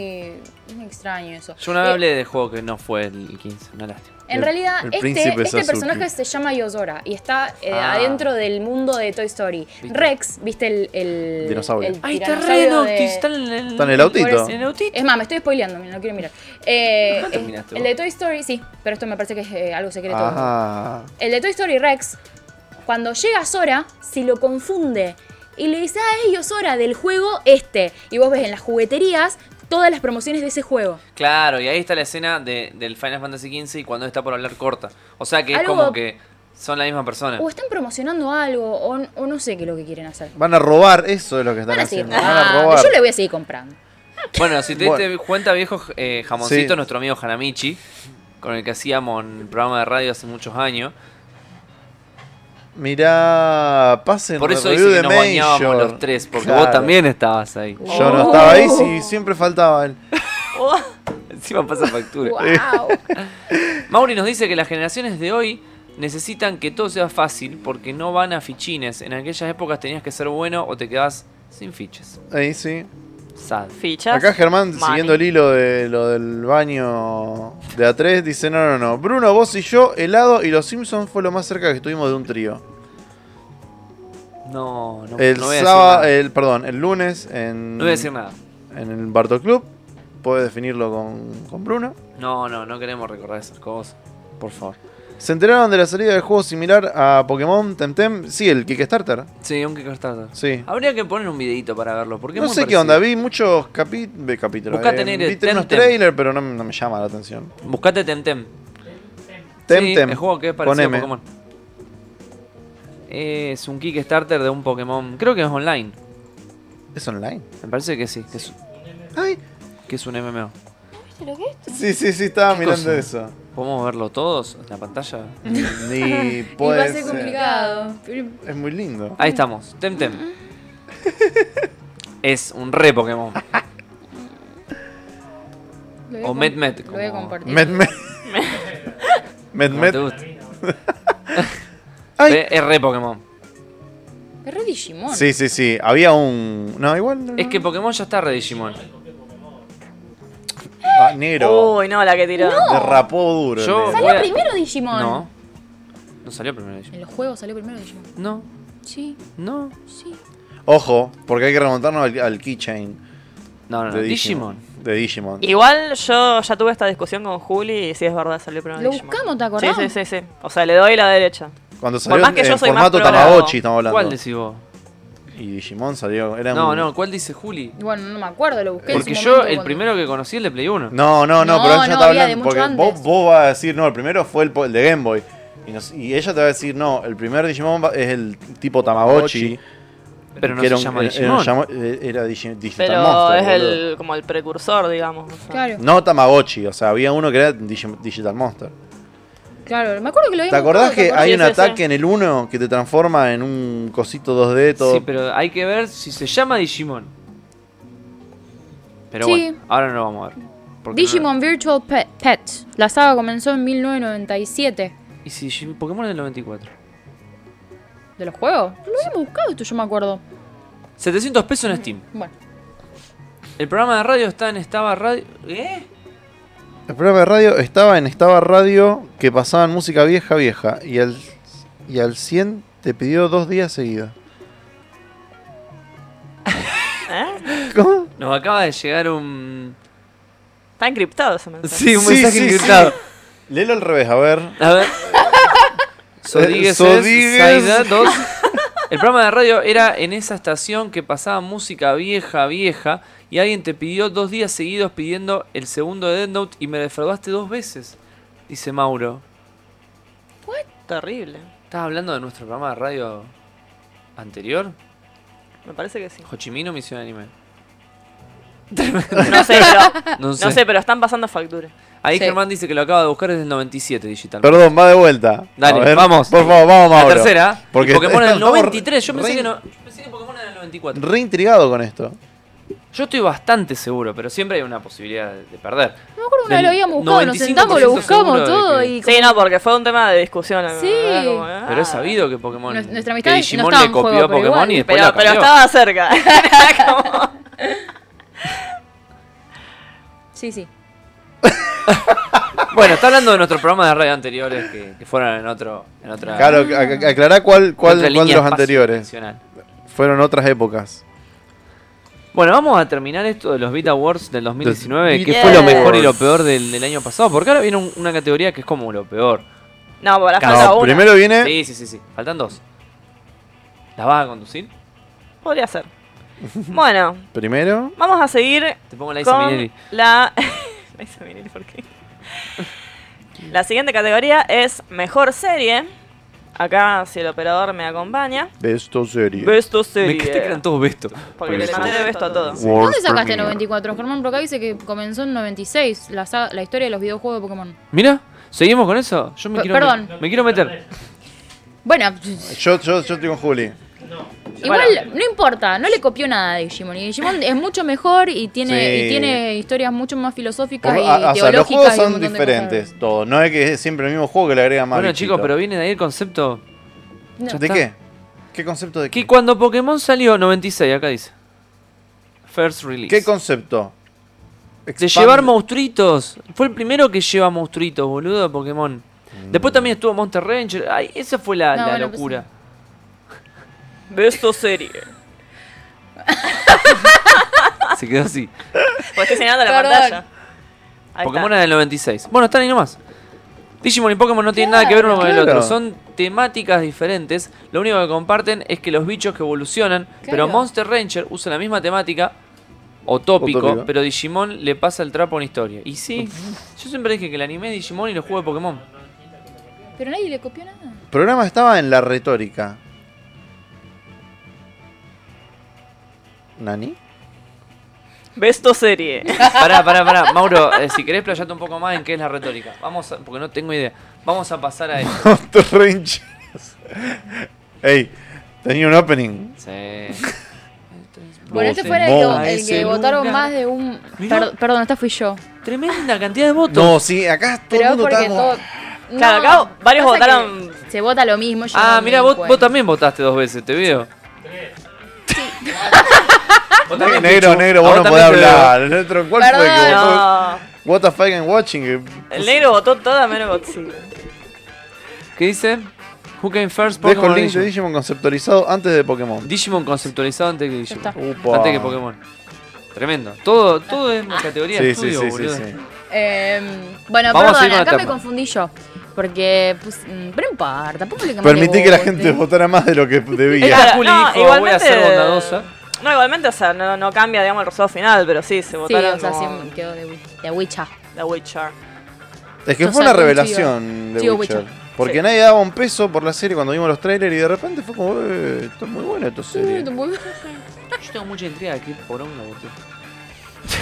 S4: es muy extraño eso.
S2: Yo una vez
S4: Eh,
S2: hablé de juego que no fue el 15, una lástima.
S4: En
S1: El-
S4: realidad,
S1: el
S4: este,
S1: príncipe
S4: este
S1: Sasuke.
S4: personaje se llama Yozora y está eh,
S2: Ah.
S4: adentro del mundo de Toy Story.
S2: Viste.
S4: Rex, ¿viste el, el
S1: Dinosaurio.
S4: el
S2: Ahí está re
S4: tiranosaurio
S2: Noctis,
S4: de-
S2: está en el,
S4: Mm,
S1: Está en el autito.
S2: En el autito.
S4: Es más, me estoy spoileando, no quiero mirar. Eh,
S2: Ajá,
S4: eh,
S2: terminaste
S4: el
S2: vos.
S4: de Toy Story, sí, pero esto me parece que es eh, algo secreto.
S1: Ah,
S4: El de Toy Story Rex, cuando llega Sora, se lo confunde. Y le dice, ah, es Yozora del juego este. Y vos ves en las jugueterías todas las promociones de ese juego.
S2: Claro, y ahí está la escena de, del Final Fantasy XV y cuando está por hablar corta. O sea que es
S4: Algo-
S2: como que son la misma persona.
S4: O están promocionando algo, o, n- o no sé qué es lo que quieren hacer.
S1: van a robar, eso es lo que están
S4: Van a seguir
S1: haciendo. Van a
S4: comprando.
S1: robar.
S4: Ah, Yo le voy a seguir comprando.
S2: Bueno, si te
S1: Bueno.
S2: diste cuenta, viejo eh, jamoncito,
S1: Sí.
S2: nuestro amigo Hanamichi, con el que hacíamos un programa de radio hace muchos años.
S1: Mirá, pasen
S2: Por eso
S1: review
S2: dice
S1: de
S2: que nos bañábamos
S1: Major.
S2: los tres, porque
S1: Claro.
S2: vos también estabas ahí.
S1: Yo no
S4: Oh.
S1: estaba ahí, sí, siempre faltaba él.
S2: Encima pasa factura.
S4: Wow.
S2: Mauri nos dice que las generaciones de hoy necesitan que todo sea fácil porque no van a fichines. En aquellas épocas tenías que ser bueno o te quedabas sin fiches.
S1: Ahí sí.
S2: Sad.
S3: Fichas.
S1: Acá Germán,
S3: Mani.
S1: siguiendo el hilo de lo del baño de A3, dice: No, no, no. Bruno, vos y yo, helado y los Simpsons fue lo más cerca que estuvimos de un trío.
S2: No, no,
S1: El
S2: no voy a decir
S1: sábado,
S2: nada.
S1: el, perdón, el lunes en,
S2: No voy a decir nada.
S1: en el Barto Club. Puedes definirlo con, con Bruno.
S2: No, no, no queremos recordar esas cosas. Por favor.
S1: ¿Se enteraron de la salida del juego similar a Pokémon Temtem? Sí, el Kickstarter.
S2: Sí, un Kickstarter.
S1: Sí.
S2: Habría que poner un videito para verlo. Porque es
S1: No
S2: muy
S1: sé qué
S2: Ah, parecido.
S1: onda, vi muchos capi- ve, capítulos.
S2: Buscate
S1: eh,
S2: en el
S1: vi unos
S2: Temtem.
S1: trailers, pero no, no me llama la atención.
S2: Buscate Temtem.
S1: Temtem.
S2: Sí, el juego que es
S1: con
S2: parecido a
S1: M.
S2: Pokémon. Es un Kickstarter de un Pokémon. Creo que es online.
S1: ¿Es online?
S2: Me parece que sí, que es,
S1: Ay.
S2: que es un MMO.
S1: Sí, sí, sí, estaba
S2: ¿Qué
S1: mirando
S2: cosa?
S1: eso.
S2: ¿Podemos verlo todos en la pantalla?
S1: Ni
S4: Y va a
S1: puede
S4: ser
S1: ser.
S4: complicado.
S2: Ah,
S1: Es muy lindo.
S2: Ahí estamos, Temtem. es un re Pokémon.
S4: Lo voy a
S2: O
S4: com-
S2: Medmed,
S4: Lo voy a
S2: como-
S4: compartir.
S1: Met, met. Met,
S2: Como
S1: met.
S2: te guste.
S1: Ay.
S2: Es es re Pokémon.
S4: Es re Digimon.
S1: Sí, sí, sí. Había un. No, igual. no,
S2: Es
S1: no.
S4: Mm.
S2: que Pokémon ya está re Digimon.
S1: Ah, negro.
S3: Uy, no, la que tiró.
S1: Derrapó duro. el
S2: Yo-
S1: negro.
S4: Salió
S2: Voy a-
S4: primero Digimon.
S2: No. No salió primero Digimon.
S4: En los juegos salió primero Digimon.
S2: No,
S4: Sí,
S2: no.
S4: sí.
S1: Ojo, porque hay que remontarnos al, al keychain
S2: No, no, no.
S1: de Digimon.
S2: Ah. Digimon.
S1: De Digimon.
S3: Igual yo ya tuve esta discusión con Juli y sí es verdad, salió primero
S4: Lo
S3: Digimon.
S4: buscamos, ¿te acordás?
S3: Sí, sí, sí, sí. O sea, le doy la derecha.
S1: Cuando salió
S3: más que
S1: en
S3: yo soy
S1: formato
S3: más pro-
S1: Tamagotchi, estamos hablando.
S2: ¿Cuál decís vos?
S1: Y Digimon salió. Era
S2: No,
S1: un-
S2: no, ¿cuál dice Juli?
S4: Bueno, no me acuerdo, lo busqué en
S2: Porque
S4: su
S2: yo,
S4: momento
S2: el
S4: cuando-
S2: primero que conocí es el de Play 1.
S1: No, no, no,
S4: No,
S1: pero ella
S4: no,
S1: te
S4: había de
S1: hablando.
S4: mucho
S1: Porque vos,
S4: antes.
S1: vos vas a decir, no, el primero fue el, po- el de Game Boy. Y, nos- y ella te va a decir, no, el primer Digimon va- es el tipo Tamagotchi.
S2: Pero no
S1: que
S2: se
S1: era un-
S2: llama
S1: era-
S2: Digimon.
S1: Era, un llamo- eh, era Digi- Digital
S3: Pero
S1: Monster.
S3: es
S1: boludo.
S3: el, como el precursor, digamos. o sea.
S4: Claro,
S1: No Tamagotchi, o sea, había uno que era Digi- Digital Monster.
S4: claro. Me acuerdo que lo
S1: ¿Te
S4: habíamos
S1: acordás
S4: buscado, ¿te
S1: que hay
S3: Sí,
S1: un
S3: sí,
S1: ataque
S3: sí.
S1: en el 1 que te transforma en un cosito 2D todo?
S2: Sí, pero hay que ver si se llama Digimon. Pero
S4: Sí.
S2: bueno, ahora no lo vamos a ver. Porque no-
S4: Digimon Virtual Pet, Pet. La saga comenzó en 1997.
S2: ¿Y si Digimon- Pokémon es del 94?
S4: ¿De los juegos? Lo habíamos buscado esto, yo me acuerdo.
S2: 700 pesos en Steam.
S4: Bueno.
S2: El programa de radio está en Estaba Radio. ¿Eh?
S1: El programa de radio estaba en Estaba Radio que pasaban música vieja, vieja. Y al, y al 100 te pidió dos días seguidos.
S3: ¿Eh?
S1: ¿Cómo?
S2: Nos acaba de llegar un.
S3: Está encriptado ese mensaje.
S2: Sí, un
S1: Sí,
S2: mensaje
S1: sí,
S2: encriptado.
S1: sí. Léelo al revés, a ver.
S2: A ver. Sodigues es
S1: Sodigues.
S2: Zaida 2. El programa de radio era en esa estación que pasaba música vieja, vieja. Y alguien te pidió dos días seguidos pidiendo el segundo de Dead Note y me defraudaste dos veces. Dice Mauro.
S3: Terrible.
S2: ¿Estás hablando de nuestro programa de radio anterior?
S3: Me parece que sí.
S2: Hochimino Misión Anime.
S3: No sé, pero,
S2: No sé.
S3: no sé, pero están pasando factura.
S2: Ahí
S4: Sí.
S2: Germán dice que lo acaba de buscar desde el 97 digital.
S1: Perdón, va de vuelta.
S2: Dale,
S1: A ver,
S2: vamos.
S1: Por favor, vamos,
S2: La
S1: Mauro.
S2: tercera.
S1: Porque
S2: Porque Pokémon
S1: está-
S2: del
S1: estamos
S2: 93. Yo pensé,
S1: re-
S2: que no, yo pensé que Pokémon era del 94.
S1: Re intrigado con esto.
S2: Yo estoy bastante seguro, pero siempre hay una posibilidad de, de perder.
S4: No me acuerdo que una vez
S2: Del
S4: lo habíamos buscado, nos
S2: 95%
S4: sentamos, lo buscamos
S2: seguro de
S4: todo
S2: que-
S4: y
S3: Sí, no, porque fue un tema de discusión.
S4: Sí.
S3: ¿verdad? Como, ah,
S2: Pero he sabido que Pokémon.
S4: Nues- nuestra
S2: que
S4: amistad no
S2: Digimon
S4: estaba
S2: le
S4: en
S2: copió
S4: juego,
S2: a
S4: pero
S2: Pokémon
S4: igual.
S2: y después
S3: Pero,
S2: la
S3: pero
S2: cambió.
S3: estaba cerca. Como-
S4: Sí, sí.
S2: Bueno, está hablando de nuestros programas de radio anteriores que, que fueron en otro. En otra,
S1: Claro, ac- aclará cuál, cuál,
S2: en Ah. otra
S1: cuál de
S2: línea
S1: los
S2: espacio
S1: anteriores.
S2: dimensional.
S1: Fueron otras épocas.
S2: Bueno, vamos a terminar esto de los Beat Awards del 2019, que
S1: Beat
S2: fue lo mejor
S1: Awards.
S2: y lo peor del, del año pasado, porque ahora viene un- una categoría que es como lo peor.
S3: no, por la
S2: No,
S3: falta
S1: No,
S3: una.
S1: primero viene.
S2: Sí, sí, sí, sí. Faltan dos. ¿La vas a conducir?
S3: Podría ser. Bueno,
S1: Primero.
S3: vamos a seguir
S2: Te pongo la Isa
S3: con
S2: Minelli.
S3: la... la Isa Minelli, ¿por qué? La siguiente categoría es Mejor Serie. Acá, si el operador me acompaña.
S1: De esto serie.
S3: Besto
S2: Me
S3: Serie.
S2: encanta que
S4: eh.
S2: eran todos bestos.
S3: Porque le mandé besto a todos.
S1: World
S4: ¿Dónde sacaste
S1: premiere.
S4: 94? Germán Broca dice que comenzó en 96, la, saga- la historia de los videojuegos de Pokémon.
S2: Mira, ¿seguimos con eso? Yo me
S4: Pe-
S2: quiero
S4: perdón.
S2: me- me quiero meter.
S4: Bueno,
S1: Yo, yo, yo estoy con Juli.
S4: igual no importa, no le copió nada a Digimon. Y Digimon es mucho mejor y tiene,
S1: Sí.
S4: y tiene historias mucho más filosóficas
S1: Por-
S4: y
S1: a- o sea, los
S4: teológicas.
S1: juegos
S4: y un
S1: son
S4: montón de cosas.
S1: diferentes, todo. No es que es siempre el mismo juego que le agregan más.
S2: Bueno,
S1: bichitos.
S2: chicos, pero viene de ahí el concepto.
S4: No.
S1: ¿De
S2: está.
S1: qué? ¿Qué concepto de qué?
S2: Que cuando Pokémon salió, 96, acá dice. First release.
S1: ¿Qué concepto?
S2: de
S1: Expande-
S2: llevar monstruitos. Fue el primero que lleva monstruitos, boludo, de Pokémon.
S1: Mm.
S2: Después también estuvo Monster Ranger. Ay, esa fue la,
S4: No,
S2: la
S4: bueno, pues
S2: locura.
S3: Besto Serie.
S2: Se quedó así.
S3: Pues estoy señalando la
S4: Perdón.
S3: pantalla. Ahí
S2: Pokémón
S3: está.
S2: era del 96. Bueno, están ahí nomás. Digimon y Pokémon no tienen nada que ver uno con el
S1: Claro.
S2: otro. Son temáticas diferentes. Lo único que comparten es que los bichos que evolucionan. Pero
S4: Claro.
S2: Monster Ranger usa la misma temática o tópico,
S1: O tópico.
S2: pero Digimon le pasa el trapo a una historia. Y sí, yo siempre dije que el anime es Digimon y los juegos de Pokémon.
S4: Pero nadie le copió nada.
S1: El programa estaba en la retórica. ¿Nani?
S3: Besto Serie.
S2: Pará, pará, pará. Mauro, eh, si querés playarte un poco más en qué es la retórica. Vamos a- porque no tengo idea. Vamos a pasar a esto.
S1: Monster Rangers. Ey, tenía un opening.
S2: Sí.
S4: Por este
S1: Vos,
S4: fuera
S1: sí.
S4: el
S1: Vos.
S4: que, el
S2: Ese
S4: que votaron
S2: Luna.
S4: más de un.
S2: Mirá.
S4: Per- perdón, esta fui yo.
S2: Tremenda cantidad de votos.
S1: No, sí, acá todo el
S4: Pero es
S1: mundo
S4: porque
S1: está como-
S4: todo.
S3: Claro,
S4: No,
S3: acá varios
S4: pasa que
S3: votaron-
S4: Se vota lo mismo. yo
S2: ah,
S4: no me
S2: mira,
S4: di
S2: vos,
S4: cuenta.
S2: vos también votaste dos veces, te veo. Vos también,
S1: Negro,
S2: Pichu.
S1: negro,
S2: A
S1: vos no podés
S2: también te veo.
S1: hablar. Negro, ¿Cuál fue que
S4: Perdón.
S1: votó?
S3: No.
S1: What the fuck I'm watching. que-
S3: El negro votó toda menos Godzilla.
S2: ¿Qué dice? Who came first?
S1: Dejo
S2: Pokémon
S1: el link de
S2: o Digimon.
S1: Digimon conceptualizado antes de Pokémon.
S2: Digimon conceptualizado antes que Digimon.
S4: está.
S1: Upa.
S2: Antes que Pokémon. Tremendo. Todo, todo es
S4: Ah.
S2: una categoría de
S1: Sí, sí,
S2: estudio,
S1: sí, sí,
S2: boludo.
S1: sí.
S4: Eh, bueno,
S2: Vamos a
S4: perdón,
S2: seguir con la
S4: acá me
S2: tapa.
S4: confundí yo. Porque. Pues, mm, pero no importa, tampoco le
S1: Permití que la gente votara más de lo que debía.
S2: Claro. Juli dijo, "Voy a ser bondadosa".
S3: No, igualmente, o sea, no, no cambia, digamos, el resultado final, pero sí, se
S4: Sí,
S3: votaron
S4: o sea,
S3: como
S4: sí, quedó de, wi- de Wicha.
S3: The Witcher.
S1: Es que
S4: Yo
S1: fue una
S4: salgo un
S1: revelación de
S4: Tío
S1: Witcher.
S4: Witcher.
S1: Porque
S3: Sí.
S1: nadie daba un peso por la serie cuando vimos los trailers y de repente fue como, eh, está muy buena esta
S4: Mm,
S1: serie.
S2: Yo tengo mucha intriga de qué poronga voté.
S1: Ah.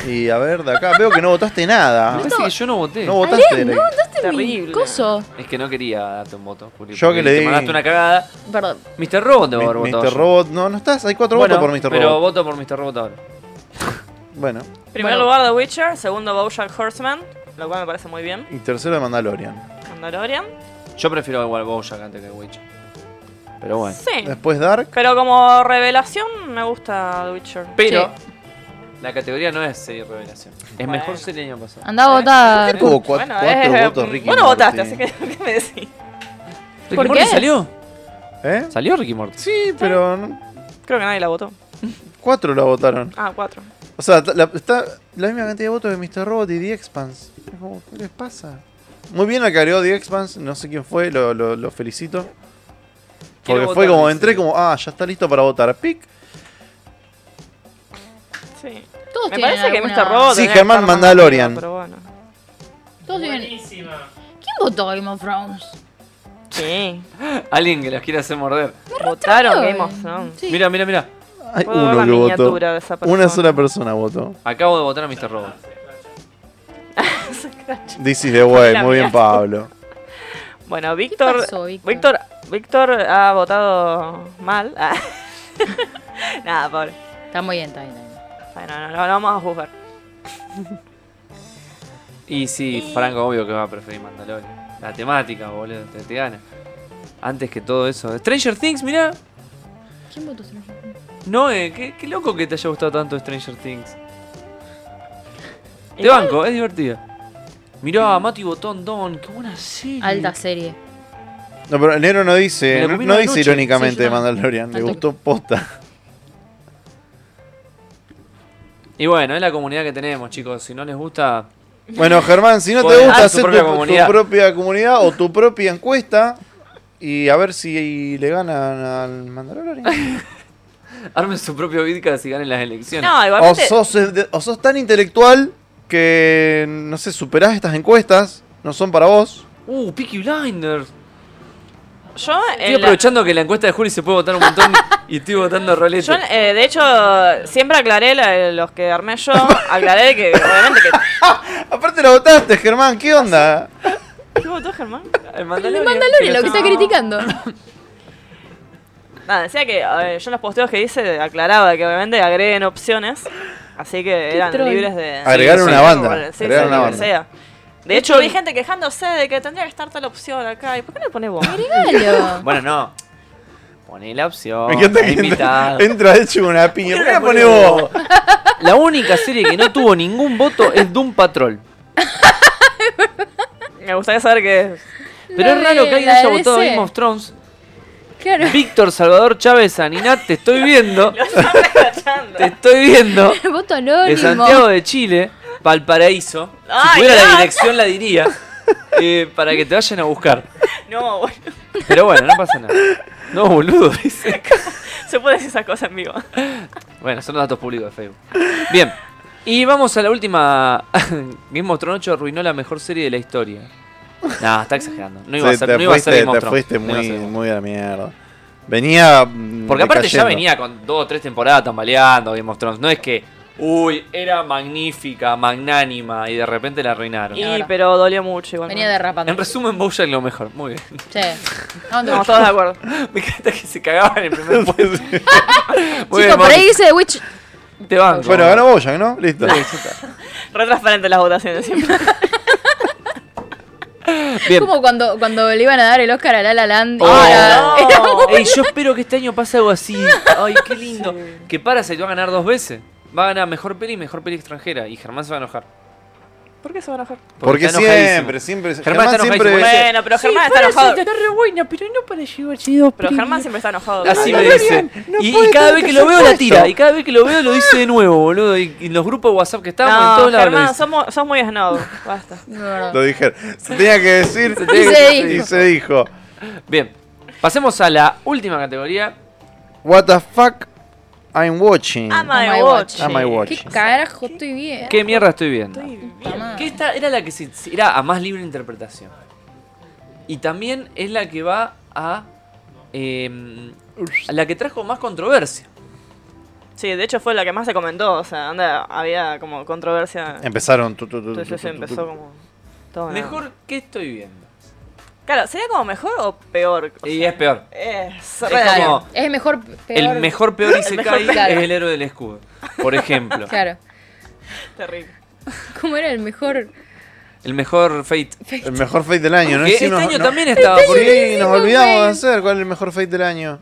S1: Y a ver, de acá veo que no votaste
S2: Me
S1: nada.
S2: parece que yo no voté.
S1: No votaste. Derek.
S3: Terrible.
S4: Coso.
S2: Es que no quería darte un voto, Juli.
S1: Yo
S2: porque
S1: que le
S2: te
S1: di-
S2: mandaste una cagada.
S4: Perdón.
S2: Mr. Robot te va a haber
S1: Mi-
S2: votado.
S1: Mr.
S2: yo.
S1: Robot, no, no estás. Hay cuatro
S2: Bueno,
S1: votos por Mr.
S2: Pero
S1: Robot.
S2: voto por Mr. Robot ahora.
S1: Bueno,
S3: Primer
S4: Bueno.
S3: lugar The Witcher, segundo Bojack Horseman, lo cual me parece muy bien.
S1: y tercero de Mandalorian.
S3: Mandalorian.
S2: Yo prefiero igual Bojack antes que Witch. Pero bueno.
S3: Sí.
S1: Después Dark.
S3: Pero como revelación me gusta The Witcher.
S2: Pero la categoría no es serie revelación. Es
S3: Bueno.
S2: mejor serie del año pasado.
S4: Andá a votar.
S1: Tuvo cua- cuatro,
S3: eh,
S1: votos, Ricky.
S3: Vos no
S1: Morty.
S3: votaste, así que ¿qué me decís?
S2: ¿Ricky
S4: ¿Por
S2: Morty
S4: qué?
S2: salió?
S1: ¿Eh?
S2: ¿Salió Ricky Morty?
S1: Sí, pero no-
S3: Creo que nadie la votó.
S1: cuatro la votaron.
S3: Ah, cuatro.
S1: O sea, t- la, está la misma cantidad de votos que Mr. Robot y The Expanse. Es como, ¿Qué les pasa? Muy bien aclaró The Expanse, no sé quién fue, lo, lo- lo felicito.
S2: Quiero
S1: Porque fue
S2: votar,
S1: como,
S2: dice.
S1: entré como, ah, ya está listo para votar. Pic.
S3: Sí.
S4: Todos
S3: Me
S4: tienen
S3: parece que
S4: alguna-
S3: Mr. Robot.
S1: Sí,
S3: tenía
S1: Germán
S3: que estar más
S1: Mandalorian.
S3: arriba, Pero bueno.
S4: Todos tienen. ¿Quién votó Game of Thrones?
S3: Sí.
S2: Alguien que los quiera hacer morder.
S3: Votaron
S4: Ay,
S3: Game of Thrones.
S4: Sí.
S2: Mira, mira, mira.
S1: Hay
S3: Puedo ver
S1: uno
S3: la
S1: que votó.
S3: miniatura de esa persona.
S1: Una sola persona votó.
S2: Acabo de votar a Mr. Robot.
S1: This is the way,
S3: La
S1: muy bien Pablo.
S3: Bueno, Víctor,
S4: pasó, Víctor?
S3: Víctor, Víctor ha votado mal. Ah. Nada, pobre.
S4: Está muy bien, está bien. está bien.
S3: Bueno, no, no, no vamos a juzgar.
S2: Y sí, Franco, obvio que va a preferir Mandalorian. La temática, boludo, te, te gana. Antes que todo eso. Stranger Things, mira.
S4: ¿Quién votó Stranger Things?
S2: No, eh, qué, qué loco que te haya gustado tanto Stranger Things. Te
S3: Igual-
S2: banco, es divertido. Mirá, Mati Botón Don, qué buena serie.
S4: Alta serie.
S1: No, pero el negro no
S2: Me
S1: dice,
S2: lo
S1: no,
S2: comí
S1: no
S2: una
S1: dice
S2: noche.
S1: irónicamente
S4: Sí,
S1: de
S4: yo no.
S1: Mandalorian, le
S4: Tanto-
S1: gustó posta.
S2: Y bueno, es la comunidad que tenemos, chicos. Si no les gusta,
S1: Bueno, Germán, si no te
S2: Podés
S1: gusta,
S2: hacer
S1: hacer tu,
S2: tu propia
S1: tu
S2: comunidad.
S1: propia comunidad o tu propia encuesta y a ver si le ganan al Mandalorian.
S2: armen su propio vidcast y ganen las elecciones.
S3: No,
S1: o,
S3: igualmente.
S1: sos, de- o sos tan intelectual que, no sé, superás estas encuestas, no son para vos.
S2: Uh, Peaky Blinders.
S3: Yo, en
S2: Estoy
S3: la-
S2: aprovechando que en la encuesta de Juli se puede votar un montón y estoy votando a
S3: yo,
S2: roleta.
S3: eh, de hecho, siempre aclaré la- los que armé yo. Aclaré que, obviamente, que.
S1: Aparte lo votaste, Germán, ¿qué onda?
S3: ¿Qué votó Germán?
S2: El
S4: El
S2: Mandalorian.
S4: Mandalorian, lo que está
S3: no.
S4: criticando.
S3: Nada, decía que eh, yo en los posteos que hice aclaraba que, obviamente, agreguen opciones. Así que eran
S4: troll.
S3: libres de.
S1: Agregaron
S3: sí,
S1: una
S3: sí,
S1: banda,
S3: sí,
S1: agregaron
S3: sí,
S1: una
S3: lo que
S1: banda.
S3: sea. De hecho, vi gente quejándose de que tendría que estar tal opción acá. ¿Y por qué no le pones vos?
S4: Regalo.
S2: Bueno, no. Poné la opción.
S1: Me encanta
S2: está
S1: que entra,
S2: invitado.
S1: entra hecho una piña. ¿Por qué la
S2: Poné
S1: ponés vos?
S2: La única serie que no tuvo ningún voto es Doom Patrol.
S3: Me gustaría saber qué es.
S2: Pero
S4: La
S2: es raro
S4: de-
S2: que alguien
S4: la
S2: haya
S4: de
S2: votado
S4: DC.
S2: Game of Thrones.
S4: Claro.
S2: Víctor Salvador Chávez Aninat, te estoy viendo.
S3: Están escuchando.
S2: Te estoy viendo.
S4: Voto
S2: De
S4: anónimo.
S2: Santiago de Chile, Valparaíso. Si
S3: Ay,
S2: fuera la
S3: no.
S2: dirección la diría. eh, para que te vayan a buscar.
S3: No, bueno,
S2: Pero bueno, no pasa nada. No, boludo, dice.
S3: se puede decir esas cosas en vivo.
S2: Bueno, son los datos públicos de Facebook. Bien. Y vamos a la última. Game of Thrones 8 arruinó la mejor serie de la historia. No, está exagerando. No iba a
S1: Sí,
S2: ser,
S1: te
S2: no iba a ser
S1: fuiste-
S2: Game of
S1: te
S2: Thrones.
S1: fuiste
S2: No iba a
S1: muy,
S2: ser Game of
S1: muy a la mierda. Venía.
S2: Thrones.
S1: mm,
S2: Porque aparte ya
S1: decayendo.
S2: venía con dos o tres temporadas tambaleando Game of Thrones. No es que, uy, era magnífica, magnánima y de repente la arruinaron.
S3: Y,
S4: Ahora.
S3: pero dolió mucho igual.
S4: Venía
S3: ¿no?
S2: En
S4: derrapando.
S2: resumen, Bojack lo mejor. Muy bien.
S4: Sí. No, no.
S3: Estamos todos de acuerdo.
S2: Me encanta que se cagaban en el primer puesto. Muy bien,
S4: Chicos, por
S2: Mauri.
S4: ahí dice The Witch.
S2: Te banco.
S1: Bueno, ganó Boya, ¿no? Listo.
S2: Sí, ya está.
S3: Re transparente las votaciones siempre.
S2: Bien.
S4: Como cuando, cuando le iban a dar el Oscar a La La Land. y
S2: Oh.
S4: era-
S3: no.
S4: era muy-
S2: Ey, yo espero que este año pase algo así. Ay, qué lindo. Que Parasite va a ganar dos veces. Va a ganar mejor peli y mejor peli extranjera. Y Germán se va a enojar.
S3: ¿Por qué se van a enojar?
S1: Porque
S2: está enojadísimo.
S1: siempre, siempre.
S2: Germán está
S1: siempre.
S2: enojadísimo.
S3: Bueno, pero Germán está enojado.
S5: re buena, pero no para llevar sido
S3: Pero Germán siempre está enojado.
S2: Así
S3: ¿verdad?
S2: me dice. y, y cada vez que lo veo la tira. Y cada vez que lo veo lo dice de nuevo, boludo. Y, y en los grupos de WhatsApp que estábamos, en
S3: No,
S2: todos lados lo
S3: Germán,
S2: dice.
S3: somos, sos muy snob. Basta.
S4: No, no.
S1: Lo dijeron. Se tenía que decir
S4: tenía que decir.
S1: y se dijo.
S2: Bien. Pasemos a la última categoría.
S1: What the fuck I'm
S2: Mm.
S1: watching.
S3: Am
S4: Am
S3: I
S4: I
S3: watching?
S1: Am I
S4: ¿Qué
S1: watching.
S4: carajo estoy bien?
S2: ¿Qué mierda estoy viendo?
S4: Puta madre.
S2: Que esta era la que se, se- era a más libre interpretación. Y también es la que va a. eh, a la que trajo más controversia.
S3: Sí, de hecho fue la que más se comentó. O sea, anda, había como controversia.
S1: Empezaron. tu, tu, tu, tu,
S3: Entonces
S1: tu,
S2: Em,
S1: tu,
S3: se
S1: tu.
S3: empezó como. Todo
S2: Mejor que estoy viendo.
S3: Claro, ¿sería como mejor o peor? O
S2: Y
S3: sea,
S2: es peor.
S3: Es,
S2: Eh, Es
S3: re-
S2: como-
S4: Es el mejor. peor-
S2: El mejor peor Isekai
S4: mejor peor.
S2: es el héroe del escudo. Por ejemplo.
S4: Claro.
S3: terrible.
S4: ¿Cómo era el mejor?
S2: El mejor Fate.
S1: El mejor fate del año, ¿no?
S2: Que
S1: Sí,
S2: este
S1: nos-
S2: año
S1: no-
S2: también estaba.
S1: Sí,
S2: Porque,
S1: nos olvidamos de hacer cuál es el mejor fate del año.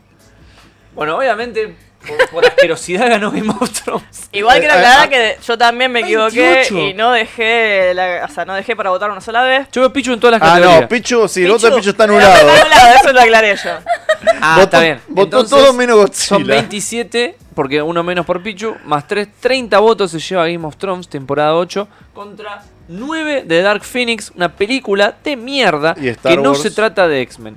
S2: bueno, obviamente, por, por asquerosidad ganó Game of Thrones.
S3: Igual quiero
S1: Eh,
S3: aclarar
S1: eh,
S3: que yo también me equivoqué
S2: 28.
S3: y no dejé, la- o sea, no dejé para votar una sola vez.
S2: Yo veo Pichu en todas las
S1: Ah,
S2: categorías.
S1: no, Pichu, sí, el voto de
S3: Pichu-
S1: Pichu está
S3: Está
S1: anulado.
S3: anulado, eso lo aclaré yo.
S2: Ah,
S1: Votó-
S2: está bien.
S1: votó
S2: Entonces,
S1: todo menos
S2: Son
S1: Godzilla.
S2: 27, porque uno menos por Pichu, más 3, 30 votos se lleva Game of Thrones, temporada 8, contra 9 de Dark Phoenix, una película de mierda
S1: Y
S2: que
S1: Star
S2: no
S1: Wars.
S2: se trata de X-Men.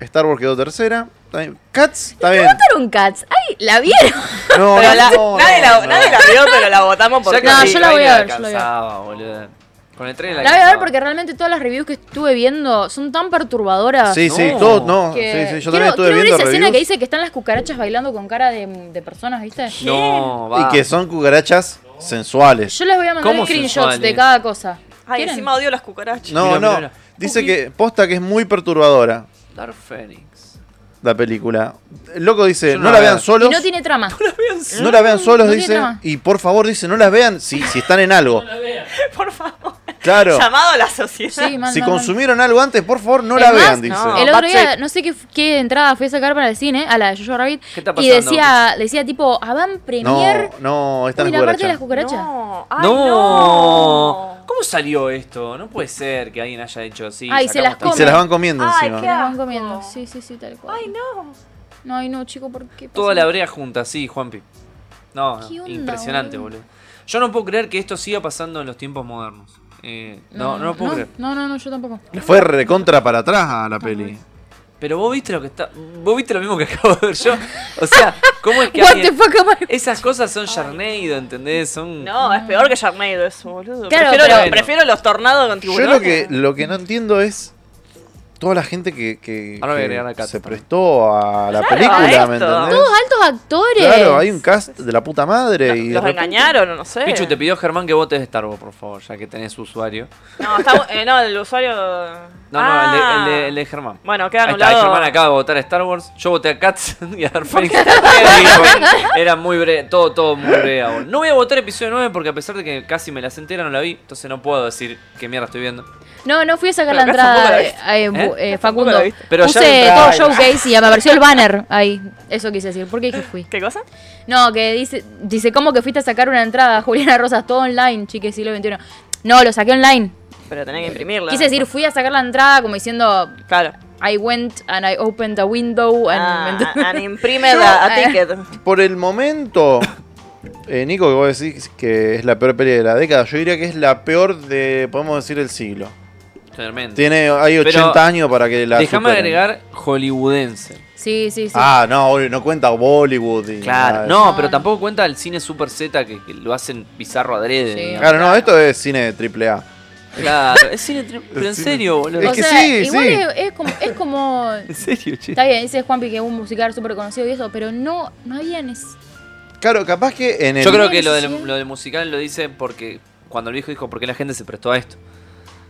S1: Star Wars quedó tercera. Está bien. Cats, está bien.
S4: Votaron Cats. ¡Ay! ¿La vieron?
S1: No,
S3: Pero la-
S1: no,
S3: nadie, la,
S1: no.
S3: nadie la vio, pero la votamos porque.
S4: No,
S3: sí.
S4: yo la voy a ver, yo la voy a ver.
S2: Cansaba, boludo. Con el tren la
S4: La voy a ver
S2: cansaba.
S4: porque realmente todas las reviews que estuve viendo son tan perturbadoras.
S1: Sí, sí,
S2: No.
S1: todos, no. Sí,
S4: que-
S1: sí, yo también
S4: quiero,
S1: estuve
S4: quiero ver
S1: viendo
S4: esa escena que
S1: reviews.
S4: dice que están las cucarachas bailando con cara de, de personas, ¿viste?
S2: No, va.
S1: Y que son cucarachas sensuales.
S4: Yo les voy a mandar
S2: ¿Cómo
S4: screenshots
S2: sensuales?
S4: de cada cosa.
S3: Ay,
S4: ¿Quieren?
S3: encima odio las cucarachas.
S1: No,
S2: Mirá,
S1: no.
S2: mirá, mirá.
S1: Dice que posta que es muy perturbadora
S2: Dark Phoenix.
S1: la película. El loco dice,
S2: Yo
S1: no,
S2: no
S1: la
S2: la
S1: vean
S2: veo.
S1: solos.
S4: Y no tiene trama.
S1: No la vean solos,
S4: No tiene
S1: dice.
S4: trama.
S1: Y por favor, dice, no las vean si, si están en algo.
S3: Por favor.
S1: Claro.
S3: Llamado a la sociedad.
S4: Sí, mal,
S1: Si
S4: mal, mal.
S1: consumieron algo antes, por favor, no
S4: Es
S1: la
S4: más,
S1: vean, dice. Ah,
S3: no.
S4: El otro día,
S3: Backstreet.
S4: no sé qué, qué entrada fui a sacar para el cine, a la de Jojo Rabbit.
S2: ¿Qué está
S4: y
S2: pasando?
S4: decía, decía tipo, Avant Premier.
S1: No, no, están
S4: y
S1: en
S4: la parte de las
S1: cucarachas.
S4: cucarachas.
S3: No, ay,
S2: No.
S3: no.
S2: ¿Cómo salió esto? No puede ser que alguien haya hecho así.
S4: Ay, se las
S1: Y
S2: sacamos
S1: se
S4: comen.
S1: las van comiendo
S3: Ay,
S1: encima.
S3: qué
S4: Las van
S3: asco.
S4: comiendo. Sí, sí, sí, tal cual.
S3: Ay, no.
S4: No, ay, no, chico, ¿por qué?
S2: Toda la
S4: pasó?
S2: brea junta, sí, Juanpi. No,
S4: ¿Qué onda,
S2: impresionante,
S4: boludo?
S2: boludo. Yo no puedo creer que esto siga pasando en los tiempos modernos. Eh, no, no, lo puedo creer.
S4: No, no, no, yo tampoco.
S1: Le fue recontra para atrás a la peli.
S2: Pero vos viste lo que está. Vos viste lo mismo que acabo de ver yo. O sea, ¿cómo es que
S4: What the
S2: alguien-
S4: fuck am I-
S2: Esas cosas son Sharnado, ¿entendés? Son.
S3: No, es peor que Sharknado eso, boludo.
S4: Claro,
S3: prefiero,
S2: pero-
S3: prefiero los tornados con
S1: Yo
S3: tiburones.
S1: lo que, lo que no entiendo es toda la gente que, que-
S2: Ahora voy a
S1: que
S2: agregar a Cats
S1: se
S2: también.
S1: prestó a la
S3: Claro, a
S1: película, ¿me
S3: esto.
S1: entendés?
S4: Todos altos actores.
S1: ¿Eh? Claro, hay un cast de la puta madre y de
S3: Los
S1: repente-
S3: engañaron, o no sé.
S4: eh.
S2: Pichu, te pidió Germán que votes Star Wars, por favor, ya que tenés usuario.
S3: No, está, eh, no, el usuario.
S2: No,
S3: Ah.
S2: no, el de, el de- el de Germán.
S3: Bueno, queda
S2: Ahí está,
S3: anulado.
S2: Germán acaba de votar a Star Wars. Yo voté a Cats y a Dark Phoenix. Era muy breve, todo, todo muy breve. No voy a votar episodio 9 porque a pesar de que casi me las entera no la vi, entonces no puedo decir qué mierda estoy viendo.
S4: No, no fui a sacar
S3: Pero
S4: la
S3: acá tampoco
S4: entrada,
S3: la
S4: eh, eh, bu-
S2: ¿Eh?
S4: eh,
S3: Acá tampoco
S4: Facundo.
S3: la viste.
S2: Pero ya
S4: Puse
S2: la
S4: todo
S2: entrada-
S4: showcase y me apareció el banner ahí. Eso quise decir. ¿Por qué dije fui?
S3: ¿Qué cosa?
S4: No, que dice, dice, ¿cómo que fuiste a sacar una entrada, Juliana Rosas? Todo online, chiques, siglo XXI. No, lo saqué online.
S3: Pero tenés
S2: Eh,
S3: que imprimirla.
S4: Quise decir, fui a sacar la entrada como diciendo,
S3: Claro.
S4: I went and I opened the window and...
S3: Ah, and imprime
S4: Yo,
S3: la- a
S4: eh.
S3: ticket.
S1: Por el momento, eh, Nico, que vos decís que es la peor peli de la década, yo diría que es la peor de, podemos decir, el siglo.
S2: Tremendo.
S1: Tiene, hay
S2: Pero
S1: 80 años para que la
S2: Déjame
S1: superen.
S2: agregar hollywoodense.
S4: sí, sí, sí.
S1: Ah, no, obvio, no cuenta Bollywood. y nada
S2: Claro.
S1: de
S2: No,
S4: No,
S2: pero
S4: no.
S2: tampoco cuenta el cine super Z que, que lo hacen bizarro adrede.
S4: Sí.
S1: eso.
S2: digamos.
S1: Claro, no, esto es cine de triple A.
S2: Claro. Es cine tri- Pero en serio, boludo.
S1: Es
S4: o
S1: que
S4: sea,
S1: sí,
S4: igual
S1: sí.
S4: Es, es como, es como...
S2: En serio, che.
S4: Está bien, dice Juanpi que es un musical súper conocido y eso, pero no, no había... nes-
S1: Claro, capaz que en el...
S2: Yo creo que lo
S4: Sí.
S2: del, lo del musical lo dice porque cuando el viejo dijo, ¿por qué la gente se prestó a esto?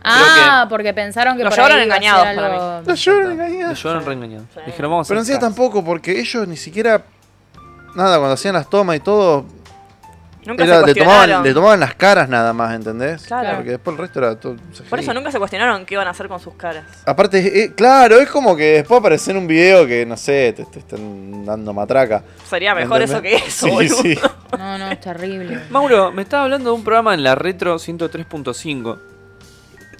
S4: Ah, porque pensaron que
S3: Nos
S4: por
S3: llevaron
S4: ahí iba a ser
S3: engañados para
S4: algo-
S1: No, yo no engañaba.
S2: Lo llevaron reengañado.
S3: Sí.
S2: Dijeron, vamos a
S1: Pero en
S2: hacer
S1: sí
S2: caso.
S1: tampoco, porque ellos ni siquiera... Nada, cuando hacían las tomas y todo,
S3: Nunca
S1: Era-
S3: se
S1: le, tomaban,
S3: cuestionaron.
S1: le tomaban las caras nada más, ¿entendés?
S3: Claro.
S1: Porque después el resto era todo.
S3: Por
S1: CGI.
S3: eso nunca se cuestionaron qué iban a hacer con sus caras.
S1: Aparte, eh, claro, es como que después aparece en un video que, no sé, te, te están dando matraca.
S3: Sería Ah, mejor eso que
S1: ¿Entendés?
S3: eso,
S1: Sí,
S3: boludo.
S1: sí.
S4: No, no, es terrible.
S2: Mauro, me estaba hablando de un programa en la Retro 103.5.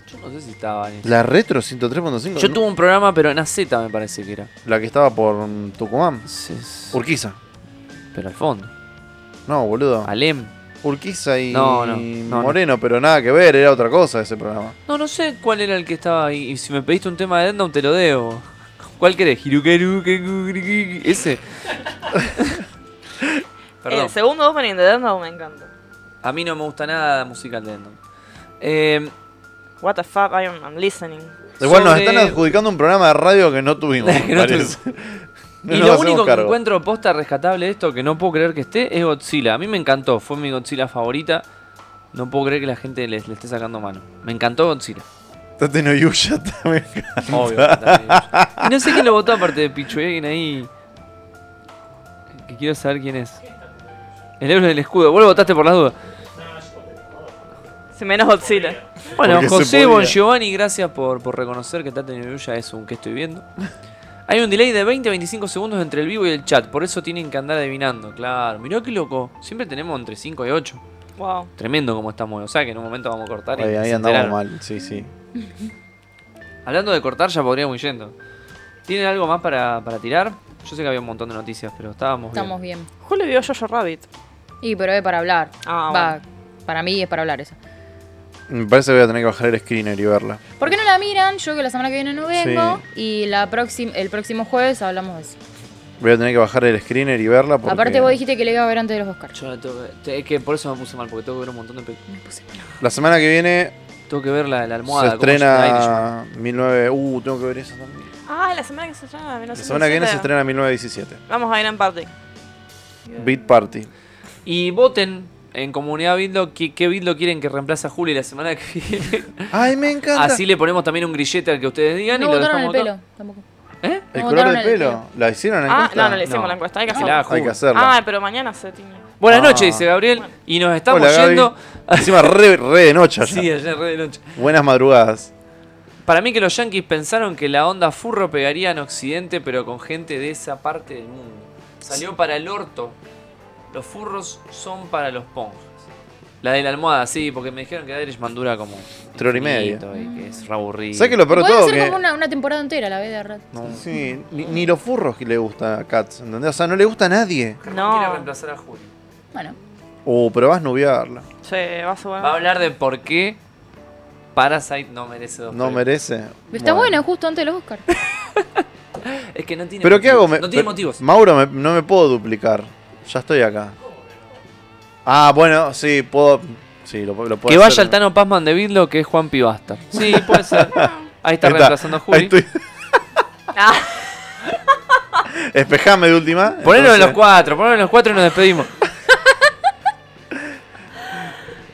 S2: Yo no sé si estaba en
S1: La retro 103.5.
S2: Yo
S1: ¿no?
S2: tuve un programa, pero en AZ me parece que era.
S1: La que estaba por Tucumán.
S2: Sí, sí.
S1: Urquiza.
S2: Pero al fondo.
S1: No, boludo.
S2: Alem.
S1: Urquiza y
S2: No, no, no, no.
S1: Moreno, pero nada que ver, era otra cosa ese programa.
S2: No, no sé cuál era el que estaba ahí. Y si me pediste un tema de Dendon, te lo debo. ¿Cuál querés? Hirukeru, keku, kiriki, Ese. Perdón.
S3: El segundo opening de Dendon me encanta.
S2: A mí no me gusta nada musical de Dendon. Eh,
S3: What the fuck, I'm, I'm listening.
S1: Igual nos
S2: Sobre-
S1: están adjudicando un programa de radio que no tuvimos.
S2: Que
S1: me
S2: no
S1: parece. No
S2: y
S1: nos
S2: lo
S1: hacemos
S2: único que
S1: cargo.
S2: encuentro posta rescatable de esto, que no puedo creer que esté, es Godzilla. A mí me encantó, fue mi Godzilla favorita. No puedo creer que la gente le, le esté sacando mano. Me encantó Godzilla.
S1: Tate no Yuya también.
S2: Obvio. también. y no sé quién lo votó aparte de Pichu. Hay alguien ahí. Que quiero saber quién es. El héroe del escudo. Vos lo votaste por las dudas.
S3: Si menos Godzilla.
S2: Bueno,
S1: Porque se
S2: José
S1: podía.
S2: Bon Giovanni, gracias por, por reconocer que Tate Noruya es un que estoy viendo. Hay un delay de 20-25 segundos entre el vivo y el chat, por eso tienen que andar adivinando, claro. Mirá qué loco, siempre tenemos entre 5 y 8.
S3: Wow.
S2: Tremendo como estamos, o sea que en un momento vamos a cortar. y
S1: Ahí, ahí
S2: se
S1: andamos
S2: enteraron.
S1: mal, sí, sí.
S2: Hablando de cortar, ya podríamos ir yendo. ¿Tienen algo más para, para tirar? Yo sé que había un montón de noticias, pero estábamos. bien.
S4: Estamos bien.
S3: Julio vio Jojo Rabbit.
S4: Y pero es para hablar.
S3: Ah,
S4: Va, para mí es para hablar esa.
S1: Me parece que voy a tener que bajar el screener y verla.
S4: ¿Por qué no la miran? Yo que la semana que viene no vengo y la próxima, el próximo jueves hablamos de eso.
S1: Voy a tener que bajar el screener y verla porque...
S4: Aparte vos dijiste que le iba a ver antes de los Oscars.
S2: Yo la tengo que- te- es que por eso me puse mal, porque tengo que ver un montón de. pe-
S1: La semana que viene
S2: Tengo que ver la, la almohada.
S1: se
S2: cómo está ahí.
S1: estrena 19... Uh, tengo que ver eso también.
S3: Ah, la semana que se estrena.
S1: La semana que viene se estrena 1917.
S3: Vamos a ir en party.
S1: Beat Party.
S2: Y voten en comunidad Bildo qué, qué Bildo quieren que reemplace a Juli la semana que viene.
S1: Ay, me encanta.
S2: Así le ponemos también un grillete al que ustedes digan
S4: No
S2: y lo
S4: botaron el
S2: dejamos
S4: pelo, tampoco.
S2: acá. ¿Eh?
S1: el
S4: no
S1: color
S4: votaron
S1: del
S4: el
S1: pelo. ¿La hicieron en
S3: Ah, no, no le
S2: No.
S3: hicimos la encuesta. Hay que
S2: Mirá,
S3: hacerla.
S1: Hay que hacerla.
S3: Ah, pero mañana se tiene.
S2: Buenas
S1: Ah.
S2: noches, dice Gabriel. Y nos estamos
S1: Hola, Gaby.
S2: yendo.
S1: Encima re, re de noche allá.
S2: Sí, ayer re de noche.
S1: Buenas madrugadas.
S2: Para mí que los yankees pensaron que la onda furro pegaría en Occidente, pero con gente de esa parte del mundo. Salió para el orto. Los furros son para los ponjas. La de la almohada, sí, porque me dijeron que Irish mandura como...
S1: Tres horas y media.
S2: infinito y Que es re aburrido.
S1: ¿Sabes que lo peor de
S4: Puede
S1: todo?
S4: ser
S1: Que...
S4: como una, una temporada entera la vez de Rat.
S2: No.
S1: Sí, ni, ni los furros que le gusta a Katz, ¿entendés? O sea, no le gusta a nadie.
S2: Quiere
S3: No.
S2: reemplazar a Julio.
S4: Bueno,
S1: Uh, pero vas a nubiarla.
S3: Che, va a subir.
S2: Va a hablar de por qué Parasite no merece dos
S1: No
S2: premios.
S1: merece.
S4: está bueno, justo antes de los Oscars.
S2: Es que no tiene
S1: ¿Pero qué hago?
S2: motivos.
S1: Me-
S2: No tiene
S1: pero-
S2: motivos.
S1: Mauro, me- no me puedo duplicar. Ya estoy acá. Ah, bueno, sí, puedo. Sí, lo, lo puedo
S2: Que vaya
S1: hacer.
S2: el Tano Pazman de Vidlo, que es Juan Pibasta. Sí, puede ser. Ahí está
S1: Ahí
S2: reemplazando a
S1: Ahí
S2: Juli.
S1: estoy.
S3: Ah,
S1: Espejame de última.
S2: Ponelo en
S1: entonces.
S2: los cuatro, ponelo en los cuatro y nos despedimos.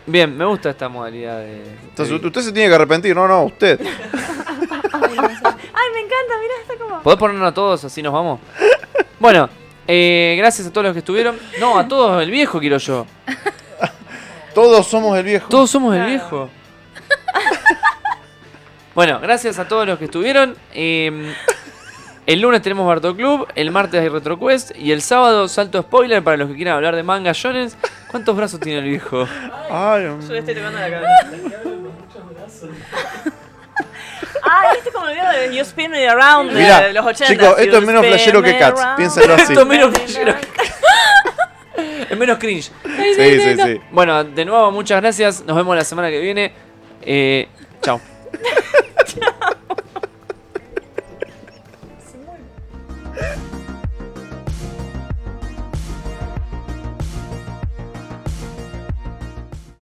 S2: Bien, me gusta esta modalidad de.
S1: Entonces, usted se tiene que arrepentir. No, no, usted.
S3: Ay, me encanta, mirá, está como.
S2: ¿Podés ponernos a todos así nos vamos? Bueno, eh, gracias a todos los que estuvieron. No, a todos, el viejo quiero yo.
S1: Todos somos el viejo.
S2: Todos somos el
S3: Claro.
S2: viejo. Bueno, gracias a todos los que estuvieron. Eh, el lunes tenemos Barto Club, el martes hay RetroQuest y el sábado salto spoiler para los que quieran hablar de manga shonen. ¿Cuántos brazos tiene el viejo?
S1: Ay,
S3: Yo le estoy tocando la cabeza. Ah, viste como el video de You Spin Me Around de
S1: Mirá,
S3: los 80.
S1: chicos, esto es menos flashero que Cats, piénsenlo así.
S2: Esto es menos flashero. Es menos cringe.
S1: sí, sí, sí.
S2: Bueno, de nuevo, muchas gracias. Nos vemos la semana que viene. Eh, chao.